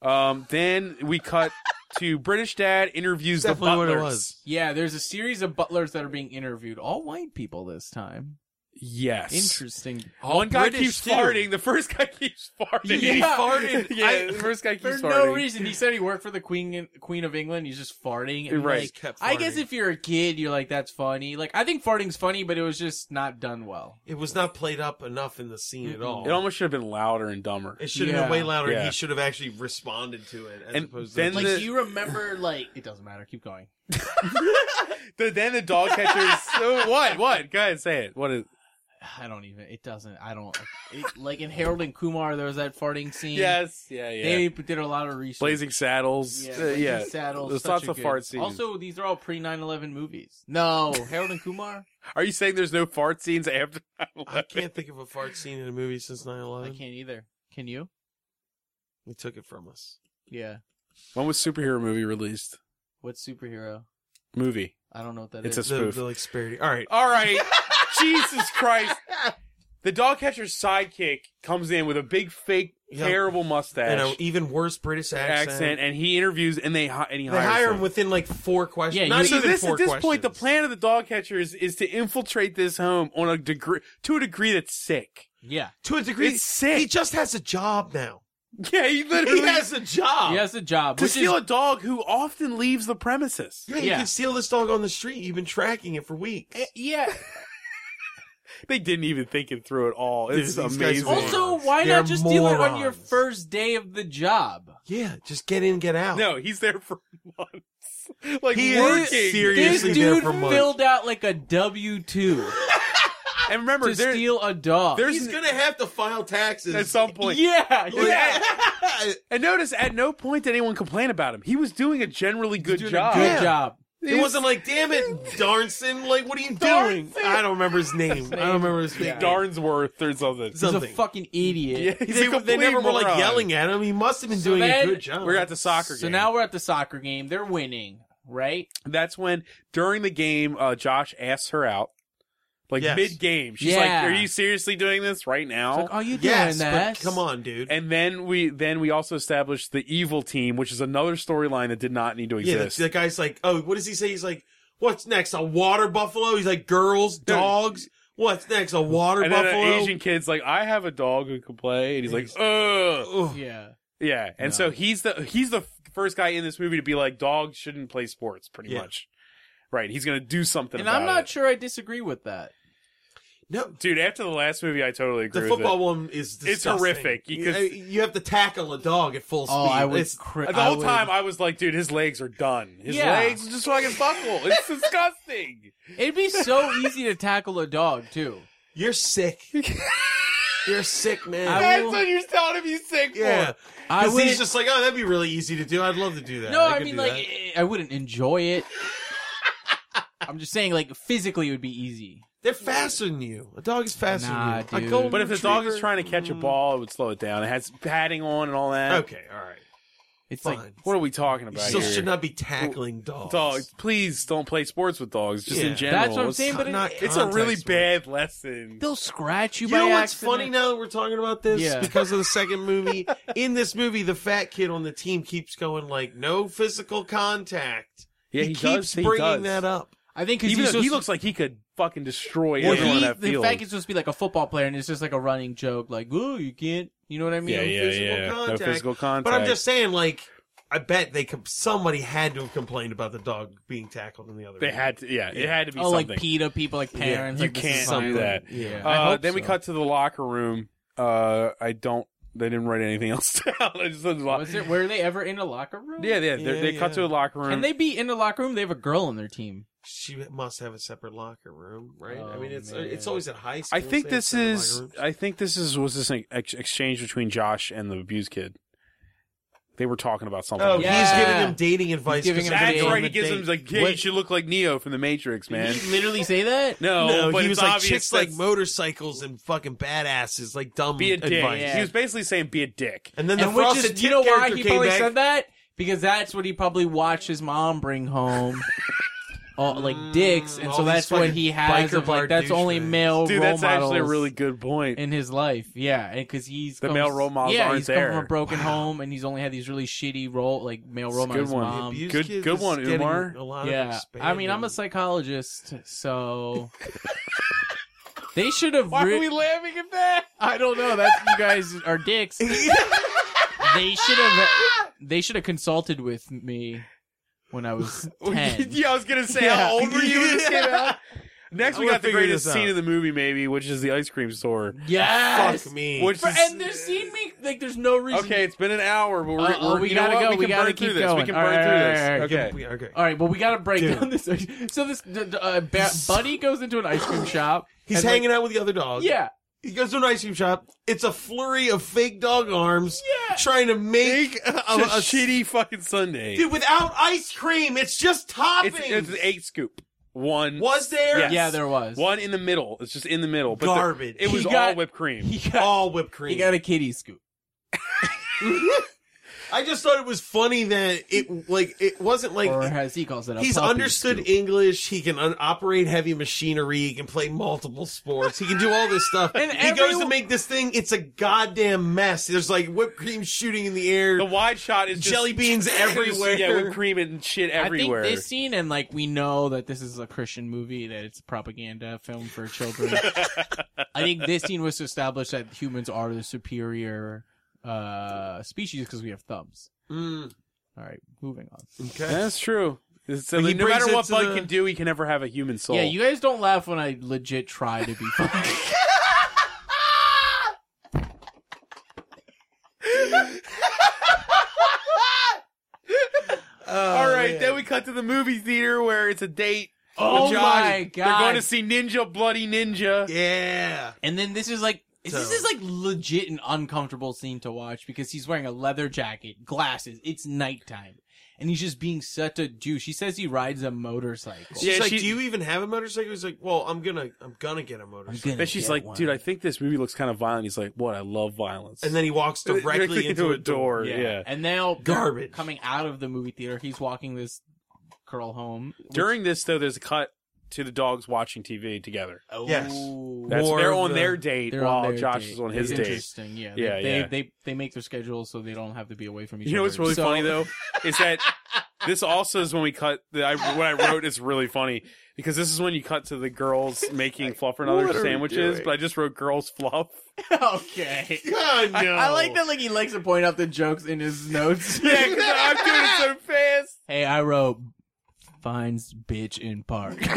Speaker 3: Um, then we cut to British Dad interviews
Speaker 6: Definitely
Speaker 3: the
Speaker 6: what
Speaker 3: butlers.
Speaker 6: it was.
Speaker 2: Yeah, there's a series of butlers that are being interviewed, all white people this time.
Speaker 3: Yes.
Speaker 2: Interesting.
Speaker 3: One guy
Speaker 6: British
Speaker 3: keeps
Speaker 6: too.
Speaker 3: farting. The first guy keeps farting.
Speaker 2: Yeah.
Speaker 3: He farted. Yeah,
Speaker 2: I-
Speaker 3: the first guy
Speaker 2: For
Speaker 3: keeps farting.
Speaker 2: no reason, he said he worked for the Queen Queen of England. He's just farting. And
Speaker 3: Right.
Speaker 2: like,
Speaker 6: Kept
Speaker 2: I guess
Speaker 6: farting.
Speaker 2: if you're a kid, you're like, that's funny. Like, I think farting's funny, but it was just not done well.
Speaker 6: It was not played up enough in the scene at all.
Speaker 3: It almost should have been louder and dumber.
Speaker 6: It should have been way
Speaker 2: Yeah.
Speaker 6: louder.
Speaker 3: Yeah.
Speaker 6: He should have actually responded to it as
Speaker 3: And
Speaker 6: opposed
Speaker 3: then
Speaker 6: to
Speaker 2: Like,
Speaker 3: the-
Speaker 2: you remember, like, it doesn't matter. Keep going.
Speaker 3: The- then the dog catchers. so what? What? Go ahead, say it. What is?
Speaker 2: I don't even, it doesn't, I don't, it, like in Harold and Kumar, there was that farting scene.
Speaker 3: Yes. Yeah. Yeah.
Speaker 2: They did a lot of research.
Speaker 3: Blazing Saddles. Yeah.
Speaker 2: Yeah,
Speaker 3: Uh, yeah.
Speaker 2: Saddles.
Speaker 3: There's
Speaker 2: such
Speaker 3: lots
Speaker 2: a
Speaker 3: of
Speaker 2: good-
Speaker 3: fart scenes.
Speaker 2: Also, these are all pre 9/11 movies. No, Harold and Kumar.
Speaker 3: Are you saying there's no fart scenes after?
Speaker 6: I can't think of a fart scene in a movie since 9
Speaker 2: I
Speaker 6: 11.
Speaker 2: can't either. Can you?
Speaker 6: They took it from us.
Speaker 2: Yeah.
Speaker 3: When was superhero movie released?
Speaker 2: What superhero?
Speaker 3: Movie.
Speaker 2: I don't know what that
Speaker 3: It's
Speaker 2: is.
Speaker 3: a
Speaker 6: The,
Speaker 3: spoof.
Speaker 6: the like parody. All right.
Speaker 3: All right. Jesus Christ. The dog catcher's sidekick comes in with a big fake
Speaker 6: Yep.
Speaker 3: terrible mustache
Speaker 6: And an even worse British accent.
Speaker 3: Oh, accent, and he interviews and they hi- and he
Speaker 6: They
Speaker 3: hires
Speaker 6: hire
Speaker 3: him.
Speaker 6: him within like four
Speaker 2: Yeah,
Speaker 6: questions. not
Speaker 2: you-
Speaker 3: so
Speaker 6: even
Speaker 3: this
Speaker 6: four
Speaker 3: at this
Speaker 6: questions.
Speaker 3: point the plan of the dog catcher is, is to infiltrate this home on a degree to a degree that's sick.
Speaker 2: yeah.
Speaker 6: to a degree,
Speaker 3: It's sick.
Speaker 6: he just has a job now.
Speaker 3: Yeah, he literally
Speaker 6: He has a job.
Speaker 2: He has a job.
Speaker 3: to
Speaker 2: Which
Speaker 3: steal
Speaker 2: is,
Speaker 3: a dog who often leaves the premises.
Speaker 6: Yeah, you
Speaker 2: Yeah.
Speaker 6: can steal this dog on the street. You've been tracking it for weeks.
Speaker 2: yeah.
Speaker 3: They didn't even think it through at all.
Speaker 6: Dude,
Speaker 3: It's
Speaker 6: these guys
Speaker 3: amazing.
Speaker 6: are- Also-
Speaker 2: So why
Speaker 6: They're
Speaker 2: not just steal it on
Speaker 6: morons.
Speaker 2: your first day of the job?
Speaker 6: Yeah, just get in, get out.
Speaker 3: no, he's there for months. Like
Speaker 6: He is
Speaker 3: working.
Speaker 6: Seriously
Speaker 2: this
Speaker 6: there
Speaker 2: dude
Speaker 6: for months.
Speaker 2: filled out like a W two
Speaker 3: And remember,
Speaker 2: to
Speaker 3: there-
Speaker 2: steal a dog.
Speaker 3: there's
Speaker 6: he's gonna have to file taxes
Speaker 3: at some point.
Speaker 2: yeah, yeah.
Speaker 6: Yeah.
Speaker 3: And notice, at no point did anyone complain about him. He was doing a generally good
Speaker 2: Doing
Speaker 3: job.
Speaker 2: a good
Speaker 6: Yeah.
Speaker 2: job.
Speaker 6: It wasn't like, damn it, Darnson. Like, what are you doing? I don't remember his name. I don't remember his name.
Speaker 3: Darnsworth or something.
Speaker 2: He's a
Speaker 6: something.
Speaker 2: fucking idiot.
Speaker 3: Yeah, he's
Speaker 6: They,
Speaker 3: a
Speaker 6: they
Speaker 3: complete
Speaker 6: never were like
Speaker 3: moron.
Speaker 6: yelling at him. He must have been doing
Speaker 2: then-
Speaker 6: a good job.
Speaker 3: We're at the soccer game.
Speaker 2: So now we're at the soccer game. They're winning, right?
Speaker 3: that's when during the game, uh, Josh asks her out. Like
Speaker 6: Yes.
Speaker 3: mid game, she's
Speaker 2: Yeah.
Speaker 3: like, "Are you seriously doing this right now?"
Speaker 2: Like, are you doing
Speaker 6: yes,
Speaker 2: that?
Speaker 6: but come on, dude.
Speaker 3: and then we then we also established the evil team, which is another storyline that did not need to
Speaker 6: yeah,
Speaker 3: exist.
Speaker 6: the, the guy's like, oh, what does he say? He's like, what's next? A water buffalo? He's like, girls, dogs. What's next? A water
Speaker 3: and then
Speaker 6: buffalo?
Speaker 3: an Asian kid's like, "I have a dog who can play," and he's like, "Ugh."
Speaker 6: Ugh.
Speaker 2: Yeah.
Speaker 3: Yeah, and so he's the he's the f- first guy in this movie to be like, dogs shouldn't play sports, pretty
Speaker 6: Yeah.
Speaker 3: much. Right? He's gonna do something.
Speaker 2: And
Speaker 3: about
Speaker 2: I'm not
Speaker 3: it.
Speaker 2: sure I disagree with that.
Speaker 6: No,
Speaker 3: dude. After the last movie, I totally agree.
Speaker 6: the
Speaker 3: with
Speaker 6: football
Speaker 3: it.
Speaker 6: one is disgusting.
Speaker 3: It's horrific. You
Speaker 6: You,
Speaker 3: could- Oh,
Speaker 6: I- you have to tackle a dog at full speed. It's-
Speaker 2: cri-
Speaker 3: The
Speaker 2: Oh, I
Speaker 3: whole
Speaker 2: would-
Speaker 3: time, I was like, dude, his legs are done. His
Speaker 2: Yeah.
Speaker 3: legs just fucking buckle. It's disgusting.
Speaker 2: It'd be so easy to tackle a dog too.
Speaker 6: You're sick. You're sick, man.
Speaker 2: I
Speaker 3: That's
Speaker 2: will-
Speaker 3: what you're telling him he's sick
Speaker 6: yeah.
Speaker 3: for.
Speaker 2: I
Speaker 6: Because
Speaker 2: would.
Speaker 6: he's just like, oh, that'd be really easy to do. I'd love to do that.
Speaker 2: no, I,
Speaker 6: could
Speaker 2: mean
Speaker 6: do
Speaker 2: like
Speaker 6: that."
Speaker 2: eh, I wouldn't enjoy it. I'm just saying, like physically, it would be easy.
Speaker 6: They're faster than you. A dog is faster
Speaker 2: Nah,
Speaker 6: than you. A
Speaker 2: dude.
Speaker 6: golden
Speaker 3: But if the dog is
Speaker 6: retriever- Mm.
Speaker 3: trying to catch a ball, it would slow it down. It has padding on and all that.
Speaker 6: Okay, all right.
Speaker 2: It's
Speaker 6: Fine.
Speaker 2: like
Speaker 3: What are we talking
Speaker 6: you
Speaker 3: about
Speaker 6: still
Speaker 3: here?
Speaker 6: should not be tackling dogs.
Speaker 3: dogs, please don't play sports with dogs. Just in
Speaker 6: Yeah.
Speaker 3: general,
Speaker 2: That's what I'm
Speaker 3: It's-
Speaker 2: saying, but it-
Speaker 6: Not
Speaker 3: it's a really
Speaker 6: contact
Speaker 3: bad lesson.
Speaker 2: they'll scratch you.
Speaker 6: You
Speaker 2: by
Speaker 6: know what's
Speaker 2: accident.
Speaker 6: funny now that we're talking about this?
Speaker 2: Yeah.
Speaker 6: Because of the second movie. In this movie, the fat kid on the team keeps going like, no physical contact.
Speaker 3: Yeah, he
Speaker 6: keeps
Speaker 3: does, he
Speaker 6: bringing
Speaker 3: does.
Speaker 6: that up.
Speaker 2: I think because
Speaker 3: Even though
Speaker 2: he
Speaker 3: he looks like he could fucking destroy
Speaker 6: Well,
Speaker 3: everyone
Speaker 2: he,
Speaker 3: in that
Speaker 2: the
Speaker 3: field.
Speaker 2: fact he's supposed to be like a football player, and it's just like a running joke, like "Ooh, you can't," you know what I mean?
Speaker 3: yeah, yeah,
Speaker 6: physical
Speaker 3: yeah. No
Speaker 6: contact.
Speaker 3: physical contact.
Speaker 6: But I'm just saying, like, I bet they com- somebody had to have complained about the dog being tackled in the other.
Speaker 3: They
Speaker 6: room.
Speaker 3: had to, yeah, it had to be
Speaker 2: Oh,
Speaker 3: something.
Speaker 2: like PETA people, like parents.
Speaker 3: you
Speaker 2: like, this is
Speaker 3: can't do
Speaker 2: violent.
Speaker 3: that.
Speaker 2: Yeah.
Speaker 6: I
Speaker 3: Uh,
Speaker 6: hope
Speaker 3: then we
Speaker 6: so.
Speaker 3: cut to the locker room. Uh, I don't. They didn't write anything else down. I just said the locker.
Speaker 2: Was there, were they ever in a locker room?
Speaker 3: Yeah, um, yeah. they-
Speaker 6: Yeah,
Speaker 3: they cut
Speaker 6: yeah.
Speaker 3: to a locker room.
Speaker 2: Can they be in a locker room? They have a girl on their team.
Speaker 6: She must have a separate locker room, right? I
Speaker 2: Oh,
Speaker 6: mean, it's
Speaker 2: man.
Speaker 6: it's always at high school.
Speaker 3: I think this is. I think this is was this an ex- exchange between Josh and the abused kid. They were talking about something.
Speaker 6: oh,
Speaker 2: Yeah.
Speaker 6: he's giving him dating advice.
Speaker 2: giving
Speaker 6: 'cause
Speaker 2: him
Speaker 6: they're
Speaker 2: dating
Speaker 3: That's
Speaker 6: going
Speaker 3: right.
Speaker 6: on
Speaker 3: He
Speaker 6: a
Speaker 3: gives
Speaker 6: date.
Speaker 3: him he's like, yeah, you should look like Neo from the Matrix, man.
Speaker 2: Did he literally say that?
Speaker 3: No,
Speaker 6: No,
Speaker 3: but
Speaker 6: he was
Speaker 3: it's
Speaker 6: like
Speaker 3: obvious
Speaker 6: chicks like
Speaker 3: that's-
Speaker 6: motorcycles and fucking badasses, like dumb
Speaker 3: be a dick.
Speaker 6: advice.
Speaker 2: Yeah.
Speaker 3: He was basically saying be a dick.
Speaker 6: And then the
Speaker 2: and which
Speaker 6: frosted
Speaker 2: is, you
Speaker 6: Tip
Speaker 2: know why
Speaker 6: character
Speaker 2: he
Speaker 6: came
Speaker 2: probably
Speaker 6: back.
Speaker 2: said that? Because that's what he probably watched his mom bring home. All, like dicks,
Speaker 3: Mm,
Speaker 2: and
Speaker 6: all
Speaker 2: so
Speaker 6: these
Speaker 2: that's what
Speaker 6: fucking
Speaker 2: he has
Speaker 6: biker
Speaker 2: of like
Speaker 6: bar
Speaker 2: that's only
Speaker 6: douchebags.
Speaker 2: male
Speaker 3: Dude,
Speaker 2: role
Speaker 3: that's
Speaker 2: models
Speaker 3: actually a really good point.
Speaker 2: in his life. Yeah, because he's
Speaker 3: The
Speaker 2: comes-
Speaker 3: male role models
Speaker 2: Yeah,
Speaker 3: aren't
Speaker 2: he's come
Speaker 3: there.
Speaker 2: from a broken home, and he's only had these really shitty role like male role
Speaker 3: It's a good
Speaker 2: models.
Speaker 3: one.
Speaker 6: The
Speaker 2: Mom.
Speaker 6: abused
Speaker 3: Um, Good-
Speaker 6: kid
Speaker 3: good
Speaker 6: is
Speaker 3: one,
Speaker 6: getting
Speaker 3: Umar.
Speaker 6: A lot
Speaker 2: Yeah,
Speaker 6: of
Speaker 2: I mean, I'm a
Speaker 6: expanding.
Speaker 2: psychologist, so they should have.
Speaker 3: Why
Speaker 2: re-
Speaker 3: are we laughing at that?
Speaker 2: I don't know. That's you guys are dicks. they should have. They should have consulted with me when I was ten.
Speaker 3: yeah, I was gonna say
Speaker 2: Yeah.
Speaker 3: how old were you when this came out? Next, we
Speaker 6: I'm gonna
Speaker 3: got the
Speaker 6: figure
Speaker 3: greatest
Speaker 6: this
Speaker 3: scene
Speaker 6: out.
Speaker 3: of the movie, maybe, which is the ice cream store.
Speaker 2: Yes.
Speaker 6: Fuck me.
Speaker 3: Which
Speaker 2: For-
Speaker 3: is,
Speaker 2: and they're seeing me like there's no reason.
Speaker 3: okay, it's been an hour, but we're,
Speaker 2: Uh-oh,
Speaker 3: we're
Speaker 2: we
Speaker 3: you know
Speaker 2: gotta
Speaker 3: what?
Speaker 2: go,
Speaker 3: Uh, We
Speaker 2: we
Speaker 3: can
Speaker 2: gotta
Speaker 3: burn
Speaker 2: keep
Speaker 3: through this. We
Speaker 2: going.
Speaker 3: can
Speaker 2: All
Speaker 3: burn
Speaker 2: right, all right, all
Speaker 3: through
Speaker 2: right,
Speaker 3: this. Okay.
Speaker 6: We- okay.
Speaker 2: All right. Well, we gotta break
Speaker 6: Dude.
Speaker 2: down this. So this d- d- uh, ba- Buddy goes into an ice cream shop.
Speaker 6: He's
Speaker 2: and, like,
Speaker 6: hanging out with the other dog.
Speaker 2: yeah.
Speaker 6: He goes to an ice cream shop. It's a flurry of fake dog arms
Speaker 2: Yeah. uh,
Speaker 6: trying to make a,
Speaker 3: A,
Speaker 6: a-
Speaker 3: shitty fucking Sunday.
Speaker 6: Dude, without ice cream, it's just toppings.
Speaker 3: It's, it's an eight scoop. One
Speaker 6: Was there?
Speaker 3: Yes.
Speaker 2: Yeah, there was.
Speaker 3: one in the middle. It's just in the middle. But the-
Speaker 6: Garbage.
Speaker 3: it was
Speaker 2: He got-
Speaker 3: all whipped cream.
Speaker 2: He got
Speaker 6: All whipped cream.
Speaker 2: he got a kitty scoop.
Speaker 6: I just thought it was funny that it like it wasn't like
Speaker 2: or as he calls it, a
Speaker 6: he's
Speaker 2: puppy
Speaker 6: understood
Speaker 2: scoop.
Speaker 6: English. He can un- operate heavy machinery. He can play multiple sports. He can do all this stuff.
Speaker 2: And
Speaker 6: he goes
Speaker 2: everyone-
Speaker 6: to make this thing. It's a goddamn mess. There's like whipped cream shooting in the air.
Speaker 3: the wide shot is just,
Speaker 6: Jelly beans
Speaker 3: just-
Speaker 6: everywhere.
Speaker 3: yeah, whipped cream and shit
Speaker 2: I
Speaker 3: everywhere.
Speaker 2: think this scene, and like we know that this is a Christian movie, that it's a propaganda film for children. I think this scene was to establish that humans are the superior uh, species because we have thumbs.
Speaker 6: Mm,
Speaker 2: All right, moving on.
Speaker 6: okay.
Speaker 3: That's true. So
Speaker 6: But he
Speaker 3: no
Speaker 6: brings
Speaker 3: matter
Speaker 6: it
Speaker 3: what
Speaker 6: to
Speaker 3: Bud
Speaker 6: the-
Speaker 3: can do, he can never have a human soul.
Speaker 2: Yeah, you guys don't laugh when I legit try to be funny.
Speaker 6: Oh,
Speaker 3: All right, then we cut to the movie theater where it's a date.
Speaker 2: Oh
Speaker 3: with Josh.
Speaker 2: my
Speaker 3: They're going
Speaker 2: God.
Speaker 3: to see Ninja Bloody Ninja.
Speaker 6: Yeah.
Speaker 2: and then this is like.
Speaker 6: So-
Speaker 2: This is like legit an uncomfortable scene to watch because he's wearing a leather jacket, glasses. It's nighttime, and he's just being such a Jew. She says he rides a motorcycle.
Speaker 6: She's
Speaker 3: Yeah,
Speaker 6: like,
Speaker 3: she-
Speaker 6: "Do you even have a motorcycle?" He's like, "Well, I'm gonna, I'm gonna get a
Speaker 2: I'm
Speaker 6: motorcycle."
Speaker 2: gonna
Speaker 3: And she's
Speaker 2: get
Speaker 3: like,
Speaker 2: one.
Speaker 3: dude, I think this movie looks kind of violent. He's like, what? I love violence.
Speaker 6: And then he walks directly, into, a door.
Speaker 3: Yeah.
Speaker 2: And now
Speaker 6: Garbage.
Speaker 2: coming out of the movie theater, he's walking this girl home.
Speaker 3: During this, though, there's a cut to the dogs watching TV together.
Speaker 2: Oh,
Speaker 6: Yes.
Speaker 3: That's
Speaker 6: More
Speaker 3: they're
Speaker 6: of
Speaker 3: on
Speaker 6: the-
Speaker 3: their date
Speaker 2: they're
Speaker 3: while
Speaker 2: on their
Speaker 3: Josh
Speaker 2: date.
Speaker 3: is on his
Speaker 2: It's
Speaker 3: date.
Speaker 2: Interesting. Yeah.
Speaker 3: Yeah,
Speaker 2: They,
Speaker 3: yeah.
Speaker 2: They, they they make their schedules so they don't have to be away from each other.
Speaker 3: You know what's really
Speaker 2: So-
Speaker 3: funny though is that this also is when we cut. The, I, what I wrote is really funny because this is when you cut to the girls making fluffernutter sandwiches. But I just wrote girls fluff.
Speaker 2: okay.
Speaker 6: God, no.
Speaker 2: I like that. Like he likes to point out the jokes in his notes.
Speaker 3: Yeah, because I'm doing it so fast.
Speaker 2: hey, I wrote finds bitch in park.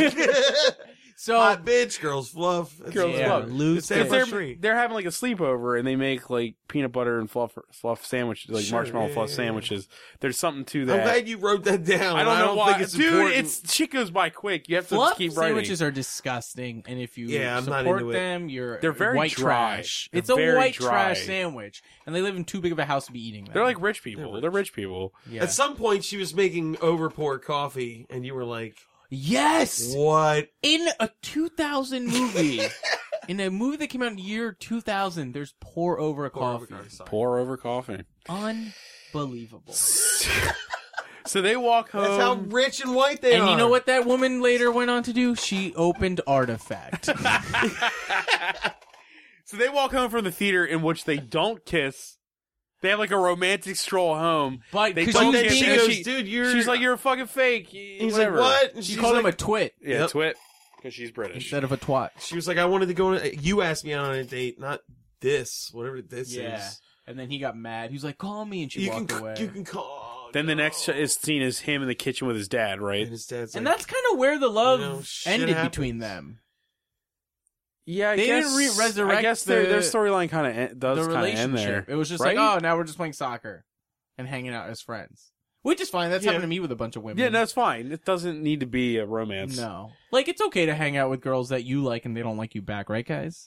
Speaker 2: so
Speaker 6: Hot bitch, girls fluff. That's
Speaker 3: Girls
Speaker 2: yeah,
Speaker 6: what-
Speaker 3: love.
Speaker 2: loose.
Speaker 6: It's
Speaker 3: If
Speaker 2: bitch.
Speaker 6: their-
Speaker 3: they're they're having like a sleepover and they make like peanut butter and fluff fluff sandwiches, like
Speaker 6: Sure,
Speaker 3: marshmallow
Speaker 6: yeah,
Speaker 3: fluff
Speaker 6: yeah, yeah.
Speaker 3: sandwiches. There's something to
Speaker 6: I'm
Speaker 3: that.
Speaker 6: glad you wrote that down.
Speaker 3: I don't know why,
Speaker 6: Think it's
Speaker 3: dude.
Speaker 6: important.
Speaker 3: It's shit goes by quick. You have to
Speaker 2: Fluff
Speaker 3: keep writing.
Speaker 2: sandwiches are disgusting, and if you
Speaker 6: Yeah, I'm not
Speaker 2: support
Speaker 6: into it.
Speaker 2: them, you're
Speaker 3: They're very
Speaker 2: white
Speaker 3: dry.
Speaker 2: trash.
Speaker 3: They're
Speaker 2: it's a
Speaker 3: very
Speaker 2: white
Speaker 3: dry.
Speaker 2: trash sandwich, and they live in too big of a house to be eating them.
Speaker 3: They're like rich people. They're rich, people.
Speaker 2: yeah.
Speaker 6: At some point, she was making over pour coffee, and you were like,
Speaker 2: yes,
Speaker 6: "What?"
Speaker 2: in a 2000 movie, in a movie that came out in the year 2000, there's pour over coffee.
Speaker 3: Pour over coffee.
Speaker 2: Unbelievable.
Speaker 3: So they walk home.
Speaker 6: That's how rich and white they are.
Speaker 2: And you know what that woman later went on to do? She opened Artifact.
Speaker 3: So they walk home from the theater in which they don't kiss. They have like a romantic stroll home.
Speaker 2: But
Speaker 3: They
Speaker 2: because
Speaker 3: don't
Speaker 2: he's
Speaker 3: kiss.
Speaker 2: being
Speaker 6: She
Speaker 2: a-
Speaker 3: because
Speaker 6: goes,
Speaker 3: she-
Speaker 6: "Dude, you're."
Speaker 3: She's like, "You're a fucking fake." y-
Speaker 6: He's
Speaker 3: whatever.
Speaker 6: like, "What?" And
Speaker 2: she
Speaker 6: she's
Speaker 2: called
Speaker 6: like,
Speaker 2: him a twit
Speaker 3: Yeah,
Speaker 6: Yep.
Speaker 3: twit. Because she's British.
Speaker 2: instead of a twat.
Speaker 6: She was like, "I wanted to go. On a, you asked me out on a date, not this. Whatever this
Speaker 2: Yeah.
Speaker 6: is.
Speaker 2: And then he got mad. He was like, "Call me," and she
Speaker 6: You
Speaker 2: walked
Speaker 6: can.
Speaker 2: away.
Speaker 6: You can call.
Speaker 3: Then the next is scene is him in the kitchen with his dad, right?
Speaker 6: And his dad's
Speaker 2: and
Speaker 6: like,
Speaker 2: that's kind of where the love
Speaker 6: You know, shit
Speaker 2: ended
Speaker 6: happens.
Speaker 2: between them.
Speaker 3: Yeah, I
Speaker 2: They
Speaker 3: guess,
Speaker 2: didn't re-resurrect
Speaker 3: I guess their,
Speaker 2: the-
Speaker 3: their storyline kind of does
Speaker 2: the
Speaker 3: kind of end there.
Speaker 2: relationship. It was just
Speaker 3: right?
Speaker 2: like, oh, now we're just playing soccer and hanging out as friends, which is fine. That's
Speaker 3: Yeah.
Speaker 2: happened to me with a bunch of women.
Speaker 3: yeah, that's fine. It doesn't need to be a romance.
Speaker 2: no, like it's okay to hang out with girls that you like and they don't like you back, right, guys?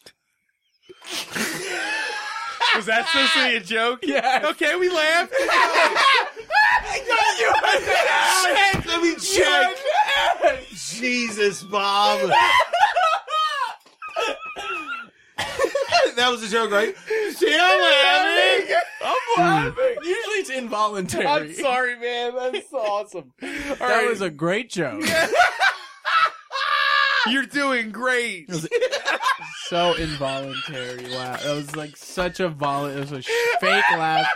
Speaker 3: was that supposed to be a joke?
Speaker 2: Yeah.
Speaker 3: Okay, we laughed.
Speaker 6: Shit, let me check. Jesus, Bob. that was a joke, right?
Speaker 3: Still laughing.
Speaker 2: Usually it's involuntary.
Speaker 3: I'm sorry, man. That's awesome. All right,
Speaker 2: That was a great joke.
Speaker 3: you're doing great.
Speaker 2: So involuntary laugh. That was like such a vol. It was a sh- fake laugh.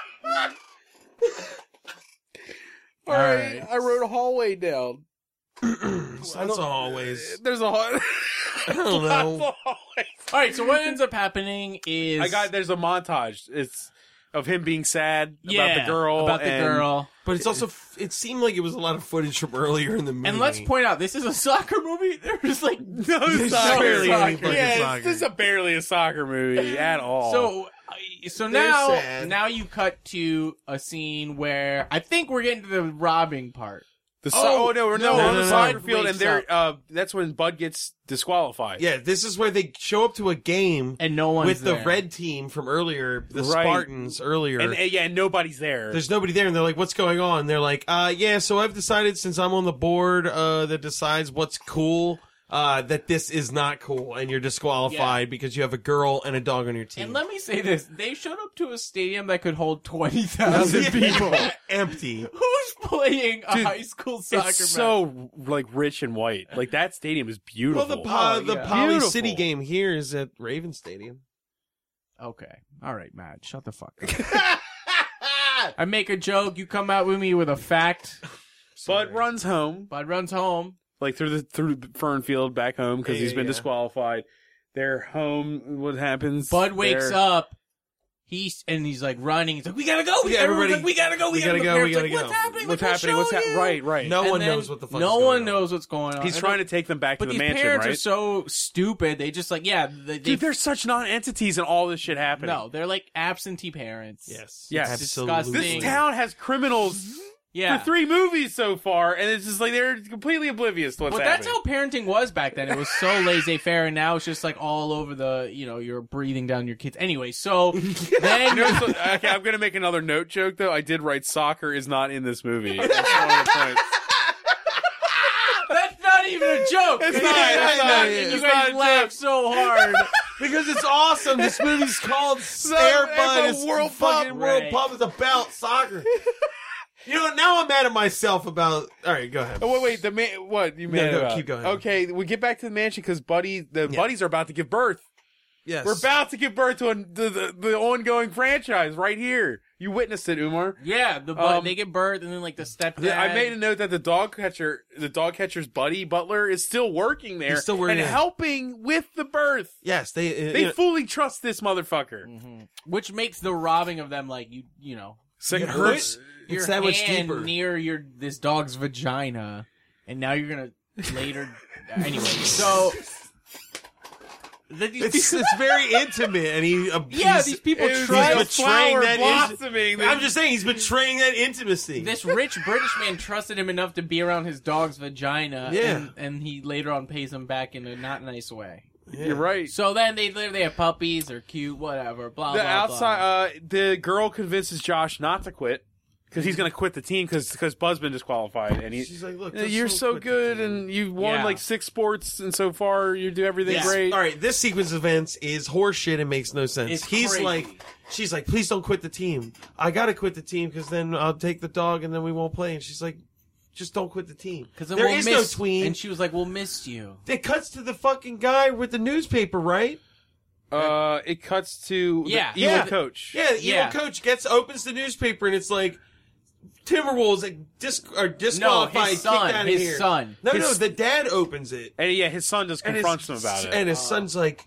Speaker 3: All right,
Speaker 2: All right.
Speaker 3: I wrote hallway down.
Speaker 6: That's always.
Speaker 3: There's a hall-
Speaker 6: I don't know.
Speaker 2: All right. So what ends up happening is
Speaker 3: I got there's a montage. It's of him being sad
Speaker 2: yeah,
Speaker 3: about the girl.
Speaker 2: about the
Speaker 3: and-
Speaker 2: girl.
Speaker 6: But it's also, f- it seemed like it was a lot of footage from earlier in the movie.
Speaker 2: And let's point out, this is a soccer movie. There's like
Speaker 3: No, it's not
Speaker 2: barely
Speaker 3: soccer.
Speaker 2: any fucking
Speaker 3: Yeah, it's-
Speaker 6: soccer.
Speaker 3: this is a barely a soccer movie at all.
Speaker 2: so. I- So
Speaker 6: They're
Speaker 2: now,
Speaker 6: sad.
Speaker 2: now you cut to a scene where I think we're getting to the robbing part.
Speaker 3: the so-
Speaker 2: oh,
Speaker 3: oh, no, we're no,
Speaker 2: no,
Speaker 3: we're
Speaker 6: no,
Speaker 3: on the
Speaker 6: no,
Speaker 3: soccer
Speaker 2: no.
Speaker 3: field,
Speaker 2: Wakes
Speaker 3: and they're uh, that's when Bud gets disqualified.
Speaker 6: Yeah, this is where they show up to a game
Speaker 2: And no one's
Speaker 6: with the
Speaker 2: there.
Speaker 6: red team from earlier, the
Speaker 3: Right.
Speaker 6: Spartans earlier.
Speaker 3: and, and- yeah, and nobody's there.
Speaker 6: There's nobody there, and they're like, "What's going on?" They're like, "Uh, yeah. So I've decided since I'm on the board uh, that decides what's cool, uh, that this is not cool, and you're disqualified because you have a girl and a dog on your team."
Speaker 2: And let me say this: they showed up to a stadium that could hold twenty thousand people.
Speaker 6: empty.
Speaker 2: Who's playing a
Speaker 3: Dude,
Speaker 2: high school soccer
Speaker 3: it's
Speaker 2: match?
Speaker 3: so like rich and white. Like that stadium is
Speaker 6: Well,
Speaker 3: beautiful.
Speaker 6: the uh, the
Speaker 2: yeah.
Speaker 6: Poly
Speaker 3: Beautiful.
Speaker 6: City game here is at Raven Stadium.
Speaker 2: Okay, all right, Matt, shut the fuck up. I make a joke, you come out with me with a fact.
Speaker 3: Bud runs home
Speaker 2: Bud runs home.
Speaker 3: like through the through Fernfield back home because
Speaker 6: Yeah,
Speaker 3: he's
Speaker 6: yeah,
Speaker 3: been
Speaker 6: yeah.
Speaker 3: disqualified. They're home. What happens?
Speaker 2: Bud wakes
Speaker 3: They're-
Speaker 2: up. He's and he's like running. He's like, "We gotta go! We
Speaker 6: Yeah,
Speaker 2: everyone's
Speaker 6: everybody-
Speaker 2: like, we gotta go!
Speaker 6: we
Speaker 2: gotta
Speaker 6: gotta
Speaker 2: go!
Speaker 6: go, we
Speaker 2: Parents
Speaker 6: gotta
Speaker 2: like,
Speaker 6: go.
Speaker 2: What's happening?
Speaker 3: What's
Speaker 2: Like, we'll
Speaker 3: happening? What's
Speaker 2: show
Speaker 3: happening?
Speaker 2: you."
Speaker 3: Right, right.
Speaker 6: No
Speaker 2: And
Speaker 6: one
Speaker 2: then
Speaker 6: knows what the fuck.
Speaker 2: No
Speaker 6: is going
Speaker 2: one
Speaker 6: on.
Speaker 2: knows what's going on.
Speaker 3: He's
Speaker 2: And
Speaker 3: trying
Speaker 2: then-
Speaker 3: to take them back
Speaker 2: But
Speaker 3: to the
Speaker 2: these
Speaker 3: mansion,
Speaker 2: parents
Speaker 3: right?
Speaker 2: are so stupid. They just like, yeah, they,
Speaker 3: Dude,
Speaker 2: they
Speaker 3: they're such non-entities, and all this shit happening.
Speaker 2: no, they're like absentee parents.
Speaker 6: Yes.
Speaker 3: Yes.
Speaker 2: It's
Speaker 6: Absolutely.
Speaker 2: disgusting.
Speaker 3: this town has criminals
Speaker 2: yeah.
Speaker 3: for three movies so far, and it's just like they're completely oblivious to what's
Speaker 2: Well, that's
Speaker 3: happening.
Speaker 2: how parenting was back then. It was so laissez faire, and now it's just like all over the, you know, you're breathing down your kids. Anyway, so then
Speaker 3: You know, so- okay, I'm gonna make another note joke though. I did write soccer is not in this movie. That's one of the points.
Speaker 2: that's not even a joke.
Speaker 3: It's
Speaker 2: You
Speaker 3: not,
Speaker 2: guys
Speaker 3: it's
Speaker 2: laugh-
Speaker 3: not,
Speaker 2: you
Speaker 3: it's not a
Speaker 2: guys
Speaker 3: joke.
Speaker 2: laugh so hard.
Speaker 6: Because it's awesome. This movie's called Air
Speaker 3: it's
Speaker 6: Bud.
Speaker 3: a
Speaker 6: It's
Speaker 3: World
Speaker 6: fucking
Speaker 2: Cup.
Speaker 6: World
Speaker 2: Right.
Speaker 6: Pub. It's about soccer. you know, now I'm mad at myself about. All right, go ahead.
Speaker 3: Oh, wait, wait, the man. What you mean?
Speaker 6: no, keep going.
Speaker 3: Okay, we get back to the mansion because buddy, the
Speaker 6: Yeah.
Speaker 3: buddies are about to give birth.
Speaker 6: Yes.
Speaker 3: We're about to give birth to, an, to the, the ongoing franchise right here. You witnessed it, Umar.
Speaker 2: Yeah, the bu-
Speaker 3: Um,
Speaker 2: they get birth, and then like the step.
Speaker 3: Yeah, I made a note that the dog catcher, the dog catcher's buddy Butler, is still working there
Speaker 6: He's still working
Speaker 3: and
Speaker 6: there.
Speaker 3: helping with the birth.
Speaker 6: Yes, they. uh,
Speaker 3: They
Speaker 6: you know-
Speaker 3: fully trust this motherfucker.
Speaker 2: which makes the robbing of them like you, you know,
Speaker 3: Second
Speaker 6: Yeah,
Speaker 3: hurts.
Speaker 6: It's
Speaker 2: your
Speaker 6: that much
Speaker 2: hand
Speaker 6: deeper.
Speaker 2: near your this dog's vagina, and now you're gonna later. anyway, so.
Speaker 6: It's, it's very intimate, and he. Uh,
Speaker 2: Yeah,
Speaker 6: he's-
Speaker 2: these people
Speaker 6: he's
Speaker 2: trust
Speaker 6: betraying
Speaker 3: flower
Speaker 6: that. in-
Speaker 3: blossoming.
Speaker 6: I'm just saying, he's betraying that intimacy.
Speaker 2: this rich British man trusted him enough to be around his dog's vagina,
Speaker 6: Yeah.
Speaker 2: and, and he later on pays him back in a not nice way.
Speaker 3: You're right.
Speaker 2: So then they live. They have puppies. They're cute. Whatever. Blah
Speaker 3: the
Speaker 2: blah
Speaker 3: outside,
Speaker 2: blah.
Speaker 3: uh, the girl convinces Josh not to quit because he's going to quit the team because because Buzz been disqualified and he.
Speaker 6: She's like, look, let's
Speaker 3: Uh, You're
Speaker 6: all
Speaker 3: so
Speaker 6: quit the
Speaker 3: good,
Speaker 6: team.
Speaker 3: and you've won
Speaker 2: Yeah.
Speaker 3: like six sports, and so far you do everything
Speaker 2: Yes.
Speaker 3: great.
Speaker 6: All right, this sequence of events is horseshit and makes no sense.
Speaker 2: It's
Speaker 6: He's
Speaker 2: crazy.
Speaker 6: like, she's like, please don't quit the team. I gotta quit the team because then I'll take the dog and then we won't play. And she's like, just don't quit the team.
Speaker 2: Because
Speaker 6: there
Speaker 2: then we'll
Speaker 6: is
Speaker 2: miss,
Speaker 6: no tween.
Speaker 2: And she was like, "We'll miss you."
Speaker 6: it cuts to the fucking guy with the newspaper, right?
Speaker 3: Uh, it cuts to
Speaker 2: Yeah.
Speaker 3: the evil
Speaker 6: Yeah.
Speaker 3: coach.
Speaker 6: Yeah, the evil
Speaker 2: Yeah.
Speaker 6: coach gets opens the newspaper and it's like. Timberwolves like, dis- are disqualified,
Speaker 2: No, his son,
Speaker 6: kicked out
Speaker 2: his
Speaker 6: of here.
Speaker 2: son.
Speaker 6: No,
Speaker 3: His-
Speaker 6: no, the dad opens it
Speaker 3: and yeah, his son just confronts him
Speaker 6: his,
Speaker 2: Uh-huh.
Speaker 3: about it.
Speaker 6: And his son's like,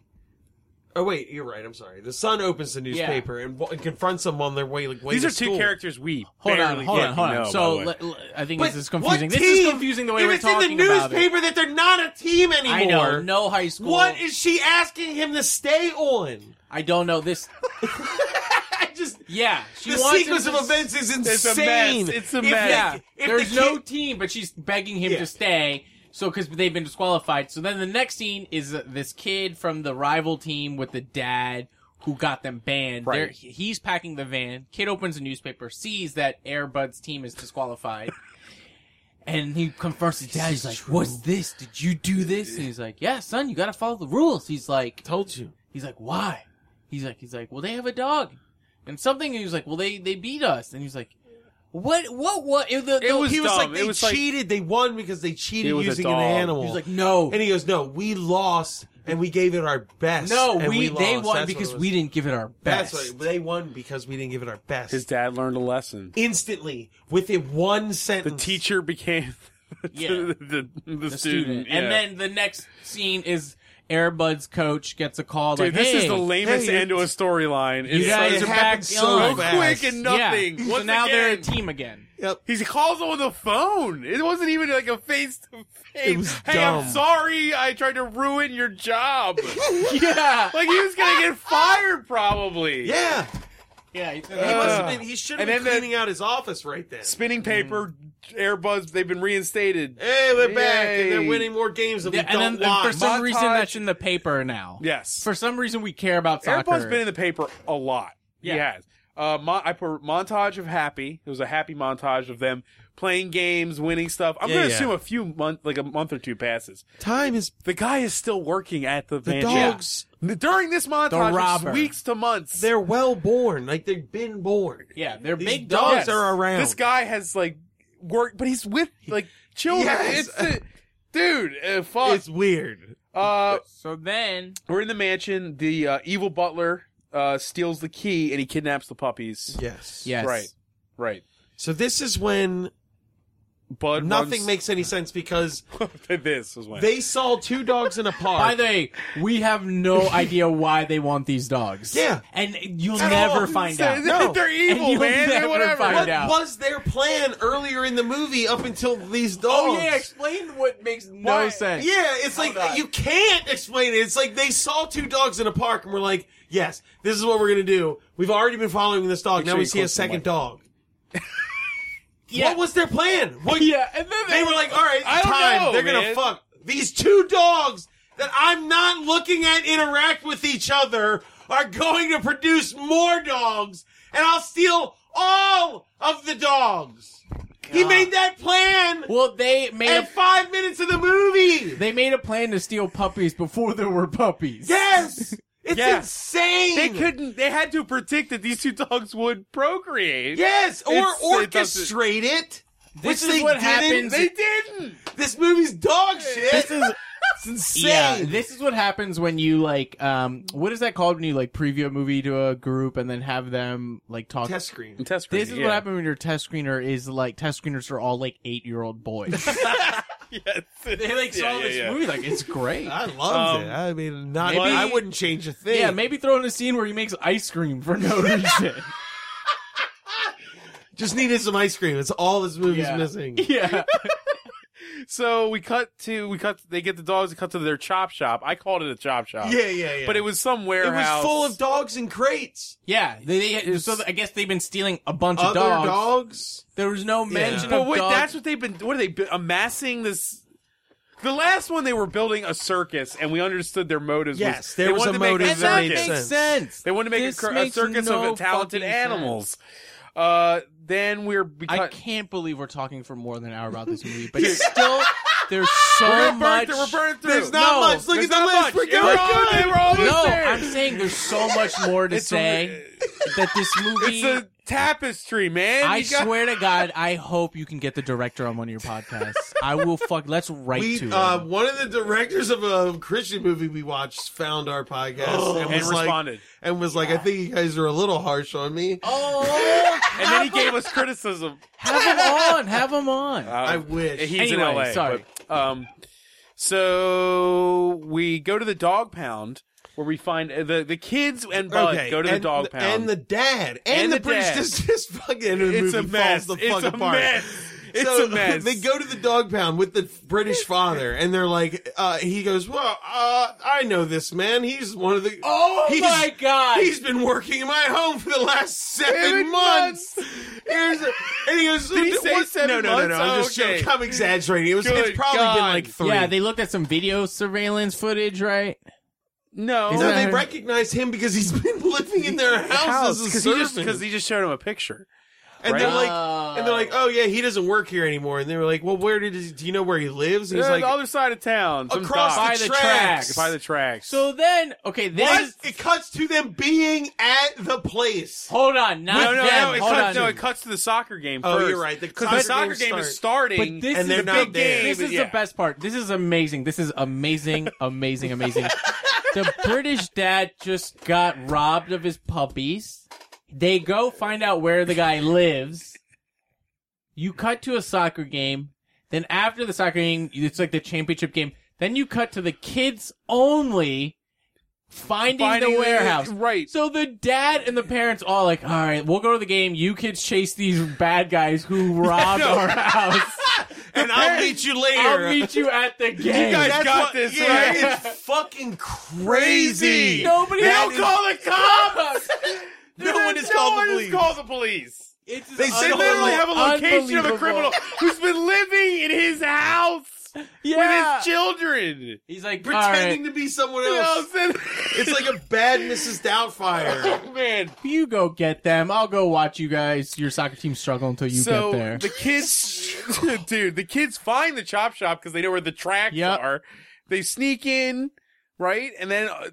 Speaker 6: Oh wait, you're right. I'm sorry. The son opens the newspaper and, wa- and confronts them on their way. Like way
Speaker 3: These
Speaker 6: to
Speaker 3: are two
Speaker 6: school.
Speaker 3: characters we
Speaker 2: Hold on,
Speaker 3: barely
Speaker 2: hold on,
Speaker 3: get
Speaker 2: hold
Speaker 3: to
Speaker 2: on.
Speaker 3: know,
Speaker 2: so
Speaker 3: by the way.
Speaker 2: let- let- I think
Speaker 6: But
Speaker 2: this is confusing.
Speaker 6: what
Speaker 2: This is
Speaker 6: team?
Speaker 2: confusing the way
Speaker 6: if
Speaker 2: we're
Speaker 6: it's
Speaker 2: talking
Speaker 6: in the
Speaker 2: about it.
Speaker 6: newspaper that they're not a team anymore.
Speaker 2: I know, no high school.
Speaker 6: What is she asking him to stay on?
Speaker 2: I don't know this.
Speaker 6: I just
Speaker 2: Yeah, she
Speaker 6: the
Speaker 2: wants him
Speaker 6: sequence
Speaker 2: to
Speaker 6: of events is
Speaker 3: It's a
Speaker 6: insane.
Speaker 3: mess. It's a
Speaker 6: If
Speaker 3: mess.
Speaker 6: they-
Speaker 2: Yeah,
Speaker 6: if
Speaker 2: there's
Speaker 6: the
Speaker 2: no
Speaker 6: kid-
Speaker 2: team, but she's begging him
Speaker 6: Yeah.
Speaker 2: to stay. So, because they've been disqualified. So then the next scene is uh, this kid from the rival team with the dad who got them banned. They're- he- He's packing the van. Kid opens a newspaper, sees that Airbud's team is disqualified. And he confronts his dad. He's like, "What's this? Did you do this?" And he's like, "Yeah, son, you got to follow the rules." He's like,
Speaker 6: Told you.
Speaker 2: He's like, why? He's like, he's like, well, they have a dog and something. And he was like, well, they, they beat us. And he's like, what, what, what? It, the,
Speaker 3: It
Speaker 2: the-
Speaker 3: was
Speaker 6: He was
Speaker 3: dumb.
Speaker 6: like
Speaker 3: It
Speaker 6: they
Speaker 3: was like-
Speaker 6: cheated. they won because they
Speaker 3: It
Speaker 6: cheated
Speaker 3: was a
Speaker 6: using an
Speaker 3: dog.
Speaker 6: animal.
Speaker 2: he was like, no,
Speaker 6: and he goes, "No, we lost, and we gave it our best.
Speaker 2: no,
Speaker 6: and
Speaker 2: we, they
Speaker 6: lost." That's
Speaker 2: won
Speaker 6: what
Speaker 2: because
Speaker 6: it was.
Speaker 2: we didn't give it our best.
Speaker 6: That's what they won because we didn't give it our best.
Speaker 3: his dad learned a lesson.
Speaker 6: Instantly, within one
Speaker 3: The
Speaker 6: sentence,
Speaker 3: teacher became
Speaker 2: Yeah.
Speaker 3: the, the, the,
Speaker 2: the
Speaker 3: student,
Speaker 2: student.
Speaker 3: yeah.
Speaker 2: And then the next scene is Airbud's coach gets a call
Speaker 3: Dude,
Speaker 2: like,
Speaker 3: this
Speaker 2: hey,
Speaker 3: is the lamest
Speaker 6: hey,
Speaker 3: end to a storyline.
Speaker 2: you
Speaker 3: It's
Speaker 2: guys
Speaker 3: so-
Speaker 2: are
Speaker 6: it
Speaker 2: back
Speaker 6: happened so
Speaker 2: on.
Speaker 6: fast.
Speaker 3: quick and
Speaker 2: Yeah.
Speaker 3: nothing.
Speaker 2: So
Speaker 3: Once
Speaker 2: now they're a
Speaker 3: again.
Speaker 2: team again.
Speaker 6: Yep.
Speaker 3: He calls him on the phone. It wasn't even like a face to
Speaker 6: It was
Speaker 3: face. Hey, I'm
Speaker 6: dumb.
Speaker 3: sorry I tried to ruin your job.
Speaker 2: yeah.
Speaker 3: like he was gonna get fired probably.
Speaker 6: Yeah,
Speaker 2: Yeah. he-
Speaker 6: he must have
Speaker 3: Uh,
Speaker 6: been. He should have
Speaker 3: and
Speaker 6: been
Speaker 3: then the-
Speaker 6: cleaning out his office right then.
Speaker 3: Spinning paper, Airbuds, they've been reinstated.
Speaker 6: Hey, we're back, and
Speaker 3: Yay.
Speaker 6: they're winning more games than
Speaker 2: Yeah,
Speaker 6: we
Speaker 2: and
Speaker 6: don't
Speaker 2: then and for
Speaker 6: watch.
Speaker 2: some reason
Speaker 3: Montage.
Speaker 2: that's in the paper now.
Speaker 3: Yes.
Speaker 2: For some reason we care about soccer.
Speaker 3: Airbuds been in the paper a lot. He
Speaker 2: Yeah.
Speaker 3: has. Uh, mon- I put montage of happy. It was a happy montage of them playing games, winning stuff. I'm
Speaker 6: Yeah,
Speaker 3: gonna
Speaker 6: yeah.
Speaker 3: assume a few month, like a month or two passes.
Speaker 6: Time is
Speaker 3: The guy is still working at the,
Speaker 6: the
Speaker 3: van shop.
Speaker 6: dogs.
Speaker 3: During this montage,
Speaker 2: robber.
Speaker 3: it's weeks to months.
Speaker 6: They're well born, like they've been born.
Speaker 2: Yeah, they're
Speaker 6: These
Speaker 2: big
Speaker 6: dogs
Speaker 2: dogs.
Speaker 6: are around.
Speaker 3: This guy has like work, but he's with like children.
Speaker 6: Yes.
Speaker 3: It's the, dude, uh, fuck.
Speaker 6: It's weird.
Speaker 3: Uh,
Speaker 2: So then,
Speaker 3: we're in the mansion. The uh, evil butler uh, steals the key and he kidnaps the puppies.
Speaker 6: Yes.
Speaker 2: yes,
Speaker 3: Right. Right.
Speaker 6: So this is when
Speaker 3: Bud
Speaker 6: nothing
Speaker 3: runs-
Speaker 6: makes any sense because
Speaker 3: this was when
Speaker 6: they saw two dogs in a park.
Speaker 2: By the way, we have no idea why they want these dogs.
Speaker 6: Yeah.
Speaker 2: and you'll
Speaker 6: At
Speaker 2: never
Speaker 6: all.
Speaker 2: find
Speaker 3: They're-
Speaker 2: out.
Speaker 6: No.
Speaker 3: They're evil,
Speaker 2: And you'll
Speaker 3: man. They're
Speaker 2: never
Speaker 3: whatever.
Speaker 2: find
Speaker 6: what
Speaker 2: out. out.
Speaker 6: was their plan earlier in the movie up until these dogs?
Speaker 2: Oh yeah, explain what makes no
Speaker 3: Why-
Speaker 2: sense.
Speaker 6: Yeah, it's like you can't explain it. It's like they saw two dogs in a park and we're like, "Yes, this is what we're gonna do." We've already been following this dog.
Speaker 3: Make
Speaker 6: now
Speaker 3: sure
Speaker 6: we
Speaker 3: you
Speaker 6: see a
Speaker 3: close the mic.
Speaker 6: second dog.
Speaker 2: Yeah.
Speaker 6: What was their plan? What,
Speaker 2: yeah, and then
Speaker 6: They were like, "All right,
Speaker 3: I don't
Speaker 6: time.
Speaker 3: know,
Speaker 6: They're
Speaker 3: man.
Speaker 6: gonna fuck these two dogs that I'm not looking at interact with each other are going to produce more dogs, and I'll steal all of the dogs." He made that plan.
Speaker 2: well, they made
Speaker 6: And
Speaker 2: a,
Speaker 6: five minutes of the movie.
Speaker 2: they made a plan to steal puppies before there were puppies.
Speaker 6: Yes, it's
Speaker 3: Yeah.
Speaker 6: insane.
Speaker 3: They couldn't. They had to predict that these two dogs would procreate.
Speaker 6: yes, or
Speaker 3: It's- it doesn't-
Speaker 6: orchestrate it.
Speaker 2: This
Speaker 6: which
Speaker 2: is
Speaker 6: they
Speaker 2: what
Speaker 6: didn't.
Speaker 2: happens-
Speaker 3: They didn't.
Speaker 6: This movie's dog shit.
Speaker 2: This is
Speaker 6: it's insane.
Speaker 2: yeah. This is what happens when you like um what is that called when you like preview a movie to a group and then have them like talk
Speaker 6: test screen.
Speaker 3: Test
Speaker 2: This is what happened when your test screener is like test screeners are all like eight year old boys.
Speaker 3: They
Speaker 2: like saw this movie, like it's great.
Speaker 6: I loved
Speaker 3: Um,
Speaker 6: it. I mean, not.
Speaker 2: maybe-
Speaker 6: I wouldn't change a thing.
Speaker 2: yeah, maybe throw in a scene where he makes ice cream for no reason.
Speaker 6: just needed some ice cream. It's all this movie's
Speaker 2: Yeah.
Speaker 6: missing.
Speaker 2: yeah,
Speaker 3: So we cut to we cut. They get the dogs to cut to their chop shop. I called it a chop shop.
Speaker 6: Yeah, yeah, yeah.
Speaker 3: But it was some
Speaker 6: It was
Speaker 3: warehouse.
Speaker 6: full of dogs and crates.
Speaker 2: yeah. They, they, so I guess they've been stealing a bunch of
Speaker 6: Other
Speaker 2: dogs.
Speaker 6: dogs.
Speaker 2: There was no mention
Speaker 3: But
Speaker 2: of
Speaker 3: wait,
Speaker 2: dogs.
Speaker 3: that's what they've been. What are they been, amassing this? The last one they were building a circus, and we understood their motives.
Speaker 6: Yes,
Speaker 3: was,
Speaker 6: there
Speaker 3: they
Speaker 6: was
Speaker 3: wanted
Speaker 6: a
Speaker 3: to make
Speaker 6: motive
Speaker 2: and
Speaker 6: that
Speaker 2: that
Speaker 6: made
Speaker 2: makes sense.
Speaker 6: sense.
Speaker 3: They wanted to make a,
Speaker 2: This
Speaker 3: cir- a
Speaker 2: makes
Speaker 3: circus
Speaker 2: no
Speaker 3: of
Speaker 2: fucking
Speaker 3: talented
Speaker 2: sense.
Speaker 3: animals. Uh, then we're we
Speaker 2: I
Speaker 3: cut-
Speaker 2: can't believe we're talking for more than an hour about this movie, but it's still there's so
Speaker 3: we're gonna burn
Speaker 2: much.
Speaker 3: through. We're burning through.
Speaker 6: There's not
Speaker 2: No,
Speaker 6: much. Look
Speaker 3: There's
Speaker 6: at the list.
Speaker 3: not much.
Speaker 6: We're
Speaker 3: It was
Speaker 6: going.
Speaker 3: good. They were almost
Speaker 2: no,
Speaker 3: there.
Speaker 2: I'm saying there's so much more to
Speaker 3: It's a-
Speaker 2: say that this movie.
Speaker 3: It's a tapestry, man.
Speaker 2: I
Speaker 3: You got-
Speaker 2: swear to God, I hope you can get the director on one of your podcasts. I will fuck. Let's write to
Speaker 6: We,
Speaker 2: him.
Speaker 6: uh, one of the directors of a Christian movie we watched found our podcast and,
Speaker 3: and
Speaker 6: was like-
Speaker 3: responded.
Speaker 6: and was like, "I think you guys are a little harsh on me."
Speaker 2: oh,
Speaker 3: and then he gave us criticism. Um,
Speaker 2: have him on. Have him on.
Speaker 6: I wish.
Speaker 3: He's in
Speaker 2: Anyway,
Speaker 3: LA.
Speaker 2: sorry.
Speaker 3: but, um, so we go to the dog pound. where we find uh, the the kids and Bud go to the
Speaker 6: and
Speaker 3: dog pound.
Speaker 6: and the dad and,
Speaker 3: And
Speaker 6: the,
Speaker 3: the
Speaker 6: British
Speaker 3: dad.
Speaker 6: just just fucking and the
Speaker 3: It's
Speaker 6: movie
Speaker 3: a mess.
Speaker 6: falls the
Speaker 3: It's
Speaker 6: fuck
Speaker 3: a
Speaker 6: apart.
Speaker 3: mess. It's
Speaker 6: So,
Speaker 3: a mess.
Speaker 6: They go to the dog pound with the British father, and they're like, uh, he goes, "Well, uh, I know this man. He's one of the
Speaker 2: Oh
Speaker 6: he's-
Speaker 2: my God.
Speaker 6: He's been working in my home for the last seven
Speaker 3: Seven
Speaker 6: months. Here's a, and he goes,
Speaker 3: he say
Speaker 6: "What-
Speaker 3: seven
Speaker 6: no, no, no, no.
Speaker 3: months?
Speaker 6: I'm
Speaker 3: Oh,
Speaker 6: just
Speaker 3: okay.
Speaker 6: joking. I'm exaggerating. It was it's
Speaker 3: Good
Speaker 6: probably been
Speaker 3: God.
Speaker 6: like three.
Speaker 2: Yeah, they looked at some video surveillance footage, right?
Speaker 3: no,
Speaker 2: Is
Speaker 6: no,
Speaker 2: that-
Speaker 6: they recognize him because he's been living in their house as a
Speaker 3: because he just
Speaker 6: servant.
Speaker 3: because he just showed him a picture.
Speaker 6: And they're
Speaker 3: Right.
Speaker 6: like, and they're like, oh yeah, he doesn't work here anymore. And they were like, well, where did he, do you know where he lives? And he's
Speaker 3: Yeah,
Speaker 6: like,
Speaker 3: the other side of town, some
Speaker 6: across
Speaker 3: dock.
Speaker 6: the, tracks.
Speaker 3: by the tracks.
Speaker 2: So then, okay, this
Speaker 6: What?
Speaker 2: is-
Speaker 6: It cuts to them being at the place.
Speaker 2: hold on, not
Speaker 3: no,
Speaker 2: them.
Speaker 3: no, no, it
Speaker 2: hold
Speaker 3: cuts,
Speaker 2: on.
Speaker 3: no, it cuts to the soccer game
Speaker 6: Oh,
Speaker 3: first.
Speaker 6: you're right. The
Speaker 3: Because the
Speaker 6: soccer
Speaker 3: soccer
Speaker 6: games
Speaker 3: game
Speaker 6: start.
Speaker 3: is starting.
Speaker 2: But this
Speaker 6: and
Speaker 2: is
Speaker 6: they're
Speaker 2: the
Speaker 6: not
Speaker 2: big
Speaker 6: there.
Speaker 2: game. This is
Speaker 3: Yeah.
Speaker 2: the best part. This is amazing. This is amazing, amazing, amazing. the British dad just got robbed of his puppies. They go find out where the guy lives. You cut to a soccer game. Then after the soccer game, it's like the championship game. Then you cut to the kids only finding,
Speaker 3: Finding
Speaker 2: the
Speaker 3: the-
Speaker 2: warehouse.
Speaker 3: right.
Speaker 2: So the dad and the parents all like, all right, we'll go to the game. You kids chase these bad guys who robbed our house.
Speaker 6: And I'll meet you later.
Speaker 2: I'll meet you at the game.
Speaker 3: guys
Speaker 6: That's
Speaker 3: got
Speaker 6: what-
Speaker 3: this,
Speaker 6: yeah,
Speaker 3: right?
Speaker 6: It's fucking crazy.
Speaker 2: Nobody
Speaker 6: That
Speaker 2: will
Speaker 6: is-
Speaker 3: Oh,
Speaker 2: call the cops.
Speaker 6: No one has called the police.
Speaker 3: called the police.
Speaker 2: It's just
Speaker 6: They said
Speaker 3: They
Speaker 6: Unbelievable.
Speaker 3: literally have a location of a
Speaker 2: unbelievable.
Speaker 3: criminal who's been living in his house
Speaker 2: Yeah.
Speaker 3: with his children. Oh,
Speaker 2: He's like pretending.
Speaker 6: pretending to be someone
Speaker 3: You know what
Speaker 6: else.
Speaker 3: I'm saying?
Speaker 6: It's like a bad Mrs. Doubtfire.
Speaker 3: oh, man.
Speaker 2: you go get them. I'll go watch you guys. Your soccer team struggle until you
Speaker 3: so
Speaker 2: get there.
Speaker 3: the kids, dude, the kids find the chop shop because they know where the tracks
Speaker 2: Yep.
Speaker 3: are. They sneak in, right, and then uh,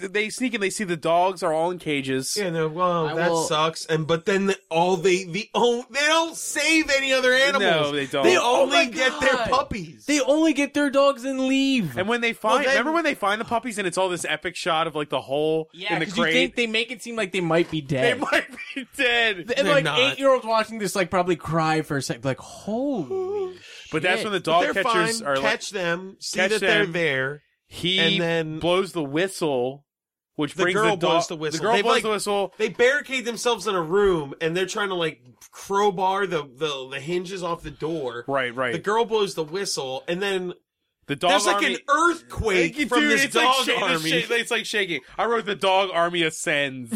Speaker 3: they sneak in. They see the dogs are all in cages.
Speaker 6: Yeah, no, well,
Speaker 2: I
Speaker 6: that
Speaker 2: will-
Speaker 6: sucks. And but then the, all they the own they don't save any other animals.
Speaker 3: No, they don't.
Speaker 6: They
Speaker 2: Oh
Speaker 6: only
Speaker 2: my
Speaker 6: get their
Speaker 2: God.
Speaker 6: puppies.
Speaker 2: they only get their dogs and leave.
Speaker 3: And when they find,
Speaker 6: then-
Speaker 3: remember when they find the puppies, and it's all this epic shot of like the hole
Speaker 2: yeah,
Speaker 3: in the
Speaker 2: because you
Speaker 3: crate.
Speaker 2: think they make it seem like they might be
Speaker 3: they
Speaker 2: dead.
Speaker 3: might be dead.
Speaker 2: and
Speaker 6: They're
Speaker 2: like
Speaker 6: not.
Speaker 2: eight year olds watching this, like probably cry for a second, like holy.
Speaker 3: but that's
Speaker 2: shit.
Speaker 3: when the
Speaker 6: But
Speaker 3: dog
Speaker 6: they're
Speaker 3: catchers
Speaker 6: fine.
Speaker 3: are like,
Speaker 6: catch them, see
Speaker 3: Catch
Speaker 6: that
Speaker 3: them.
Speaker 6: they're there.
Speaker 3: He
Speaker 6: And then-
Speaker 3: blows the whistle, which
Speaker 6: The
Speaker 3: brings
Speaker 6: girl
Speaker 3: the dog-
Speaker 6: blows the whistle.
Speaker 3: The girl
Speaker 6: They,
Speaker 3: blows
Speaker 6: like-
Speaker 3: the whistle.
Speaker 6: They barricade themselves in a room and they're trying to like crowbar the the, the hinges off the door.
Speaker 3: Right, right.
Speaker 6: The girl blows the whistle and then
Speaker 3: The dog
Speaker 6: there's like
Speaker 3: army.
Speaker 6: an earthquake
Speaker 3: Dude,
Speaker 6: from this
Speaker 3: it's
Speaker 6: dog
Speaker 3: like sha-
Speaker 6: army.
Speaker 3: it's sha- it's like shaking. I wrote the dog army ascends.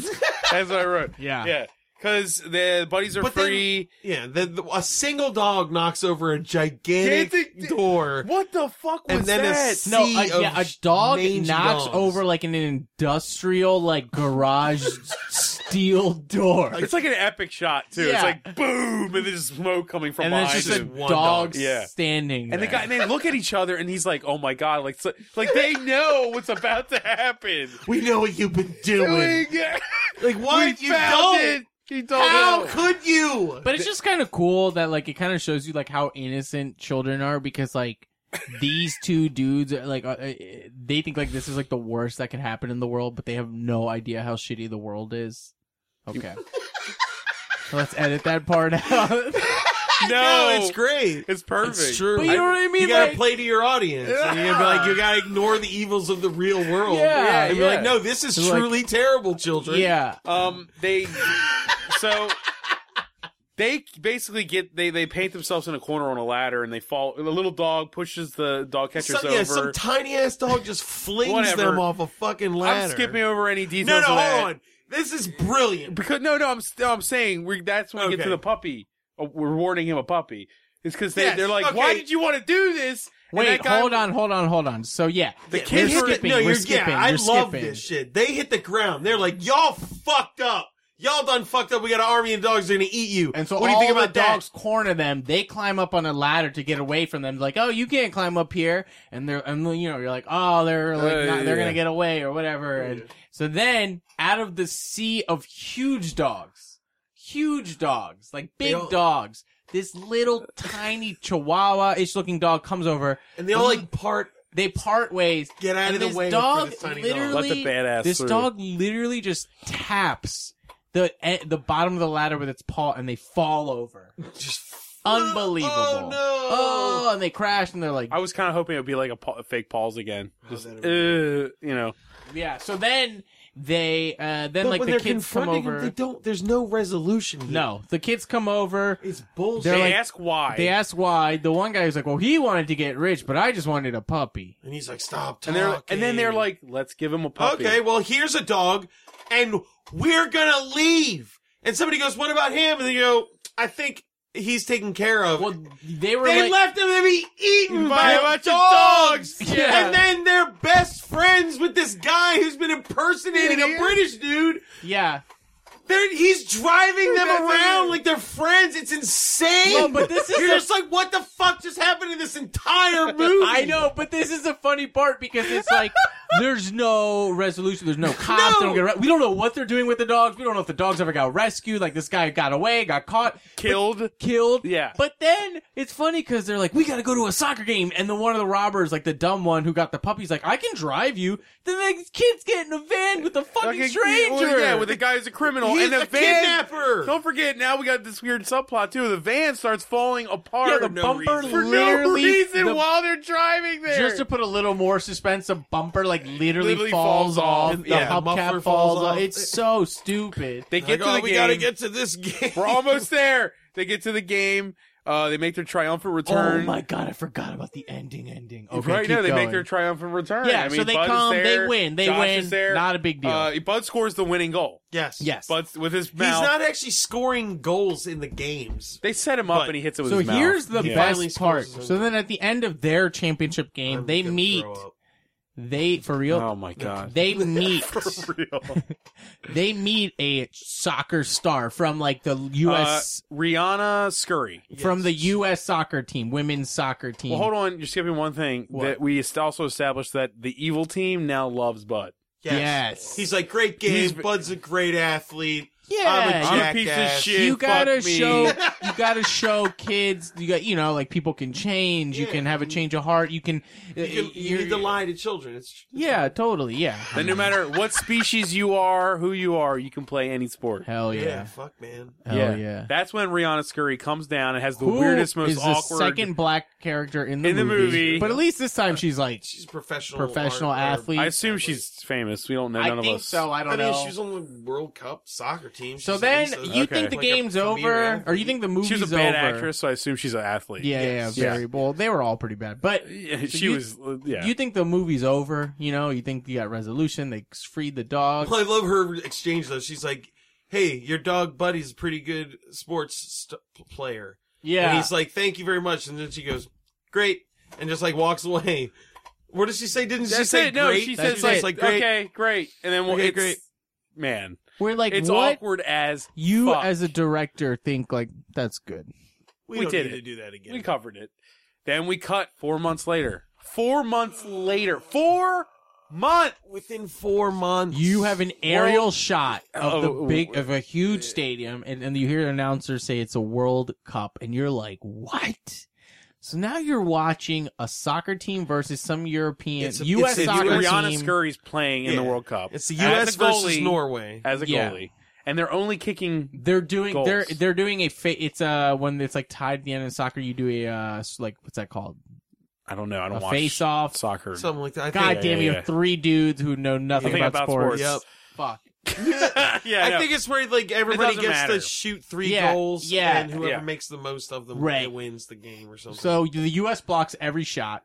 Speaker 3: That's what I wrote.
Speaker 2: Yeah.
Speaker 3: yeah. Because the buddies are
Speaker 6: But then-
Speaker 3: free.
Speaker 6: yeah, the, the, a single dog knocks over a gigantic
Speaker 3: Gigantic-
Speaker 6: door.
Speaker 3: what the fuck was
Speaker 6: And then a
Speaker 3: that?
Speaker 6: sea
Speaker 2: No, a,
Speaker 6: of
Speaker 2: yeah, a
Speaker 6: sh-
Speaker 2: dog
Speaker 6: mangy
Speaker 2: knocks
Speaker 6: dogs.
Speaker 2: over like an industrial, like garage steel door.
Speaker 3: it's like an epic shot too.
Speaker 2: Yeah.
Speaker 3: It's like boom, and there's smoke coming from
Speaker 2: and then
Speaker 3: behind
Speaker 2: it's just a
Speaker 3: him.
Speaker 6: one
Speaker 2: dog,
Speaker 6: dog.
Speaker 3: Yeah.
Speaker 2: standing.
Speaker 3: and the
Speaker 2: there.
Speaker 3: guy, and they look at each other, and he's like, "Oh my god!" Like, so, like they know what's about to happen.
Speaker 6: We know what you've been doing. Like,
Speaker 3: We
Speaker 6: what? You
Speaker 3: found
Speaker 6: don't.
Speaker 3: it. He told
Speaker 6: How
Speaker 3: us.
Speaker 6: could you?
Speaker 2: But it's just kind of cool that like it kind of shows you like how innocent children are because like these two dudes are like uh, uh, they think like this is like the worst that can happen in the world, but they have no idea how shitty the world is. Okay, let's edit that part out.
Speaker 3: No,
Speaker 6: it's great.
Speaker 3: It's perfect.
Speaker 6: It's true.
Speaker 2: But you know what I mean?
Speaker 6: You gotta
Speaker 2: Like-
Speaker 6: play to your audience. And you gotta be like, you gotta ignore the evils of the real world.
Speaker 2: Yeah,
Speaker 6: and be
Speaker 2: yeah.
Speaker 6: like, no, this is
Speaker 2: Like-
Speaker 6: truly terrible, children.
Speaker 2: yeah,
Speaker 3: Um, they so they basically get they they paint themselves in a corner on a ladder and they fall. The little dog pushes the dog catchers
Speaker 6: Some, yeah,
Speaker 3: over.
Speaker 6: some tiny ass dog just flings
Speaker 3: Whatever.
Speaker 6: them off a fucking ladder.
Speaker 3: I'm skipping over any
Speaker 6: No, no,
Speaker 3: details. of that.
Speaker 6: hold on. This is brilliant.
Speaker 3: Because no, no, I'm no, I'm saying we, that's when we get
Speaker 6: Okay.
Speaker 3: to the puppy. Uh, we're warning him a puppy. It's because they
Speaker 6: Yes,
Speaker 3: they're like,
Speaker 6: okay.
Speaker 3: why did you want to do this? And
Speaker 2: wait,
Speaker 3: that guy-
Speaker 2: hold on, hold on, hold on. So yeah,
Speaker 3: The
Speaker 2: we're
Speaker 3: kids were-
Speaker 2: skipping.
Speaker 6: no,
Speaker 2: we're
Speaker 6: you're
Speaker 2: skipping.
Speaker 6: yeah. I
Speaker 2: we're
Speaker 6: love
Speaker 2: skipping.
Speaker 6: this shit. They hit the ground. They're like, y'all fucked up. Y'all done fucked up. We got an army of dogs that are gonna eat you.
Speaker 2: And so
Speaker 6: what do
Speaker 2: all
Speaker 6: you think about
Speaker 2: the
Speaker 6: that?
Speaker 2: dogs corner them. They climb up on a ladder to get away from them. Like, oh, you can't climb up here. And they're, and you know, you're like, oh, they're like,
Speaker 3: Uh,
Speaker 2: not,
Speaker 3: yeah,
Speaker 2: they're
Speaker 3: yeah.
Speaker 2: gonna get away or whatever.
Speaker 6: Oh,
Speaker 2: And so then, out of the sea of huge dogs, huge dogs, like big
Speaker 6: all-
Speaker 2: dogs, this little tiny Chihuahua-ish looking dog comes over.
Speaker 6: And they all like part.
Speaker 2: They part ways.
Speaker 6: Get
Speaker 2: and
Speaker 6: out of the
Speaker 2: this
Speaker 6: way for
Speaker 2: Dog
Speaker 6: this tiny dog.
Speaker 2: literally,
Speaker 3: Let the badass
Speaker 2: This
Speaker 3: through.
Speaker 2: dog literally just e, taps the eh, the bottom of the ladder with its paw, and they fall over.
Speaker 6: Just
Speaker 2: Unbelievable.
Speaker 6: Oh, no.
Speaker 2: Oh, and they crashed and they're like,
Speaker 3: I was kind of hoping it would be like a, pa- a fake pause again. Just,
Speaker 6: Oh, that'd
Speaker 3: uh, you know.
Speaker 2: yeah. So then they, uh, then
Speaker 6: But
Speaker 2: like
Speaker 6: when
Speaker 2: the
Speaker 6: they're
Speaker 2: kids come
Speaker 6: confronting
Speaker 2: over.
Speaker 6: him, they don't. There's no resolution. Here.
Speaker 2: no, the kids come over.
Speaker 6: it's bullshit.
Speaker 2: They're
Speaker 3: They
Speaker 2: like-
Speaker 3: ask why.
Speaker 2: They ask why. The one guy was like, well, he wanted to get rich, but I just wanted a puppy.
Speaker 6: and he's like, "Stop talking."
Speaker 3: and they're and then they're like, let's give him a puppy.
Speaker 6: Oh, "Okay, well, here's a dog, and we're gonna leave." And somebody goes, "What about him?" And they go, "I think he's taken care of."
Speaker 2: Well, they were
Speaker 6: they
Speaker 2: like,
Speaker 6: left him to be eaten by, a bunch of dogs,
Speaker 2: Yeah.
Speaker 6: and then they're best friends with this guy who's been impersonating a British dude.
Speaker 2: yeah.
Speaker 6: They're, he's driving them around like they're friends. It's insane.
Speaker 2: No, but this is
Speaker 6: you're
Speaker 2: a-
Speaker 6: just like, what the fuck just happened in this entire movie?
Speaker 2: I know, but this is the funny part because it's like there's no resolution. There's no cops.
Speaker 6: No.
Speaker 2: They don't get arre- we don't know what they're doing with the dogs. We don't know if the dogs ever got rescued. Like this guy got away, got caught,
Speaker 3: Killed.
Speaker 2: killed.
Speaker 3: Yeah.
Speaker 2: But then it's funny because they're like, we got to go to a soccer game, and the one of the robbers, like the dumb one who got the puppy's like, I can drive you. Then the kid's get in a van with a fucking
Speaker 3: Fucking-
Speaker 2: stranger.
Speaker 3: well, yeah, with the guy who's a criminal
Speaker 6: He's
Speaker 3: and the
Speaker 6: a
Speaker 3: van.
Speaker 6: kidnapper.
Speaker 3: Don't forget, now we got this weird subplot too. The van starts falling apart
Speaker 2: Yeah, the
Speaker 3: no
Speaker 2: bumper
Speaker 3: reason. for no
Speaker 2: literally-
Speaker 3: reason
Speaker 2: the-
Speaker 3: while they're driving there.
Speaker 2: Just to put a little more suspense, a bumper like literally,
Speaker 3: Literally
Speaker 2: falls,
Speaker 3: falls off.
Speaker 2: off. The
Speaker 3: Yeah,
Speaker 2: hubcap
Speaker 6: muffler
Speaker 2: falls,
Speaker 6: falls
Speaker 2: off.
Speaker 6: off.
Speaker 2: It's so stupid.
Speaker 3: they
Speaker 6: Like,
Speaker 3: get
Speaker 6: oh,
Speaker 3: to the
Speaker 6: we
Speaker 3: game.
Speaker 6: gotta get to this game.
Speaker 3: We're almost there. They get to the game. Uh, they make their triumphant return.
Speaker 2: Oh my god, I forgot about the ending. Ending. Okay,
Speaker 3: right
Speaker 2: keep
Speaker 3: now, they
Speaker 2: going.
Speaker 3: make their triumphant return.
Speaker 2: Yeah,
Speaker 3: I
Speaker 2: so
Speaker 3: mean,
Speaker 2: they
Speaker 3: Bud's
Speaker 2: come, they
Speaker 3: there,
Speaker 2: win, they
Speaker 3: Josh
Speaker 2: win.
Speaker 3: is there.
Speaker 2: Not a big deal.
Speaker 3: Uh, Bud scores the winning goal.
Speaker 6: yes.
Speaker 2: yes.
Speaker 3: Bud with his
Speaker 6: He's
Speaker 3: mouth.
Speaker 6: not actually scoring goals in the games.
Speaker 3: they set him up
Speaker 6: But-
Speaker 3: and he hits it with
Speaker 2: so
Speaker 3: his mouth.
Speaker 2: here's the
Speaker 6: Yeah. Finally
Speaker 2: best part.
Speaker 6: scores his own
Speaker 2: So then at the end of their championship game,
Speaker 6: I'm
Speaker 2: they
Speaker 6: gonna
Speaker 2: meet.
Speaker 6: throw up.
Speaker 2: They for real.
Speaker 3: Oh my god.
Speaker 2: They meet.
Speaker 3: For real.
Speaker 2: they meet a soccer star from like the
Speaker 3: Uh,
Speaker 2: U.S.
Speaker 3: Rihanna Scurry.
Speaker 2: from the
Speaker 6: Uh, Yes.
Speaker 2: U.S. soccer team, women's soccer team.
Speaker 3: Well, hold on. You're skipping one thing
Speaker 2: What?
Speaker 3: that we est- also established that the evil team now loves Bud.
Speaker 6: Yes.
Speaker 2: Yes.
Speaker 6: He's like, great game.
Speaker 3: He's-
Speaker 6: Bud's a great athlete.
Speaker 2: Yeah,
Speaker 3: I'm
Speaker 6: Jackass.
Speaker 3: a piece of shit.
Speaker 2: you gotta
Speaker 3: fuck me.
Speaker 2: show you gotta show kids you got you know like people can change you
Speaker 6: Yeah.
Speaker 2: can have a change of heart you can,
Speaker 6: You, can- you
Speaker 2: you're-
Speaker 6: need to lie to children. It's
Speaker 2: yeah totally yeah
Speaker 3: Then no matter what species you are, who you are, you can play any sport.
Speaker 2: hell
Speaker 6: Oh, yeah.
Speaker 2: yeah,
Speaker 6: Fuck, man.
Speaker 2: hell yeah,
Speaker 3: That's when Rihanna Scurry comes down and has the
Speaker 2: Who
Speaker 3: weirdest, most
Speaker 2: is the
Speaker 3: awkward.
Speaker 2: second black character in the,
Speaker 3: in the
Speaker 2: movie.
Speaker 3: movie.
Speaker 2: but at least this time she's like
Speaker 6: She's a professional
Speaker 2: professional
Speaker 6: art- or-
Speaker 2: athlete
Speaker 3: I assume she's famous. We don't know.
Speaker 2: I
Speaker 3: None
Speaker 2: think
Speaker 3: of us.
Speaker 2: so I
Speaker 6: I,
Speaker 2: don't
Speaker 6: mean,
Speaker 2: know
Speaker 6: she was on the World Cup soccer team.
Speaker 2: so
Speaker 6: She's
Speaker 2: then
Speaker 6: at least a-
Speaker 2: you
Speaker 3: okay.
Speaker 2: think the
Speaker 6: Like a
Speaker 2: game's
Speaker 6: premier
Speaker 2: over
Speaker 6: athlete.
Speaker 2: or you think the movie's
Speaker 3: She was a bad
Speaker 2: over
Speaker 3: actress, so I assume she's an athlete.
Speaker 2: yeah yeah,
Speaker 6: Yes.
Speaker 2: yeah very well they were all pretty bad but
Speaker 3: Yeah,
Speaker 2: So
Speaker 3: she
Speaker 2: you-
Speaker 3: was. uh, Yeah.
Speaker 2: you think the movie's over you know you think you got resolution they freed the dog
Speaker 6: Well, I love her exchange though. She's like, "Hey, your dog Buddy's a pretty good sports st- player,"
Speaker 2: yeah
Speaker 6: and he's like, "Thank you very much." And then she goes, "Great," and just like walks away. What does she say? Didn't she
Speaker 3: That's
Speaker 6: say
Speaker 3: it. No,
Speaker 6: great?
Speaker 3: she
Speaker 2: That's
Speaker 3: says
Speaker 2: it.
Speaker 3: like,
Speaker 6: She's like, "Great."
Speaker 3: okay, great, and then we'll
Speaker 6: Okay,
Speaker 3: it's,
Speaker 6: great.
Speaker 3: Man,
Speaker 2: We're like,
Speaker 3: it's
Speaker 2: what
Speaker 3: awkward as
Speaker 2: you
Speaker 3: fuck.
Speaker 2: as a director think like that's good?
Speaker 6: We,
Speaker 3: We
Speaker 6: don't
Speaker 3: did
Speaker 6: need
Speaker 3: it.
Speaker 6: to do that again.
Speaker 3: We covered it. Then we cut four months later. Four months later. Four months.
Speaker 6: Within four months,
Speaker 2: You have an aerial shot of the
Speaker 3: oh,
Speaker 2: big of a huge stadium, and, and you hear an announcer say it's a World Cup, and you're like, what? So now you're watching a soccer team versus some European
Speaker 6: It's a-
Speaker 2: U.S.
Speaker 6: it's a
Speaker 2: soccer
Speaker 3: Rihanna
Speaker 2: team.
Speaker 3: Scurry's playing in the
Speaker 6: Yeah.
Speaker 3: World Cup.
Speaker 6: It's the
Speaker 3: As a
Speaker 6: U.S. versus
Speaker 3: goalie-
Speaker 6: Norway.
Speaker 3: As a
Speaker 2: Yeah.
Speaker 3: goalie. And they're only kicking.
Speaker 2: They're doing
Speaker 3: Goals.
Speaker 2: they're they're doing a fa- it's uh when it's like tied at the end of soccer you do a uh s- like what's that called
Speaker 3: I don't know. I don't
Speaker 2: a
Speaker 3: watch
Speaker 2: face off
Speaker 3: soccer.
Speaker 6: Something like that. I
Speaker 2: God
Speaker 6: think,
Speaker 2: damn
Speaker 3: yeah,
Speaker 2: you
Speaker 3: yeah.
Speaker 2: have three dudes who know
Speaker 3: I
Speaker 2: nothing
Speaker 3: think about sports.
Speaker 6: Yep.
Speaker 2: fuck
Speaker 3: yeah,
Speaker 6: I
Speaker 3: no.
Speaker 6: think it's where like everybody
Speaker 3: doesn't
Speaker 6: gets
Speaker 3: matter.
Speaker 6: to shoot three
Speaker 2: Yeah,
Speaker 6: goals,
Speaker 2: yeah,
Speaker 6: and whoever
Speaker 3: yeah.
Speaker 6: makes the most of them
Speaker 2: Right.
Speaker 6: wins the game or something.
Speaker 2: So the U.S. blocks every shot,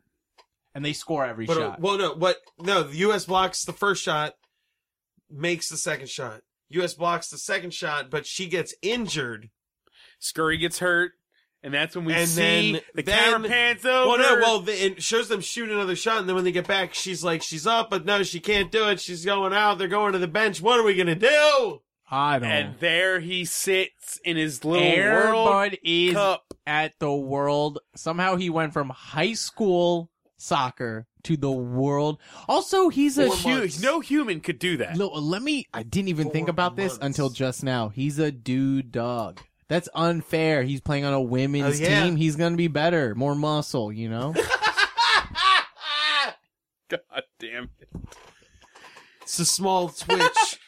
Speaker 2: and they score every
Speaker 6: But, uh,
Speaker 2: shot.
Speaker 6: well, no, what? No, the U.S. blocks the first shot, makes the second shot. U.S. blocks the second shot, but she gets injured.
Speaker 3: Scurry gets hurt. And that's when we
Speaker 6: And
Speaker 3: see
Speaker 6: then-
Speaker 3: the
Speaker 6: then-
Speaker 3: camera pans over.
Speaker 6: Well, no, well, the, it shows them shoot another shot, and then when they get back, she's like, she's up, but no, she can't do it. She's going out. They're going to the bench. What are we gonna do?
Speaker 2: I don't.
Speaker 3: and
Speaker 2: know.
Speaker 3: there he sits in his little
Speaker 2: Air
Speaker 3: World
Speaker 2: Bud is
Speaker 3: Cup.
Speaker 2: at the world. Somehow he went from high school soccer to the world. Also, he's a
Speaker 6: Four
Speaker 2: huge.
Speaker 6: months.
Speaker 3: No human could do that.
Speaker 2: No, let me. I didn't even think
Speaker 6: Four
Speaker 2: about this
Speaker 6: months.
Speaker 2: until just now. He's a dude dog. That's unfair. He's playing on a women's
Speaker 6: Oh, yeah.
Speaker 2: team. He's gonna be better, more muscle. You know.
Speaker 3: God damn it.
Speaker 6: It's a small twitch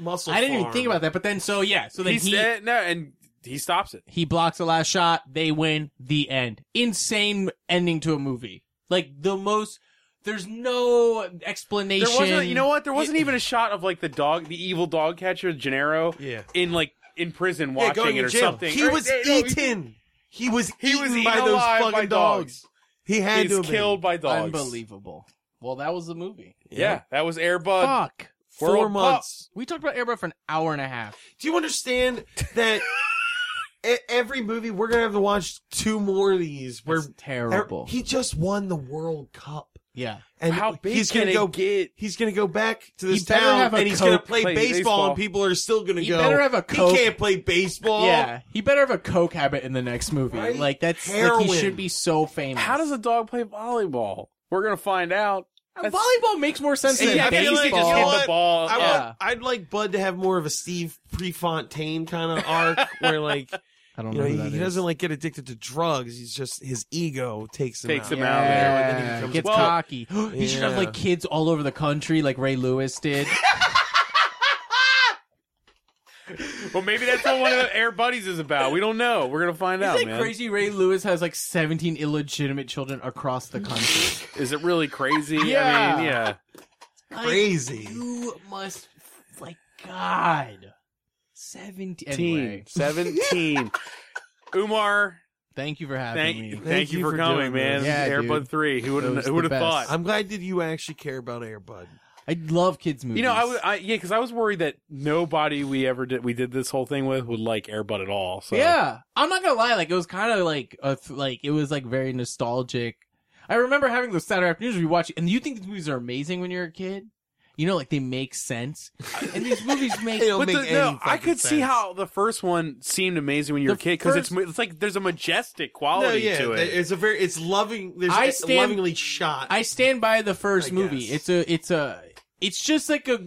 Speaker 6: muscle.
Speaker 2: I didn't even
Speaker 6: farm.
Speaker 2: think about that. But then, so yeah. So then
Speaker 3: He's-
Speaker 2: he
Speaker 3: uh, no, and he stops it.
Speaker 2: He blocks the last shot. They win. The end. Insane ending to a movie. Like the most. There's no explanation.
Speaker 3: There wasn't, you know what? There wasn't even a shot of like the dog, the evil dog catcher, Gennaro,
Speaker 6: Yeah.
Speaker 3: in like in prison
Speaker 6: Yeah,
Speaker 3: watching
Speaker 6: going
Speaker 3: it
Speaker 6: to
Speaker 3: or
Speaker 6: jail.
Speaker 3: something.
Speaker 6: He
Speaker 3: Or-
Speaker 6: was
Speaker 3: no, no, he-
Speaker 6: eaten. He was
Speaker 3: He was
Speaker 6: eaten
Speaker 3: eaten
Speaker 6: by those
Speaker 3: alive
Speaker 6: fucking
Speaker 3: by dogs.
Speaker 6: dogs. He had to
Speaker 3: He's
Speaker 6: have been.
Speaker 3: killed by dogs.
Speaker 2: Unbelievable. Well, that was the movie.
Speaker 3: Yeah, that was Airbud.
Speaker 2: Fuck.
Speaker 6: Four
Speaker 3: World Cup.
Speaker 6: months.
Speaker 2: We talked about Airbud for an hour and a half.
Speaker 6: Do you understand that e- every movie we're gonna have to watch two more of these? Where
Speaker 2: That's terrible.
Speaker 6: he just won the World Cup,
Speaker 2: yeah.
Speaker 6: and
Speaker 3: How big
Speaker 6: he's
Speaker 3: can
Speaker 6: gonna
Speaker 3: it
Speaker 6: go
Speaker 3: get?
Speaker 6: He's gonna go back to this
Speaker 2: He better
Speaker 6: town
Speaker 2: have a
Speaker 6: and he's gonna
Speaker 2: Coke
Speaker 6: play
Speaker 3: playing
Speaker 6: baseball,
Speaker 3: baseball.
Speaker 6: and people are still gonna
Speaker 2: He
Speaker 6: go.
Speaker 2: better have a Coke."
Speaker 6: He can't play baseball.
Speaker 2: Yeah, he better have a coke habit in the next movie.
Speaker 6: Right?
Speaker 2: Like that's like he
Speaker 6: Heroin.
Speaker 2: should be so famous.
Speaker 3: How does a dog play volleyball? We're gonna find out.
Speaker 2: And volleyball makes more sense
Speaker 6: See,
Speaker 2: than
Speaker 6: I feel like-
Speaker 2: baseball?
Speaker 6: you know
Speaker 3: hit
Speaker 6: what?
Speaker 3: the ball.
Speaker 6: I
Speaker 3: yeah.
Speaker 2: Yeah.
Speaker 6: want, I'd like Bud to have more of a Steve Prefontaine kind of arc where like
Speaker 2: I don't
Speaker 6: you know he, he doesn't like get addicted to drugs. He's just his ego takes him
Speaker 3: Takes
Speaker 6: out.
Speaker 3: him out of there,
Speaker 6: and then he
Speaker 2: Yeah,
Speaker 6: becomes-
Speaker 2: gets
Speaker 3: Well-
Speaker 2: cocky. he should have
Speaker 6: Yeah.
Speaker 2: like kids all over the country, like Ray Lewis did.
Speaker 3: Well, maybe that's what one of the Air Buddies is about. We don't know. We're gonna find out,
Speaker 2: Isn't it
Speaker 3: man.
Speaker 2: crazy? Ray Lewis has like 17 illegitimate children across the country.
Speaker 3: Is it really crazy? I
Speaker 2: Yeah.
Speaker 3: mean, yeah.
Speaker 2: Like,
Speaker 6: Crazy.
Speaker 2: you must, like, God. 17. Anyway,
Speaker 3: Teen. Seventeen. Umar,
Speaker 2: thank you for having
Speaker 3: thank,
Speaker 2: me.
Speaker 3: thank, you for coming,
Speaker 6: doing
Speaker 3: man.
Speaker 6: this.
Speaker 2: Yeah,
Speaker 3: Air
Speaker 2: dude.
Speaker 3: Bud Three. Who would
Speaker 2: It was
Speaker 3: have?
Speaker 2: the
Speaker 3: Who would have
Speaker 2: best.
Speaker 3: thought?
Speaker 6: I'm glad that you actually care about Air Bud.
Speaker 2: I love kids' movies.
Speaker 3: You know, I was, I, yeah, because I was worried that nobody we ever did we did this whole thing with would like Airbud at all. So
Speaker 2: Yeah, I'm not gonna lie. Like it was kind of like a th- like it was like very nostalgic. I remember having those Saturday afternoons we watch, and you think these movies are amazing when you're a kid. You know, like they make sense, and these movies make.
Speaker 6: They don't
Speaker 3: but
Speaker 6: make
Speaker 3: the-
Speaker 6: any
Speaker 3: no, I
Speaker 6: fucking
Speaker 3: could see
Speaker 6: sense.
Speaker 3: how the first one seemed amazing when you were a
Speaker 2: The
Speaker 3: kid because
Speaker 2: first-
Speaker 3: it's it's like there's a majestic
Speaker 6: No,
Speaker 3: quality
Speaker 6: yeah,
Speaker 3: to it.
Speaker 6: it's a very it's loving. There's
Speaker 2: I
Speaker 6: it's
Speaker 2: stand-
Speaker 6: lovingly shot.
Speaker 2: I stand by the first
Speaker 6: I
Speaker 2: movie.
Speaker 6: guess.
Speaker 2: It's a, it's a, it's just like a.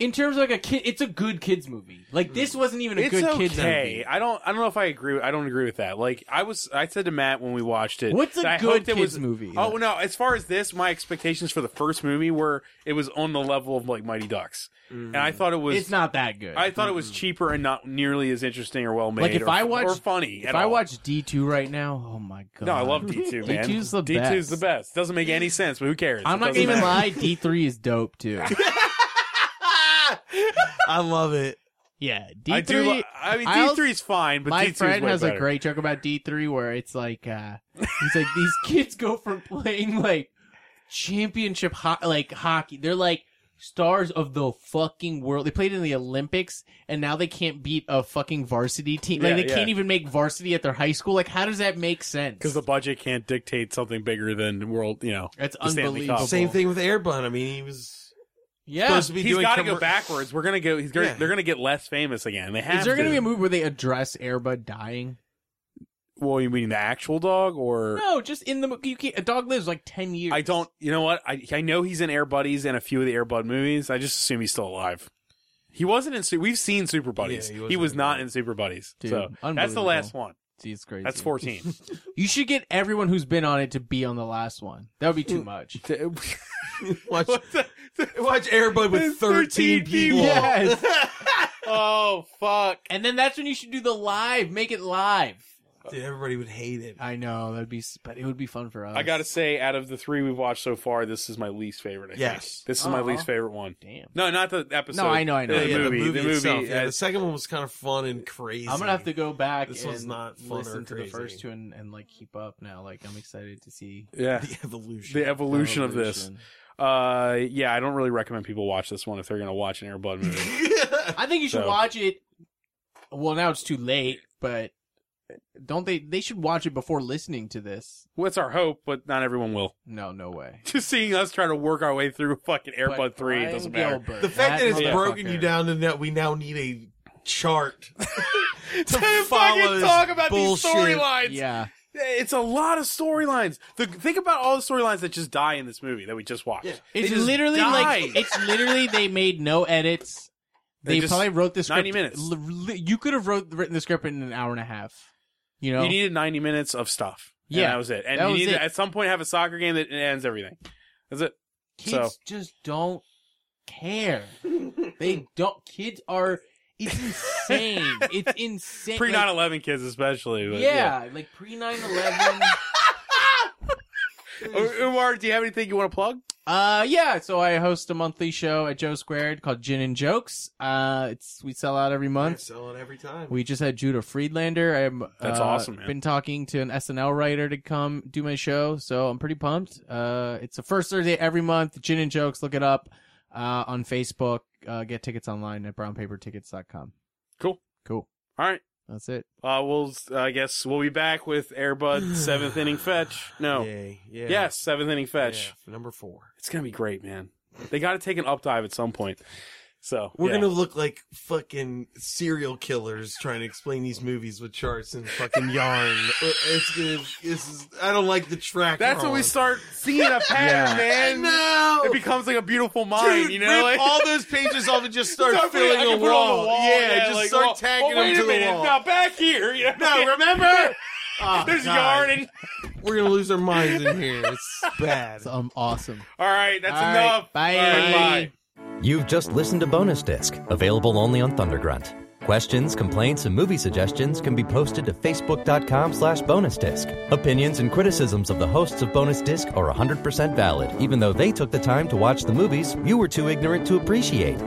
Speaker 2: In terms of like a kid, it's a good kids movie. Like this wasn't even a
Speaker 3: Mm. it's
Speaker 2: good
Speaker 3: okay.
Speaker 2: kids movie.
Speaker 3: I don't. I don't know if I agree. with- I don't agree with that. Like I was. I said to Matt when we watched it.
Speaker 2: What's a
Speaker 3: that I
Speaker 2: good
Speaker 3: hoped it
Speaker 2: kids
Speaker 3: was,
Speaker 2: movie?
Speaker 3: Oh no! As far as this, my expectations for the first movie were it was on the level of like Mighty Ducks, and
Speaker 6: Mm.
Speaker 3: I thought it was.
Speaker 2: Mm. It's not that good.
Speaker 3: I thought it was cheaper and not nearly as interesting or well made.
Speaker 2: Like, if
Speaker 3: or,
Speaker 2: I watched-
Speaker 3: or funny,
Speaker 2: if I watch D two right now, oh my god!
Speaker 3: no, I love D two man.
Speaker 2: D2's the
Speaker 3: D2's
Speaker 2: best.
Speaker 3: the best. Doesn't make any sense, but who cares?
Speaker 2: I'm
Speaker 3: It
Speaker 2: not gonna
Speaker 3: doesn't
Speaker 2: even
Speaker 3: matter.
Speaker 2: lie. D three is dope too.
Speaker 6: I love it.
Speaker 2: Yeah, D3.
Speaker 3: I do. li- I mean,
Speaker 2: I'll-
Speaker 3: D three is fine, but
Speaker 2: my
Speaker 3: D2
Speaker 2: friend
Speaker 3: way
Speaker 2: has
Speaker 3: better.
Speaker 2: a great joke about D3 where it's like, uh, he's like, these kids go from playing like championship, ho- like hockey. They're like stars of the fucking world. They played in the Olympics and now they can't beat a fucking varsity team. Like
Speaker 3: Yeah,
Speaker 2: they
Speaker 3: yeah.
Speaker 2: can't even make varsity at their high school. Like how does that make sense?
Speaker 3: because the budget can't dictate something bigger than world. You know,
Speaker 2: that's
Speaker 3: the Stanley Cup.
Speaker 2: unbelievable.
Speaker 6: Same thing with Air Bud. I mean, he was
Speaker 2: Yeah.
Speaker 6: supposed to be
Speaker 3: He's
Speaker 6: doing.
Speaker 3: got to go
Speaker 6: commer-
Speaker 3: backwards. We're gonna go. He's gonna,
Speaker 6: Yeah.
Speaker 3: They're gonna get less famous again. They have.
Speaker 2: Is there
Speaker 3: to.
Speaker 2: going to be a movie where they address Airbud dying?
Speaker 3: Well, you mean the actual dog or?
Speaker 2: No, just in the mo- you can't. A dog lives like ten years.
Speaker 3: I don't. You know what? I I know he's in Air Buddies and a few of the Air Bud movies. I just assume he's still alive. He wasn't in. Su- We've seen Super Buddies.
Speaker 6: Yeah,
Speaker 3: he,
Speaker 6: he was
Speaker 3: was
Speaker 6: in Air
Speaker 3: not
Speaker 6: Bud.
Speaker 3: in Super Buddies.
Speaker 2: Dude,
Speaker 3: so that's the
Speaker 2: unbelievable.
Speaker 3: last one.
Speaker 2: See, it's crazy.
Speaker 3: That's fourteen.
Speaker 2: You should get everyone who's been on it to be on the last one. That would be
Speaker 6: Hmm.
Speaker 2: too much.
Speaker 6: Watch,
Speaker 3: What the-
Speaker 6: watch Air Bud with
Speaker 3: There's
Speaker 6: 13
Speaker 3: 13
Speaker 6: people.
Speaker 2: Yes.
Speaker 3: oh fuck!
Speaker 2: and then that's when you should do the live. Make it live.
Speaker 6: Dude, everybody would hate it.
Speaker 2: I know that'd be, s- but it would be fun for us.
Speaker 3: I gotta say, out of the three we've watched so far, this is my least favorite. I think.
Speaker 6: Yes.
Speaker 3: this is my
Speaker 2: Aw.
Speaker 3: least favorite one.
Speaker 2: Damn.
Speaker 3: No, not the episode.
Speaker 2: Uh-huh. No, I know, I know.
Speaker 3: The,
Speaker 6: Yeah,
Speaker 3: movie, the movie.
Speaker 6: itself. Yeah, the
Speaker 3: has-
Speaker 6: second one was kind of fun and crazy.
Speaker 2: I'm gonna have to go back.
Speaker 6: This
Speaker 2: and
Speaker 6: one's not fun or
Speaker 2: listen to the
Speaker 6: crazy.
Speaker 2: first two and, and like keep up now. Like I'm excited to see
Speaker 3: yeah.
Speaker 6: the evolution.
Speaker 3: the evolution of this.
Speaker 2: evolution.
Speaker 3: Uh, yeah, I don't really recommend people watch this one if they're gonna watch an Airbud movie.
Speaker 2: I think you should
Speaker 3: So-
Speaker 2: watch it. Well, now it's too late, but don't they? They should watch it before listening to this.
Speaker 3: What's our hope? But not everyone will.
Speaker 2: No, no way.
Speaker 3: Just seeing us try to work our way through fucking Airbud three it doesn't matter.
Speaker 6: the fact that, it's
Speaker 3: Yeah.
Speaker 6: broken you down to that we now need a chart to,
Speaker 3: fucking
Speaker 6: follow this
Speaker 3: talk about
Speaker 6: bullshit.
Speaker 3: these storylines.
Speaker 2: Yeah.
Speaker 3: It's a lot of storylines. The, think about all the storylines that just die in this movie that we just watched.
Speaker 6: Yeah.
Speaker 3: They
Speaker 2: It's
Speaker 3: just
Speaker 2: literally
Speaker 3: die.
Speaker 2: like it's literally they made no edits.
Speaker 3: They
Speaker 2: They
Speaker 3: just-
Speaker 2: probably wrote this
Speaker 3: 90
Speaker 2: script,
Speaker 3: minutes.
Speaker 2: l- li- you could have wrote written the script in an hour and a half. You know,
Speaker 3: You needed 90 minutes of stuff. And
Speaker 2: Yeah.
Speaker 3: that was it. And
Speaker 2: That
Speaker 3: you
Speaker 2: was
Speaker 3: needed
Speaker 2: it.
Speaker 3: at some point have a soccer game that ends everything. That's it.
Speaker 2: kids
Speaker 3: so-
Speaker 2: just don't care. they don't. Kids are It's insane. it's insane.
Speaker 3: Pre
Speaker 2: Like,
Speaker 3: 9 11 kids, especially. but
Speaker 2: yeah, like pre 9 11.
Speaker 3: U- Uh, Umar, do you have anything you want to plug?
Speaker 2: Uh, yeah. So I host a monthly show at Joe Squared called Gin and Jokes. Uh, it's we sell out every
Speaker 6: I
Speaker 2: month.
Speaker 6: sell it every time.
Speaker 2: We just had Judah Friedlander. I'm
Speaker 3: That's
Speaker 2: uh,
Speaker 3: awesome, man.
Speaker 2: Been talking to an SNL writer to come do my show, so I'm pretty pumped. Uh, it's the first Thursday every month. Gin and Jokes. Look it up uh, on Facebook. Uh, get tickets online at brownpapertickets.com.
Speaker 3: Cool.
Speaker 2: Cool.
Speaker 3: All right.
Speaker 2: That's it.
Speaker 3: Uh, we'll, uh, I guess we'll be back with Airbud seventh inning fetch. No.
Speaker 6: Yay. Yeah.
Speaker 3: Yes, seventh inning
Speaker 6: Yeah.
Speaker 3: fetch.
Speaker 6: Number four.
Speaker 3: It's going to be great, man. They got to take an up dive at some point. So
Speaker 6: We're
Speaker 3: yeah.
Speaker 6: gonna look like fucking serial killers trying to explain these movies with charts and fucking yarn. It's gonna. This is. I don't like the track.
Speaker 3: That's when we
Speaker 6: wrong.
Speaker 3: start seeing a
Speaker 6: I
Speaker 3: pattern, man.
Speaker 6: know.
Speaker 3: It becomes like a beautiful mind,
Speaker 6: Dude,
Speaker 3: you know?
Speaker 6: rip
Speaker 3: Like,
Speaker 6: all those pages off and just start
Speaker 3: Start putting- I
Speaker 6: filling a
Speaker 3: can put it on the
Speaker 6: wall.
Speaker 3: wall,
Speaker 6: Yeah,
Speaker 3: yeah,
Speaker 6: just
Speaker 3: like,
Speaker 6: start
Speaker 3: well,
Speaker 6: tagging
Speaker 3: oh,
Speaker 6: them
Speaker 3: wait
Speaker 6: to
Speaker 3: a minute,
Speaker 6: the wall.
Speaker 3: now back here. You know?
Speaker 6: No, remember? Oh,
Speaker 3: There's
Speaker 6: God.
Speaker 3: yarn and
Speaker 6: We're gonna lose our minds in here. It's bad.
Speaker 2: It's um, awesome.
Speaker 3: All right, that's
Speaker 2: All right,
Speaker 3: enough.
Speaker 2: bye.
Speaker 3: All right, bye.
Speaker 1: You've just listened to Bonus Disc, available only on Thundergrunt. Questions, complaints, and movie suggestions can be posted to facebook.com slash bonus disc. Opinions and criticisms of the hosts of Bonus Disc are 100% valid, even though they took the time to watch the movies you were too ignorant to appreciate.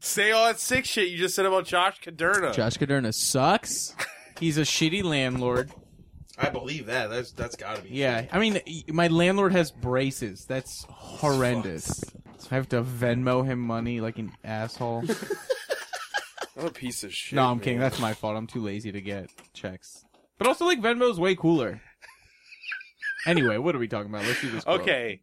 Speaker 3: Say all that sick shit you just said about Josh Caderna.
Speaker 2: Josh Caderna sucks. He's a shitty landlord.
Speaker 6: I believe that. That's that's gotta be.
Speaker 2: Yeah, I mean, my landlord has braces. That's horrendous. I have to Venmo him money like an asshole.
Speaker 3: What a piece of shit.
Speaker 2: no, I'm kidding. That's my fault. I'm too lazy to get checks. But also, like Venmo's way cooler. Anyway, what are we talking about? Let's do this. quote.
Speaker 3: Okay.